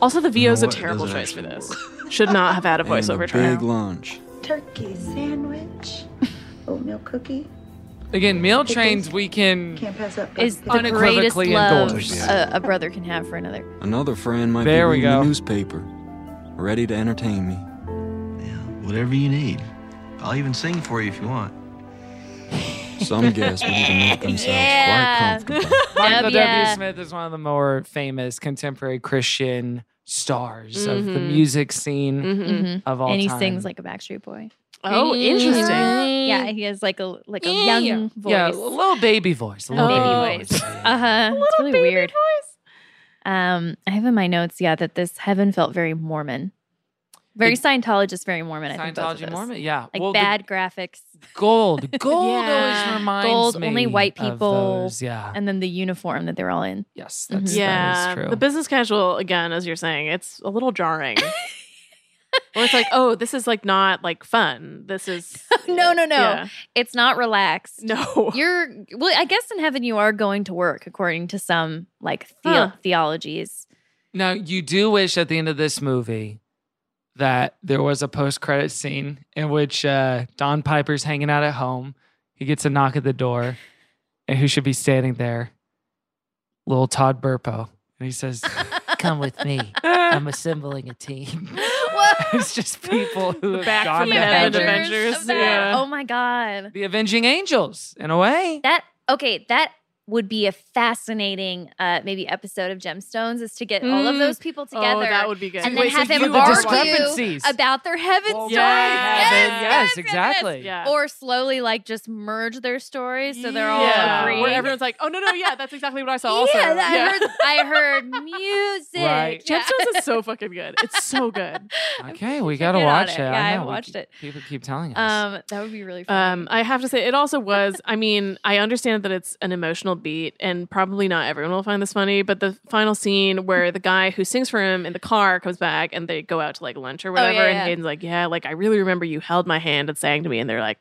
Speaker 8: Also, the VO is a
Speaker 4: what? It
Speaker 8: terrible
Speaker 4: doesn't
Speaker 8: choice for this. Should not have had a
Speaker 4: And a
Speaker 8: voiceover
Speaker 4: big
Speaker 8: track.
Speaker 4: lunch.
Speaker 13: Turkey sandwich, oatmeal cookie.
Speaker 7: Again, meal trains we can
Speaker 13: Can't pass up.
Speaker 6: Is the
Speaker 7: Unequivocally
Speaker 6: greatest love
Speaker 7: endorsed.
Speaker 6: a, a brother can have for another.
Speaker 4: Another friend might
Speaker 7: There we
Speaker 4: be reading
Speaker 7: go.
Speaker 4: the newspaper, ready to entertain me.
Speaker 14: Whatever you need. I'll even sing for you if you want.
Speaker 4: Some guests would even make themselves quite comfortable.
Speaker 7: Michael
Speaker 6: yeah.
Speaker 7: W. Smith is one of the more famous contemporary Christian stars of the
Speaker 6: Mhm.
Speaker 7: music scene
Speaker 6: Mhm.
Speaker 7: of all
Speaker 6: and he
Speaker 7: time.
Speaker 6: sings like a Backstreet Boy.
Speaker 8: Mm-hmm. Oh,
Speaker 6: Mm-hmm.
Speaker 8: interesting.
Speaker 6: Yeah, he has like a like a young voice.
Speaker 7: Yeah, a little baby voice. A little baby voice.
Speaker 6: Uh huh. It's really weird. Um, I have in my notes, yeah, that this heaven felt very Mormon, very
Speaker 7: It-
Speaker 6: Scientologist, very Mormon. I think both of
Speaker 7: Scientology
Speaker 6: us.
Speaker 7: Mormon. Yeah.
Speaker 6: like
Speaker 7: Well, the
Speaker 6: bad graphics,
Speaker 7: gold. Gold
Speaker 6: Yeah.
Speaker 7: always reminds
Speaker 6: gold,
Speaker 7: me
Speaker 6: only white
Speaker 7: of
Speaker 6: people.
Speaker 7: those, Yeah.
Speaker 6: and Mm-hmm. then the uniform that they're all in.
Speaker 7: Yes,
Speaker 6: that's
Speaker 8: yeah,
Speaker 7: true.
Speaker 8: the business casual again, as you're saying, it's a little jarring. Where it's like, oh, this is like not like fun. This is
Speaker 6: no, no, no.
Speaker 8: Yeah.
Speaker 6: It's not relaxed.
Speaker 8: No.
Speaker 6: You're well, I guess in heaven you are going to work according to some like theo-
Speaker 8: Huh.
Speaker 6: theologies.
Speaker 7: Now you do wish at the end of this movie that there was a post-credit scene in which uh, Don Piper's hanging out at home. He gets a knock at the door, and who should be standing there? Little Todd Burpo, and he says, "Come with me. I'm assembling a team." it's just people who have
Speaker 8: back
Speaker 7: gone
Speaker 8: from
Speaker 7: to
Speaker 8: the
Speaker 7: heaven.
Speaker 8: Avengers.
Speaker 6: Of
Speaker 8: Avengers.
Speaker 6: that.
Speaker 8: Yeah.
Speaker 6: Oh my god.
Speaker 7: The Avenging Angels, in a way.
Speaker 6: That okay, that would be a fascinating uh maybe episode of gemstones is to get all of
Speaker 8: Mm.
Speaker 6: those people
Speaker 8: Oh,
Speaker 6: together
Speaker 8: that would be good.
Speaker 6: and then
Speaker 8: Wait, so
Speaker 6: have
Speaker 8: you
Speaker 6: them
Speaker 8: would
Speaker 6: argue
Speaker 8: just watch- Discrepancies.
Speaker 6: about their heaven
Speaker 7: Well,
Speaker 6: stories.
Speaker 7: yeah,
Speaker 6: Yes,
Speaker 7: heaven, yes, exactly.
Speaker 8: Yeah.
Speaker 6: or slowly like just merge their stories so they're all
Speaker 8: yeah.
Speaker 6: agreeing.
Speaker 8: Where everyone's like, oh no, no, yeah, that's exactly what I saw. also.
Speaker 6: yeah, I
Speaker 8: Yeah.
Speaker 6: heard I heard music.
Speaker 7: Right.
Speaker 6: Yeah.
Speaker 8: Gemstones is so fucking good. It's so good.
Speaker 7: Okay, we gotta
Speaker 6: get on
Speaker 7: watch
Speaker 6: it.
Speaker 7: it. I
Speaker 6: Yeah, I
Speaker 7: know, we
Speaker 6: watched
Speaker 7: keep-
Speaker 6: it.
Speaker 7: People keep telling us.
Speaker 6: Um, that would be really fun.
Speaker 8: Um, I have to say, it also was. I mean, I understand that it's an emotional beat, and probably not everyone will find this funny. But the final scene where the guy who sings for him in the car comes back, and they go out to like lunch or
Speaker 6: Oh, yeah,
Speaker 8: whatever, and
Speaker 6: yeah.
Speaker 8: Hayden's like, "Yeah, like I really remember you held my hand and sang to me," and they're like,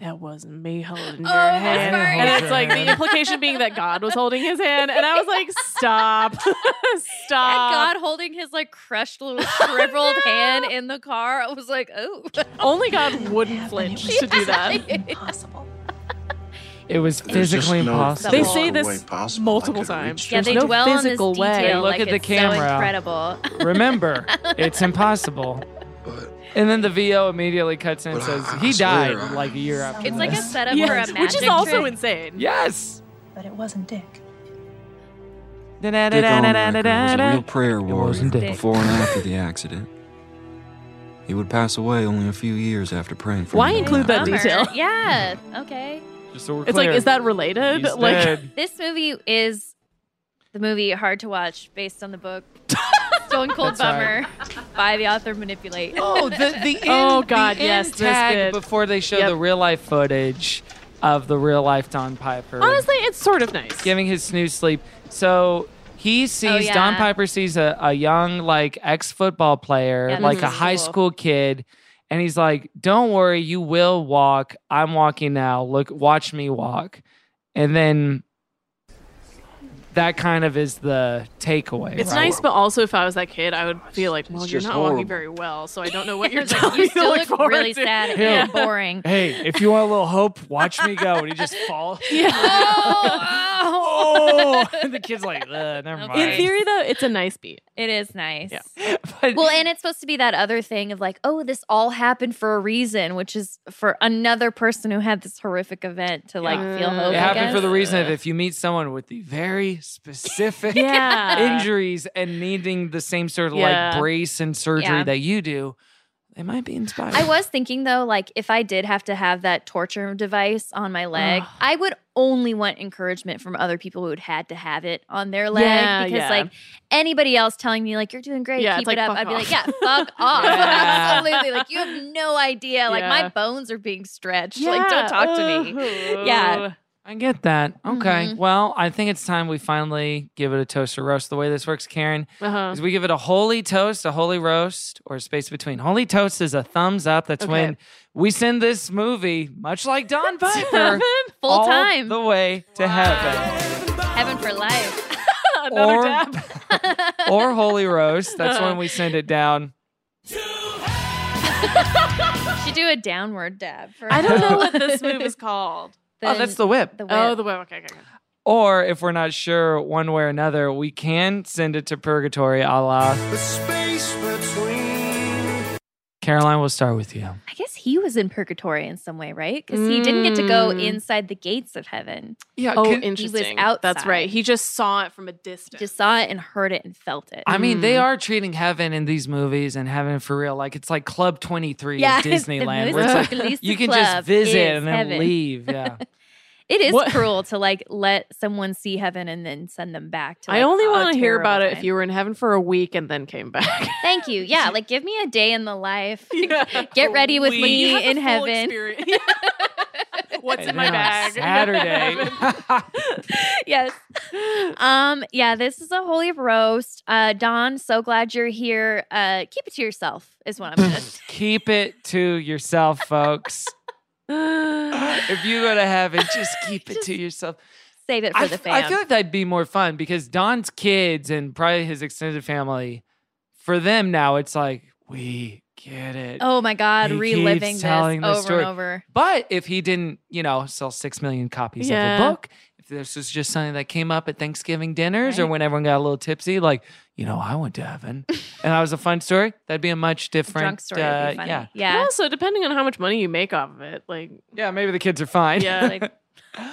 Speaker 8: "That wasn't me holding
Speaker 6: Oh,
Speaker 8: your
Speaker 6: that's
Speaker 8: hand,"
Speaker 6: very
Speaker 8: and
Speaker 7: good.
Speaker 8: it's like the implication being that God was holding his hand, and I was like, "Stop,
Speaker 6: and
Speaker 8: stop."
Speaker 6: God holding his like crushed little shriveled hand in the car. I was like, oh,
Speaker 8: Only God wouldn't flinch to do that.
Speaker 6: Impossible.
Speaker 7: it was
Speaker 14: There's just
Speaker 7: physically
Speaker 14: no
Speaker 7: impossible.
Speaker 8: They
Speaker 6: There's
Speaker 8: say
Speaker 14: no way
Speaker 8: this
Speaker 14: possible
Speaker 8: multiple
Speaker 14: I could have
Speaker 8: times.
Speaker 6: Yeah, they
Speaker 8: There's no
Speaker 6: dwell on this
Speaker 8: physical
Speaker 6: detail.
Speaker 8: way.
Speaker 7: They look
Speaker 6: like
Speaker 7: at the
Speaker 6: it's So
Speaker 7: camera.
Speaker 6: incredible.
Speaker 7: Remember, it's impossible. And then the VO immediately cuts in and says he died like a year after.
Speaker 6: It's like a setup
Speaker 8: Yeah,
Speaker 6: for a magic
Speaker 8: which is also
Speaker 6: trick.
Speaker 8: insane.
Speaker 7: yes.
Speaker 13: But it wasn't Dick.
Speaker 4: Dick Allmerich was a real prayer
Speaker 7: wasn't
Speaker 4: warrior
Speaker 7: Dick.
Speaker 4: before and after the accident. He would pass away only a few years after praying for
Speaker 8: Why
Speaker 4: me.
Speaker 8: include that
Speaker 6: Bummer.
Speaker 8: detail?
Speaker 6: Yeah. Okay.
Speaker 7: Just so we're
Speaker 8: It's like,
Speaker 7: clear.
Speaker 8: is that related?
Speaker 7: He's
Speaker 8: like,
Speaker 7: dead.
Speaker 6: This movie is the movie Hard to Watch, based on the book Stone Cold
Speaker 7: That's right.
Speaker 6: Bummer by the author Manipulate.
Speaker 7: Oh, the the end,
Speaker 8: Oh, God,
Speaker 7: the
Speaker 8: yes,
Speaker 7: end
Speaker 8: this
Speaker 7: tag
Speaker 8: bit.
Speaker 7: before they show
Speaker 8: Yep.
Speaker 7: the real life footage of the real life Don Piper.
Speaker 8: honestly, it's sort of nice.
Speaker 7: giving his snooze sleep. So he sees Don
Speaker 6: Oh, yeah.
Speaker 7: Piper sees a, a young like ex football player,
Speaker 6: Yeah, this
Speaker 7: like
Speaker 6: is
Speaker 7: a high
Speaker 6: cool.
Speaker 7: school kid, and he's like, "Don't worry, you will walk. I'm walking now. Look, watch me walk." And then that kind of is the takeaway.
Speaker 8: It's
Speaker 7: right?
Speaker 8: nice, but also if I was that kid, I would feel like, well, you're
Speaker 7: just
Speaker 8: not
Speaker 7: horrible.
Speaker 8: walking very well, so I don't know what you're
Speaker 6: It's like,
Speaker 8: telling
Speaker 6: you
Speaker 8: me to
Speaker 6: still
Speaker 8: look
Speaker 6: look
Speaker 8: forward
Speaker 6: really
Speaker 8: to.
Speaker 6: sad and
Speaker 7: Yeah.
Speaker 6: boring.
Speaker 7: Hey, if you want a little hope, watch me go. And he just falls.
Speaker 6: Oh,
Speaker 7: and the kid's like, "Ugh, never
Speaker 8: In
Speaker 7: mind.
Speaker 8: theory, though, it's a nice beat.
Speaker 6: It is nice.
Speaker 7: But-
Speaker 6: well, and it's supposed to be that other thing of like, oh, this all happened for a reason, which is for another person who had this horrific event to like feel
Speaker 8: Mm.
Speaker 6: hope.
Speaker 7: It
Speaker 6: I
Speaker 7: happened for the
Speaker 6: guess.
Speaker 7: reason of if you meet someone with the very specific
Speaker 6: Yeah.
Speaker 7: injuries and needing the same sort of
Speaker 6: Uh, Yeah.
Speaker 7: like brace and surgery
Speaker 6: Yeah.
Speaker 7: that you do, they might be inspired.
Speaker 6: I was thinking though, like if I did have to have that torture device on my leg, I would only want encouragement from other people who had had to have it on their leg
Speaker 8: Yeah,
Speaker 6: because
Speaker 8: yeah.
Speaker 6: like anybody else telling me like you're doing great,
Speaker 8: Yeah,
Speaker 6: keep
Speaker 8: it's
Speaker 6: it
Speaker 8: like,
Speaker 6: up,
Speaker 8: fuck
Speaker 6: I'd be like,
Speaker 8: off.
Speaker 6: yeah, fuck off,
Speaker 8: Yeah.
Speaker 6: absolutely. Like you have no idea. Like my
Speaker 8: Yeah.
Speaker 6: bones are being stretched. Like don't talk to me. Yeah.
Speaker 7: I get that. Okay.
Speaker 6: Mm-hmm.
Speaker 7: Well, I think it's time we finally give it a toast or roast. The way this works, Karen,
Speaker 8: Uh-huh.
Speaker 7: is we give it a holy toast, a holy roast, or a space between. Holy toast is a thumbs up. That's
Speaker 6: Okay.
Speaker 7: when we send this movie, much like Don Piper,
Speaker 6: Full
Speaker 7: all
Speaker 6: time.
Speaker 7: the way to heaven.
Speaker 6: Heaven for life.
Speaker 7: Or- or holy roast. That's when we send it down.
Speaker 6: Should do a downward dab. For
Speaker 8: I don't know what this move is called.
Speaker 7: Oh, that's the whip.
Speaker 6: The whip.
Speaker 8: Oh, the whip. Okay, okay, okay.
Speaker 7: Or if we're not sure one way or another, we can send it to purgatory a la
Speaker 3: The space between.
Speaker 7: Caroline. We'll start with you.
Speaker 6: I guess he was in purgatory in some way, right? Because he didn't get to go
Speaker 8: Mm.
Speaker 6: inside the gates of heaven.
Speaker 7: Yeah.
Speaker 8: Oh,
Speaker 6: He
Speaker 8: interesting.
Speaker 6: was outside.
Speaker 8: That's right. He just saw it from a distance.
Speaker 6: just saw it and heard it and felt it.
Speaker 7: I mean, they are treating heaven in these movies and heaven for real. Like it's like Club 23
Speaker 6: Yeah,
Speaker 7: at
Speaker 6: it's the
Speaker 7: Disneyland.
Speaker 6: most
Speaker 7: Where it's like,
Speaker 6: exclusive
Speaker 7: you can
Speaker 6: club
Speaker 7: just visit
Speaker 6: is
Speaker 7: and then
Speaker 6: heaven.
Speaker 7: leave. Yeah.
Speaker 6: It is
Speaker 7: What-
Speaker 6: cruel to like let someone see heaven and then send them back to.
Speaker 8: I only want to hear about it if
Speaker 6: you.
Speaker 8: you were in heaven for a week and then came back.
Speaker 6: Thank you. Yeah, like give me a day in the life. Get ready with
Speaker 8: We-
Speaker 6: me
Speaker 8: You have a
Speaker 6: in
Speaker 8: full
Speaker 6: heaven.
Speaker 8: experience. What's in my
Speaker 7: And then
Speaker 8: bag?
Speaker 7: on Saturday.
Speaker 6: yes. Um. Yeah. This is a holy roast. Uh, Don, so glad you're here. Uh, keep it to yourself is what I'm gonna. say.
Speaker 7: Keep it to yourself, folks. if you go to heaven, just keep it to yourself.
Speaker 6: Save it for
Speaker 7: I,
Speaker 6: the
Speaker 7: f- I
Speaker 6: fam.
Speaker 7: feel like that'd be more fun because Don's kids and probably his extended family, for them now, it's like, we get it.
Speaker 6: oh my God,
Speaker 7: He keeps
Speaker 6: reliving this
Speaker 7: telling the
Speaker 6: over
Speaker 7: story.
Speaker 6: and over.
Speaker 7: But if he didn't, you know, sell six million copies
Speaker 6: Yeah.
Speaker 7: of a book, if this was just something that came up at Thanksgiving dinners or
Speaker 6: Right.
Speaker 7: when everyone got a little tipsy, like, you know, I went to heaven and that was a fun story, that'd be a much different
Speaker 6: Drunk story would be
Speaker 7: uh,
Speaker 6: funny.
Speaker 7: Yeah.
Speaker 8: But also, depending on how much money you make off of it, like
Speaker 7: Yeah, maybe the kids are fine.
Speaker 8: Yeah, like,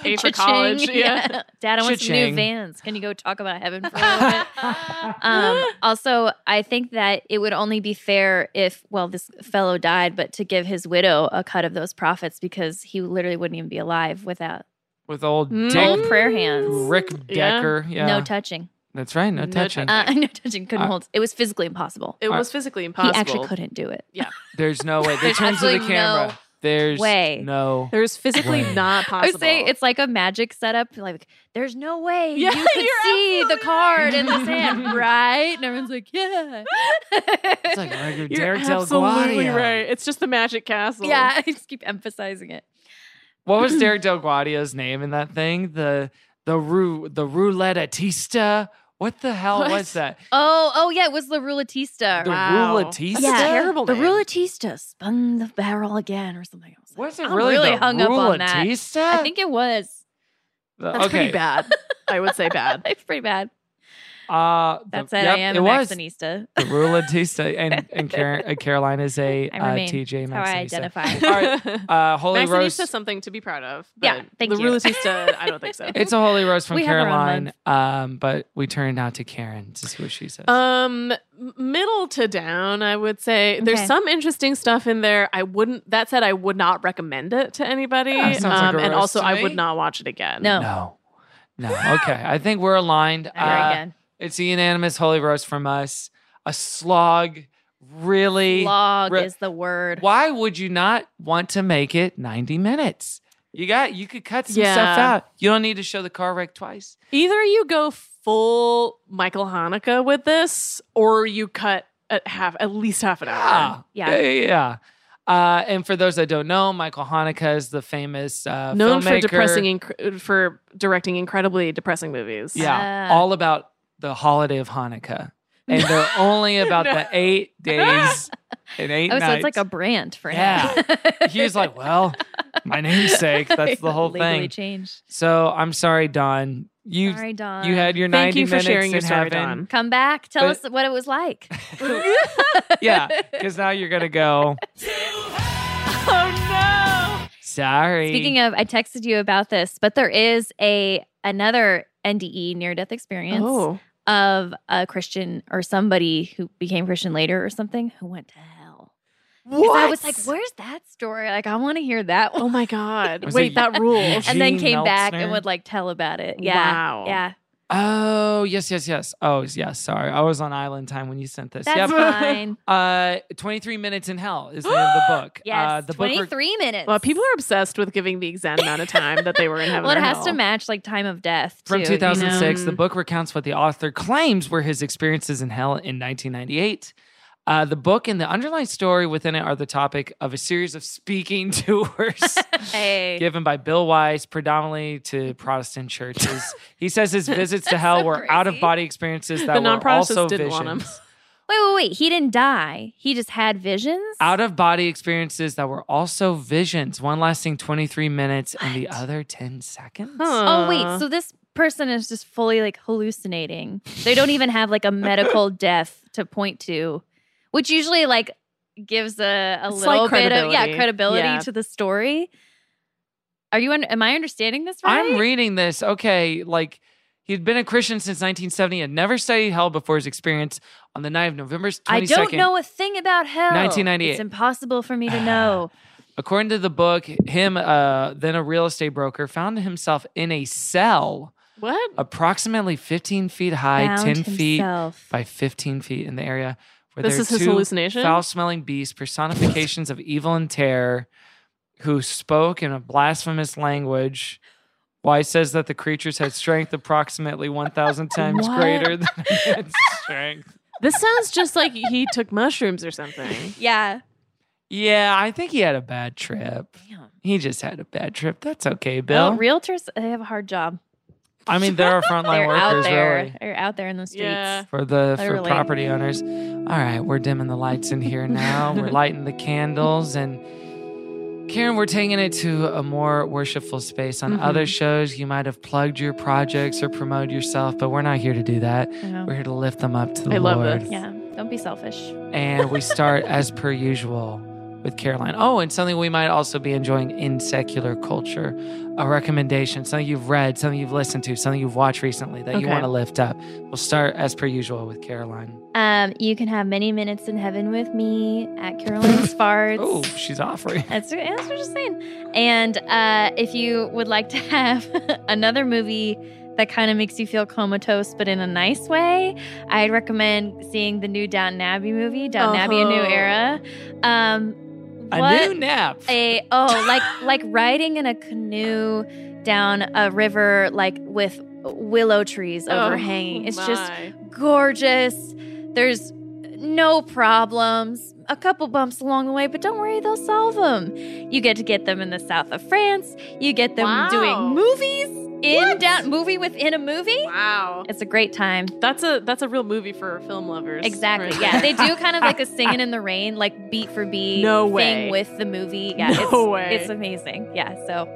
Speaker 8: pay for college.
Speaker 6: Cha-ching.
Speaker 8: Yeah.
Speaker 6: Dad, I want some new
Speaker 7: Cha-ching.
Speaker 6: vans. Can you go talk about heaven for a little bit? um, also, I think that it would only be fair if, well, this fellow died, but to give his widow a cut of those profits because he literally wouldn't even be alive without
Speaker 7: With old
Speaker 6: Mm.
Speaker 7: Dick
Speaker 6: Old prayer hands.
Speaker 7: Rick
Speaker 6: Yeah.
Speaker 7: Decker. Hmm? Yeah.
Speaker 6: no touching.
Speaker 7: That's right. No,
Speaker 8: No
Speaker 7: touching.
Speaker 6: Uh, no touching. Couldn't
Speaker 7: Uh,
Speaker 6: hold. It was physically impossible.
Speaker 8: it was physically impossible.
Speaker 6: He actually couldn't do it.
Speaker 8: Yeah,
Speaker 7: There's no way. They
Speaker 6: There's
Speaker 7: turn to the
Speaker 6: absolutely
Speaker 7: camera.
Speaker 6: no
Speaker 7: There's
Speaker 6: way.
Speaker 7: no.
Speaker 8: there's physically
Speaker 7: Way.
Speaker 8: not
Speaker 6: I
Speaker 8: possible.
Speaker 6: would say it's like a magic setup. Like, there's no way
Speaker 8: Yeah,
Speaker 6: you could
Speaker 8: you're
Speaker 6: see the card in the
Speaker 8: right.
Speaker 6: sand, right? And everyone's like, yeah.
Speaker 7: It's like Roger
Speaker 8: You're
Speaker 7: Derek's El
Speaker 8: absolutely
Speaker 7: Guardia.
Speaker 8: right. It's just the magic castle.
Speaker 6: Yeah, I just keep emphasizing it.
Speaker 7: What was Derek Del Guardia's name in that thing? The the rou the rouletteista. What the hell
Speaker 6: What?
Speaker 7: was that?
Speaker 6: Oh, oh yeah, it was the Rulatista.
Speaker 7: The
Speaker 6: right?
Speaker 7: rouletteista.
Speaker 6: Yeah,
Speaker 8: terrible
Speaker 6: The
Speaker 8: name.
Speaker 6: Rulatista spun the barrel again or something. I was like,
Speaker 7: Was it
Speaker 6: I'm
Speaker 7: really, the
Speaker 6: hung up on that.
Speaker 7: rouletteista?
Speaker 6: I think it was.
Speaker 7: The-
Speaker 8: That's
Speaker 7: okay.
Speaker 8: pretty bad. I would say bad.
Speaker 6: It's pretty bad.
Speaker 7: Uh,
Speaker 6: That's
Speaker 7: the,
Speaker 6: it.
Speaker 7: yep,
Speaker 6: I am
Speaker 7: it
Speaker 6: an E.
Speaker 7: was
Speaker 6: Maxinista.
Speaker 7: the rouletteista, and and Karen, uh, Caroline is a
Speaker 6: I
Speaker 7: uh,
Speaker 6: remain.
Speaker 7: TJ
Speaker 6: That's how I
Speaker 7: Maxinista.
Speaker 6: identify. E
Speaker 7: All right, uh, holy
Speaker 8: Maxinista
Speaker 7: roast.
Speaker 8: is something to be proud of. but
Speaker 6: Yeah, thank
Speaker 8: the
Speaker 6: you.
Speaker 8: Rulatista, I don't think so.
Speaker 7: It's a holy roast from
Speaker 8: We have our own
Speaker 7: Caroline, um, but we turn it now to Karen to see what she says.
Speaker 8: Um, m- middle to down, I would say.
Speaker 6: Okay.
Speaker 8: There's some interesting stuff in there. I wouldn't. That said, I would not recommend it to anybody. um,
Speaker 7: Yeah, sounds like a
Speaker 8: and
Speaker 7: roast
Speaker 8: also,
Speaker 7: to
Speaker 8: I
Speaker 7: me.
Speaker 8: would not watch it again.
Speaker 6: No.
Speaker 7: no, no. Okay, I think we're aligned.
Speaker 6: Very
Speaker 7: Uh,
Speaker 6: good.
Speaker 7: It's a unanimous holy roast from us. A slog, really.
Speaker 6: Log
Speaker 7: re-
Speaker 6: is the word.
Speaker 7: Why would you not want to make it 90 minutes? You got you could cut some stuff
Speaker 8: Yeah.
Speaker 7: out. You don't need to show the car wreck twice.
Speaker 8: Either you go full Michael Hanukkah
Speaker 7: Ah,
Speaker 8: with this, or you cut at half at least half an hour.
Speaker 7: Yeah.
Speaker 6: Yeah.
Speaker 7: Yeah. Uh, and for those that don't know, Michael Haneke is the famous uh,
Speaker 8: Known for
Speaker 7: filmmaker.
Speaker 8: depressing, inc- for directing incredibly depressing movies.
Speaker 7: Yeah, all about the holiday of Hanukkah, and they're only about the eight days and eight
Speaker 6: oh,
Speaker 7: nights.
Speaker 6: so it's like a brand for him.
Speaker 7: yeah. He was like, well, my namesake. That's the whole
Speaker 6: Legally
Speaker 7: thing.
Speaker 6: changed.
Speaker 7: So I'm sorry, Don. You
Speaker 6: Sorry, Don.
Speaker 7: you had your
Speaker 8: Thank
Speaker 7: 90
Speaker 8: you for
Speaker 7: minutes
Speaker 8: sharing
Speaker 7: in
Speaker 8: your story,
Speaker 7: heaven.
Speaker 8: Don.
Speaker 6: Come back. Tell
Speaker 7: But-
Speaker 6: us what it was like.
Speaker 7: yeah, because now you're gonna go.
Speaker 6: oh no.
Speaker 7: Sorry.
Speaker 6: Speaking of, I texted you about this, but there is a another NDE near death experience
Speaker 8: Oh.
Speaker 6: of a Christian or somebody who became Christian later or something who went to hell. 'Cause I was like, where's that story? Like, I want to hear that one.
Speaker 8: Oh my God.
Speaker 6: Was
Speaker 8: Wait,
Speaker 6: it
Speaker 8: that rules.
Speaker 6: and then
Speaker 7: Gene
Speaker 6: came back
Speaker 7: Meltzer? Uh,
Speaker 6: and would like tell about it. Yeah.
Speaker 8: Wow.
Speaker 6: Yeah.
Speaker 7: Oh yes, yes, yes. Oh yes. Sorry, I was on island time when you sent this.
Speaker 6: That's
Speaker 7: yep.
Speaker 6: fine.
Speaker 7: Uh, 23 minutes in hell is the name of the book.
Speaker 6: Yes.
Speaker 7: Uh, the book.
Speaker 6: 23 minutes.
Speaker 8: Well, people are obsessed with giving the exact amount of time that they were in heaven.
Speaker 6: well, it
Speaker 8: or
Speaker 6: has
Speaker 8: hell.
Speaker 6: to match like time of death
Speaker 7: From
Speaker 6: too, you know?
Speaker 7: 2006, the book recounts what the author claims were his experiences in hell in 1998. Uh, the book and the underlying story within it are the topic of a series of speaking tours
Speaker 6: Hey.
Speaker 7: given by Bill Weiss, predominantly to Protestant churches. he says his visits to hell were out of body experiences that
Speaker 8: The
Speaker 7: were
Speaker 8: non-Protestants
Speaker 7: also
Speaker 8: didn't
Speaker 7: visions.
Speaker 8: want 'em.
Speaker 6: Wait, wait, wait. He didn't die. He just had visions.
Speaker 7: out of body experiences that were also visions, one lasting 23 minutes and the other 10 seconds.
Speaker 6: Oh
Speaker 7: Uh.
Speaker 6: wait, so this person is just fully like hallucinating. They don't even have like a medical death to point to, which usually like gives a, a
Speaker 8: It's
Speaker 6: little
Speaker 8: like
Speaker 6: bit of yeah
Speaker 8: credibility.
Speaker 6: credibility
Speaker 8: Yeah.
Speaker 6: to the story. Are you? Un- am I understanding this right?
Speaker 7: I'm reading this. Okay, like he'd been a Christian since 1970 and never studied hell before his experience on the night of November 22nd.
Speaker 6: I don't know a thing about hell.
Speaker 7: 1998.
Speaker 6: It's impossible for me to know.
Speaker 7: According to the book, him, uh, then a real estate broker, found himself in a cell
Speaker 8: What?
Speaker 7: approximately 15 feet high,
Speaker 6: Found
Speaker 7: 10
Speaker 6: himself.
Speaker 7: feet by 15 feet in the area. Where
Speaker 8: This
Speaker 7: there are
Speaker 8: is his
Speaker 7: two
Speaker 8: hallucination?
Speaker 7: Foul-smelling beasts, personifications of evil and terror, who spoke in a blasphemous language. Weiss says that the creatures had strength approximately 1,000 times
Speaker 8: What?
Speaker 7: greater than man's strength.
Speaker 8: This sounds just like he took mushrooms or something.
Speaker 6: Yeah.
Speaker 7: Yeah, I think he had a bad trip.
Speaker 6: Damn.
Speaker 7: He just had a bad trip. That's okay,
Speaker 6: Well,
Speaker 7: Bill.
Speaker 6: Oh, realtors they have a hard job.
Speaker 7: I mean, there are frontline
Speaker 6: They're
Speaker 7: workers,
Speaker 6: out there.
Speaker 7: really.
Speaker 6: They're out there in the streets.
Speaker 8: Yeah.
Speaker 7: for the for
Speaker 6: Literally.
Speaker 7: property owners. All right, we're dimming the lights in here now. we're lighting the candles and Karen, we're taking it to a more worshipful space. On
Speaker 8: Mhm.
Speaker 7: other shows, you might have plugged your projects or promoted yourself, but we're not here to do that.
Speaker 6: Yeah.
Speaker 7: We're here to lift them up to the
Speaker 8: I
Speaker 7: Lord.
Speaker 8: love this.
Speaker 6: Yeah. Don't be selfish.
Speaker 7: And we start as per usual with Caroline. Oh, and something we might also be enjoying in secular culture, a recommendation, something you've read, something you've listened to, something you've watched recently that you
Speaker 8: Okay.
Speaker 7: want to lift up. We'll start as per usual with Caroline.
Speaker 6: Um, you can have many minutes in heaven with me at Caroline's Farts.
Speaker 7: Oh, she's offering.
Speaker 6: That's, that's what I'm just saying. And uh, if you would like to have another movie that kind of makes you feel comatose, but in a nice way, I'd recommend seeing the new Downton Abbey movie, Downton Abbey: A New
Speaker 8: Oh.
Speaker 6: Era. Um,
Speaker 7: Uh-huh. A
Speaker 6: what
Speaker 7: new nap.
Speaker 6: a oh like like riding in a canoe down a river like with willow trees
Speaker 7: Oh
Speaker 6: overhanging.
Speaker 8: Oh
Speaker 6: it's just gorgeous. There's no problems. A couple bumps along the way, but don't worry, they'll solve them. You get to get them in the south of France. You get them
Speaker 8: Wow.
Speaker 6: doing movies in down movie within a movie.
Speaker 8: wow.
Speaker 6: It's a great time.
Speaker 8: That's a that's a real movie for film lovers.
Speaker 6: Exactly.
Speaker 8: right
Speaker 6: Yeah,
Speaker 8: there.
Speaker 6: they do kind of like a singing in the rain, like beat for beat
Speaker 8: No
Speaker 6: thing
Speaker 8: way.
Speaker 6: with the movie. Yeah,
Speaker 8: No
Speaker 6: it's,
Speaker 8: way.
Speaker 6: it's amazing. Yeah, so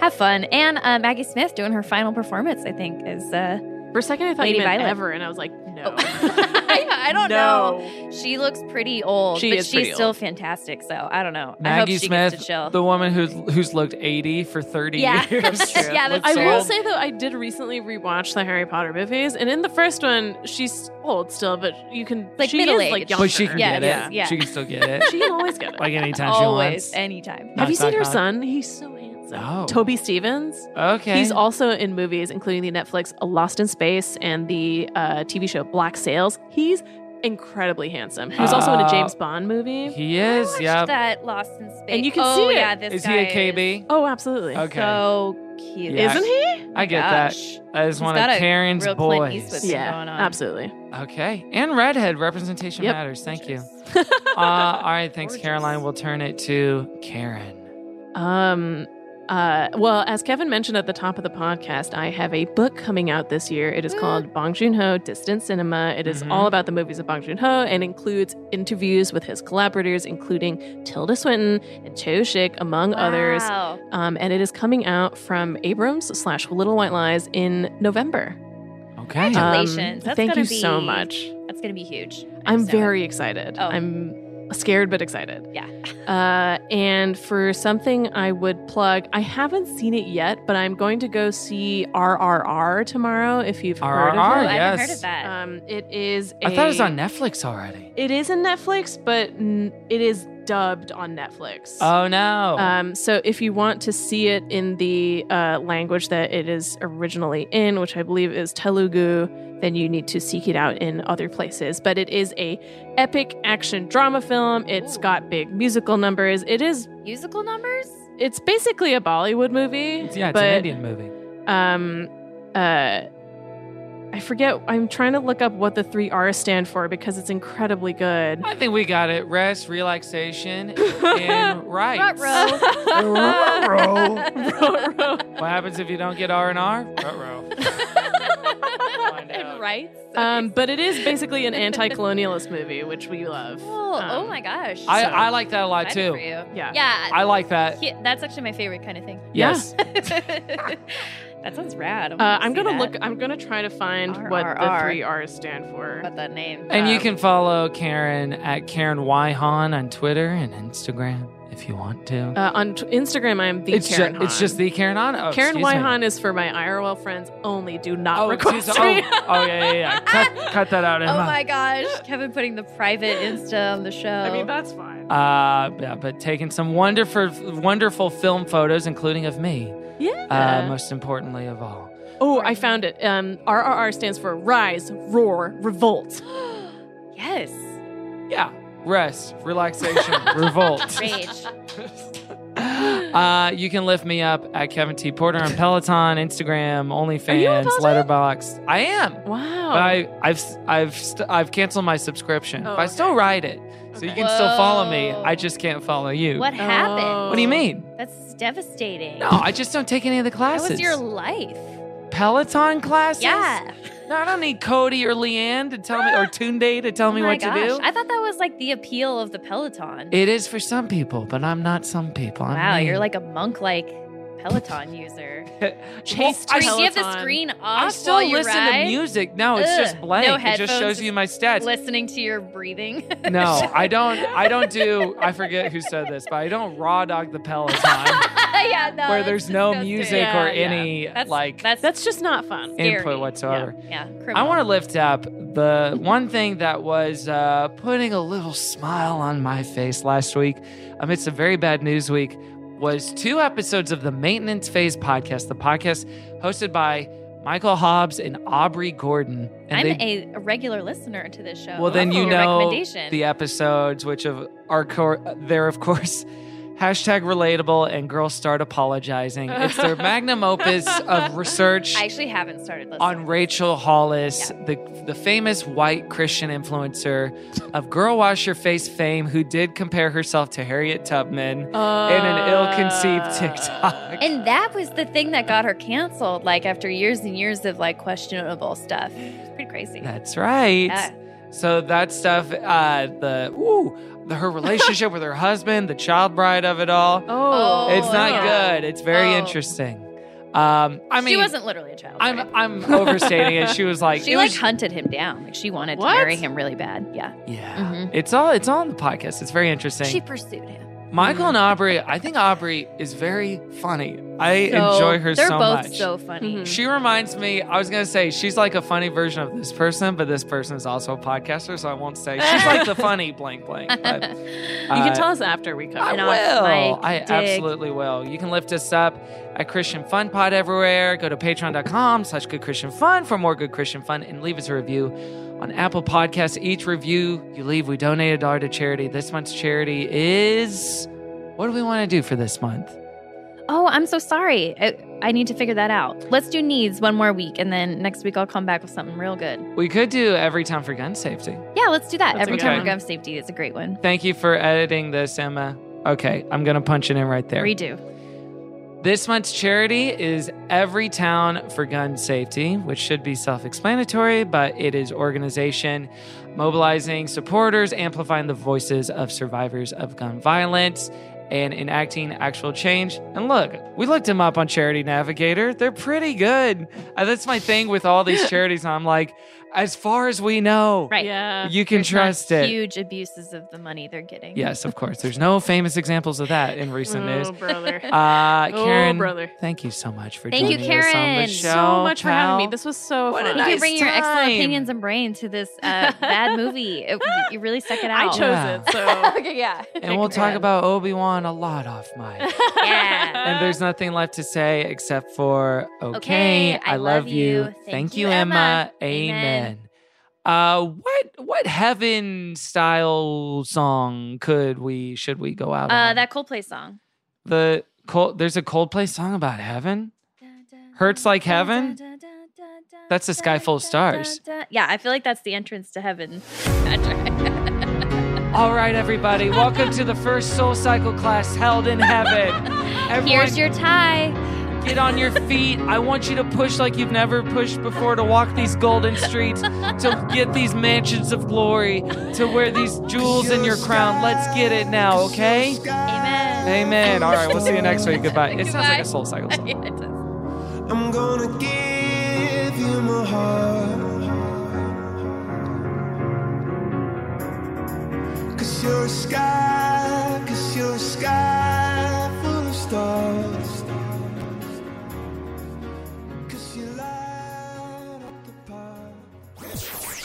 Speaker 6: have fun. And uh, Maggie Smith doing her final performance, I think, is uh,
Speaker 8: For a second, I thought
Speaker 6: Lady
Speaker 8: you meant
Speaker 6: Violet. Oh.
Speaker 8: ever, and I was like, no.
Speaker 6: I, I don't know.
Speaker 8: no.
Speaker 6: She looks pretty old,
Speaker 8: She
Speaker 6: but
Speaker 8: is
Speaker 6: she's
Speaker 8: pretty
Speaker 6: still
Speaker 8: old.
Speaker 6: fantastic. So I don't know. I hope
Speaker 7: Maggie
Speaker 6: she
Speaker 7: Smith,
Speaker 6: gets to chill.
Speaker 7: the woman who's who's looked eighty for thirty
Speaker 6: Yeah.
Speaker 7: years.
Speaker 6: Yeah, that's
Speaker 7: Looks
Speaker 8: I
Speaker 6: So-
Speaker 8: will
Speaker 7: old.
Speaker 8: say though, I did recently rewatch the Harry Potter movies, and in the first one, she's old still, but you can
Speaker 6: Like
Speaker 8: she
Speaker 6: middle
Speaker 8: is like
Speaker 6: age.
Speaker 8: younger.
Speaker 7: but she can
Speaker 6: Yes,
Speaker 7: get it.
Speaker 6: yeah.
Speaker 7: She can still get it.
Speaker 8: She can always get it.
Speaker 7: like anytime
Speaker 6: Always,
Speaker 7: she wants.
Speaker 6: anytime.
Speaker 7: Knock,
Speaker 8: Have you seen
Speaker 7: knock,
Speaker 8: her
Speaker 7: knock.
Speaker 8: son? He's so handsome.
Speaker 7: No.
Speaker 8: Toby Stevens.
Speaker 7: Okay.
Speaker 8: He's also in movies, including the Netflix Lost in Space and the uh, TV show Black Sails. He's incredibly handsome. He was also in
Speaker 7: Uh,
Speaker 8: a James Bond movie.
Speaker 7: He
Speaker 6: I
Speaker 7: is.
Speaker 6: watched
Speaker 7: Yeah.
Speaker 6: that Lost in Space.
Speaker 8: And you can
Speaker 6: oh,
Speaker 8: see it.
Speaker 6: yeah, this
Speaker 7: Is he
Speaker 6: guy
Speaker 7: a KB?
Speaker 8: oh, absolutely.
Speaker 6: Is
Speaker 7: Okay.
Speaker 6: So cute.
Speaker 7: Yeah.
Speaker 8: Isn't he?
Speaker 7: I get
Speaker 6: Oh Gosh.
Speaker 7: that. That is
Speaker 6: He's
Speaker 7: one
Speaker 6: got
Speaker 7: of
Speaker 6: a
Speaker 7: Karen's
Speaker 6: real Clint Eastwood
Speaker 7: boys.
Speaker 6: thing
Speaker 8: Yeah,
Speaker 6: going on.
Speaker 8: absolutely.
Speaker 7: Okay. And redhead representation
Speaker 8: Yep.
Speaker 7: matters. Thank you. uh, all right, thanks, Caroline. We'll turn it to Karen.
Speaker 8: Um, uh, well, as Kevin mentioned at the top of the podcast, I have a book coming out this year. It is
Speaker 6: Mm.
Speaker 8: called Bong Joon Ho Distant Cinema. It
Speaker 6: Mm-hmm.
Speaker 8: is all about the movies of Bong Joon Ho and includes interviews with his collaborators, including Tilda Swinton and Cho Schick, among others.
Speaker 6: Wow.
Speaker 8: Um, and it is coming out from Abrams slash Little White Lies in November.
Speaker 7: Okay.
Speaker 8: Um,
Speaker 6: Congratulations. That's
Speaker 8: thank
Speaker 6: gonna
Speaker 8: you
Speaker 6: be-
Speaker 8: so much.
Speaker 6: That's going to be huge.
Speaker 8: I'm
Speaker 6: so-
Speaker 8: very excited.
Speaker 6: Oh.
Speaker 8: I'm scared but excited.
Speaker 6: Yeah.
Speaker 8: Uh, and for something I would plug, I haven't seen it yet, but I'm going to go see RRR tomorrow. If you've heard of it,
Speaker 7: RRR, Oh, I haven't yes. heard of
Speaker 6: that.
Speaker 8: Um, it is.
Speaker 7: I thought it was
Speaker 8: a-
Speaker 7: on Netflix already.
Speaker 8: It is in Netflix, but n- it is dubbed on Netflix.
Speaker 7: Oh no.
Speaker 6: Uh,
Speaker 8: Um, so if you want to see it in the uh, language that it is originally in, which I believe is Telugu, then you need to seek it out in other places. But it is a epic action drama film. It's got big musical numbers. It is.
Speaker 6: Musical numbers?
Speaker 8: It's basically a Bollywood movie.
Speaker 7: yeah, it's
Speaker 8: but,
Speaker 7: an Indian movie.
Speaker 8: Um, uh, I forget. I'm trying to look up what the three R's stand for because it's incredibly good.
Speaker 7: I think we got it. Rest, relaxation, and rights. What happens if you don't get R and R? Ruh-roh.
Speaker 6: and rights?
Speaker 7: Uh,
Speaker 8: Um, but it is basically an anti-colonialist movie, which we love. Um, uh,
Speaker 6: Cool. oh my gosh.
Speaker 7: I,
Speaker 6: So
Speaker 7: I like that a lot
Speaker 6: excited
Speaker 7: too.
Speaker 6: for you.
Speaker 8: Yeah.
Speaker 6: Yeah.
Speaker 7: I like that.
Speaker 6: He- that's actually my favorite kind of thing.
Speaker 7: Uh, Yes.
Speaker 6: that sounds rad.
Speaker 8: Uh, I'm gonna look. I'm gonna try to find what the
Speaker 6: RRR.
Speaker 8: three R's stand for.
Speaker 6: But that name. Um,
Speaker 7: And you can follow Karen at Karen Wyhan on Twitter and Instagram if you want to.
Speaker 8: Uh, on t- Instagram, I'm the
Speaker 7: it's, ju-
Speaker 8: Karen.
Speaker 7: it's just the Karen on. Oh, excuse
Speaker 8: Karen
Speaker 7: me.
Speaker 8: Wyhan is for my IRL friends only. Do not
Speaker 7: Oh,
Speaker 8: request
Speaker 7: excuse- oh,
Speaker 8: me.
Speaker 7: oh, yeah, yeah, yeah. Cut, cut that out, Emma.
Speaker 6: Oh my gosh, Kevin putting the private Insta on the show. I mean,
Speaker 8: that's fine.
Speaker 7: Uh, yeah, but taking some wonderful, wonderful film photos, including of me.
Speaker 8: Yeah.
Speaker 7: Uh, most importantly of all.
Speaker 8: oh, I found it. Um, RRR stands for Rise, Roar, Revolt.
Speaker 6: yes.
Speaker 7: Yeah. Rest, relaxation, revolt. Uh, you can lift me up at Kevin T. Porter on Peloton, Instagram, OnlyFans, Letterbox. I am.
Speaker 6: Oh.
Speaker 8: Wow.
Speaker 7: But I, I've I've st- I've canceled my subscription.
Speaker 8: Oh,
Speaker 7: but I still ride it, so you can still follow me. I just can't follow you.
Speaker 6: What happened?
Speaker 7: Oh. What do you mean?
Speaker 6: That's devastating.
Speaker 7: No, I just don't take any of the
Speaker 6: That
Speaker 7: classes.
Speaker 6: was your life.
Speaker 7: Peloton classes?
Speaker 6: Yeah. Ah!
Speaker 7: No, I don't need Cody or Leanne to tell me or Tunde to tell me
Speaker 6: oh my
Speaker 7: what
Speaker 6: gosh.
Speaker 7: to do.
Speaker 6: I thought that was like the appeal of the Peloton.
Speaker 7: it is for some people, but I'm not some people. I'm
Speaker 6: wow,
Speaker 7: me.
Speaker 6: you're like a monk like Peloton user.
Speaker 7: Chase
Speaker 6: Do
Speaker 7: Peloton.
Speaker 6: you have the screen off?
Speaker 7: I still
Speaker 6: while you
Speaker 7: listen
Speaker 6: ride?
Speaker 7: to music. No, it's
Speaker 6: Ugh.
Speaker 7: just blank.
Speaker 6: No
Speaker 7: it just
Speaker 6: headphones,
Speaker 7: shows you my stats.
Speaker 6: Listening to your breathing.
Speaker 7: No, I don't. I don't do. I forget who said this, but I don't raw dog the Peloton
Speaker 6: Uh, yeah, no.
Speaker 7: where
Speaker 6: that's
Speaker 7: there's no music
Speaker 6: Yeah,
Speaker 7: or
Speaker 6: yeah.
Speaker 7: any
Speaker 6: That's-
Speaker 7: like
Speaker 6: that's
Speaker 8: That's just not fun.
Speaker 6: scary.
Speaker 7: input whatsoever.
Speaker 6: Yeah.
Speaker 7: I
Speaker 6: criminal.
Speaker 7: want to lift up the one thing that was uh, putting a little smile on my face last week amidst a very bad news week was two episodes of the Maintenance Phase podcast, the podcast hosted by Michael Hobbs and Aubrey Gordon. And
Speaker 6: I'm
Speaker 7: they-
Speaker 6: a, a regular listener to this show.
Speaker 7: well, then you
Speaker 6: Your
Speaker 7: know
Speaker 6: recommendation.
Speaker 7: the episodes, which of are co- they're of course hashtag relatable and girls start apologizing. It's their magnum opus of research
Speaker 6: I actually haven't started listening.
Speaker 7: on Rachel Hollis, the the famous white Christian influencer of girl wash your face fame, who did compare herself to Harriet Tubman in an ill-conceived
Speaker 6: Uh.
Speaker 7: TikTok.
Speaker 6: and that was the thing that got her canceled, like after years and years of like questionable stuff. It's pretty crazy.
Speaker 7: That's right.
Speaker 6: Yeah.
Speaker 7: So that stuff, uh, the ooh, the, her relationship with her husband, the child bride of it all.
Speaker 8: Oh,
Speaker 7: it's not
Speaker 6: no.
Speaker 7: good. It's very
Speaker 6: Oh.
Speaker 7: interesting. Um, I mean,
Speaker 6: she wasn't literally a child.
Speaker 7: I'm I'm overstating it. She was like,
Speaker 6: she
Speaker 7: it
Speaker 6: like
Speaker 7: was-
Speaker 6: hunted him down. Like she wanted
Speaker 7: What?
Speaker 6: to marry him really bad. Yeah.
Speaker 7: yeah. It's all it's all on the podcast. It's very interesting.
Speaker 6: Mm-hmm. She pursued him.
Speaker 7: Michael and Aubrey, I think Aubrey is very funny. I
Speaker 6: So-
Speaker 7: enjoy her
Speaker 6: They're
Speaker 7: so
Speaker 6: both
Speaker 7: much. Mm-hmm.
Speaker 6: so funny.
Speaker 7: She reminds me, I was going to say, she's like a funny version of this person, but this person is also a podcaster, so I won't say. She's like the funny blank blank. But,
Speaker 8: you
Speaker 7: uh,
Speaker 8: can tell us after we cover.
Speaker 7: I
Speaker 8: it.
Speaker 7: will. I absolutely will. You can lift us up at Christian Fun Pod everywhere. Go to patreon.com slash good Christian fun for more good Christian fun and leave us a review on Apple Podcasts. Each review you leave, we donate a dollar to charity. This month's charity is what do we want to do for this month?
Speaker 6: Oh, I'm so sorry. I, I need to figure that out. Let's do needs one more week, and then next week I'll come back with something real good.
Speaker 7: We could do every time for gun safety.
Speaker 6: Yeah, let's do that.
Speaker 7: That's a
Speaker 6: Every
Speaker 7: good
Speaker 6: time
Speaker 7: one.
Speaker 6: we have safety, it's a great one.
Speaker 7: Thank you for editing this, Emma. Okay, I'm gonna punch it in right there.
Speaker 6: Redo.
Speaker 7: This month's charity is Every Town for Gun Safety, which should be self explanatory, but it is organization mobilizing supporters, amplifying the voices of survivors of gun violence, and enacting actual change. And look, we looked them up on Charity Navigator. They're pretty good. Uh, that's my thing with all these charities. I'm like, as far as we know,
Speaker 6: Right. Uh,
Speaker 8: Yeah.
Speaker 7: you can
Speaker 6: There's not
Speaker 7: trust it.
Speaker 6: Huge abuses of the money they're getting.
Speaker 7: Yes, of course. There's no famous examples of that in recent
Speaker 6: Oh,
Speaker 7: news.
Speaker 6: brother.
Speaker 7: Uh,
Speaker 6: Oh,
Speaker 7: Karen,
Speaker 6: brother.
Speaker 7: thank you so much for
Speaker 6: Thank you,
Speaker 7: joining us on the
Speaker 6: Karen.
Speaker 7: show.
Speaker 8: so much for having me.
Speaker 7: pal.
Speaker 8: This was so
Speaker 6: You
Speaker 8: fun.
Speaker 6: can bring your excellent
Speaker 7: time.
Speaker 6: opinions and brain to this uh, bad movie. It, you really stuck it
Speaker 8: I
Speaker 6: out.
Speaker 8: chose
Speaker 7: Yeah.
Speaker 8: it, so
Speaker 6: okay, yeah.
Speaker 7: and we'll talk about Obi Wan a lot off mic.
Speaker 6: Yeah.
Speaker 7: and there's nothing left to say except for okay,
Speaker 6: Okay,
Speaker 7: I, love, you. Thank, you, Emma. Amen. Uh, what what heaven style song could we should we go out
Speaker 6: Uh,
Speaker 7: on?
Speaker 6: that Coldplay song.
Speaker 7: the cold there's a Coldplay song about heaven. Hurts like heaven. That's the sky full of stars.
Speaker 6: Da- Yeah, I feel like that's the entrance to heaven. Magic.
Speaker 7: All right, everybody, welcome to the first Soul Cycle class held in heaven. Everyone,
Speaker 6: Here's your tie.
Speaker 7: get on your feet. I want you to push like you've never pushed before to walk these golden streets, to get these mansions of glory, to wear these jewels in your crown. Let's get it now, okay?
Speaker 6: Amen.
Speaker 7: Amen. All right, we'll see you next week. Goodbye. It sounds
Speaker 6: Goodbye.
Speaker 7: like a Soul Cycle song.
Speaker 6: Yeah, it does.
Speaker 3: I'm gonna give you my heart. Cause you're a sky, cause you're a sky full of stars. Cause you light up the path.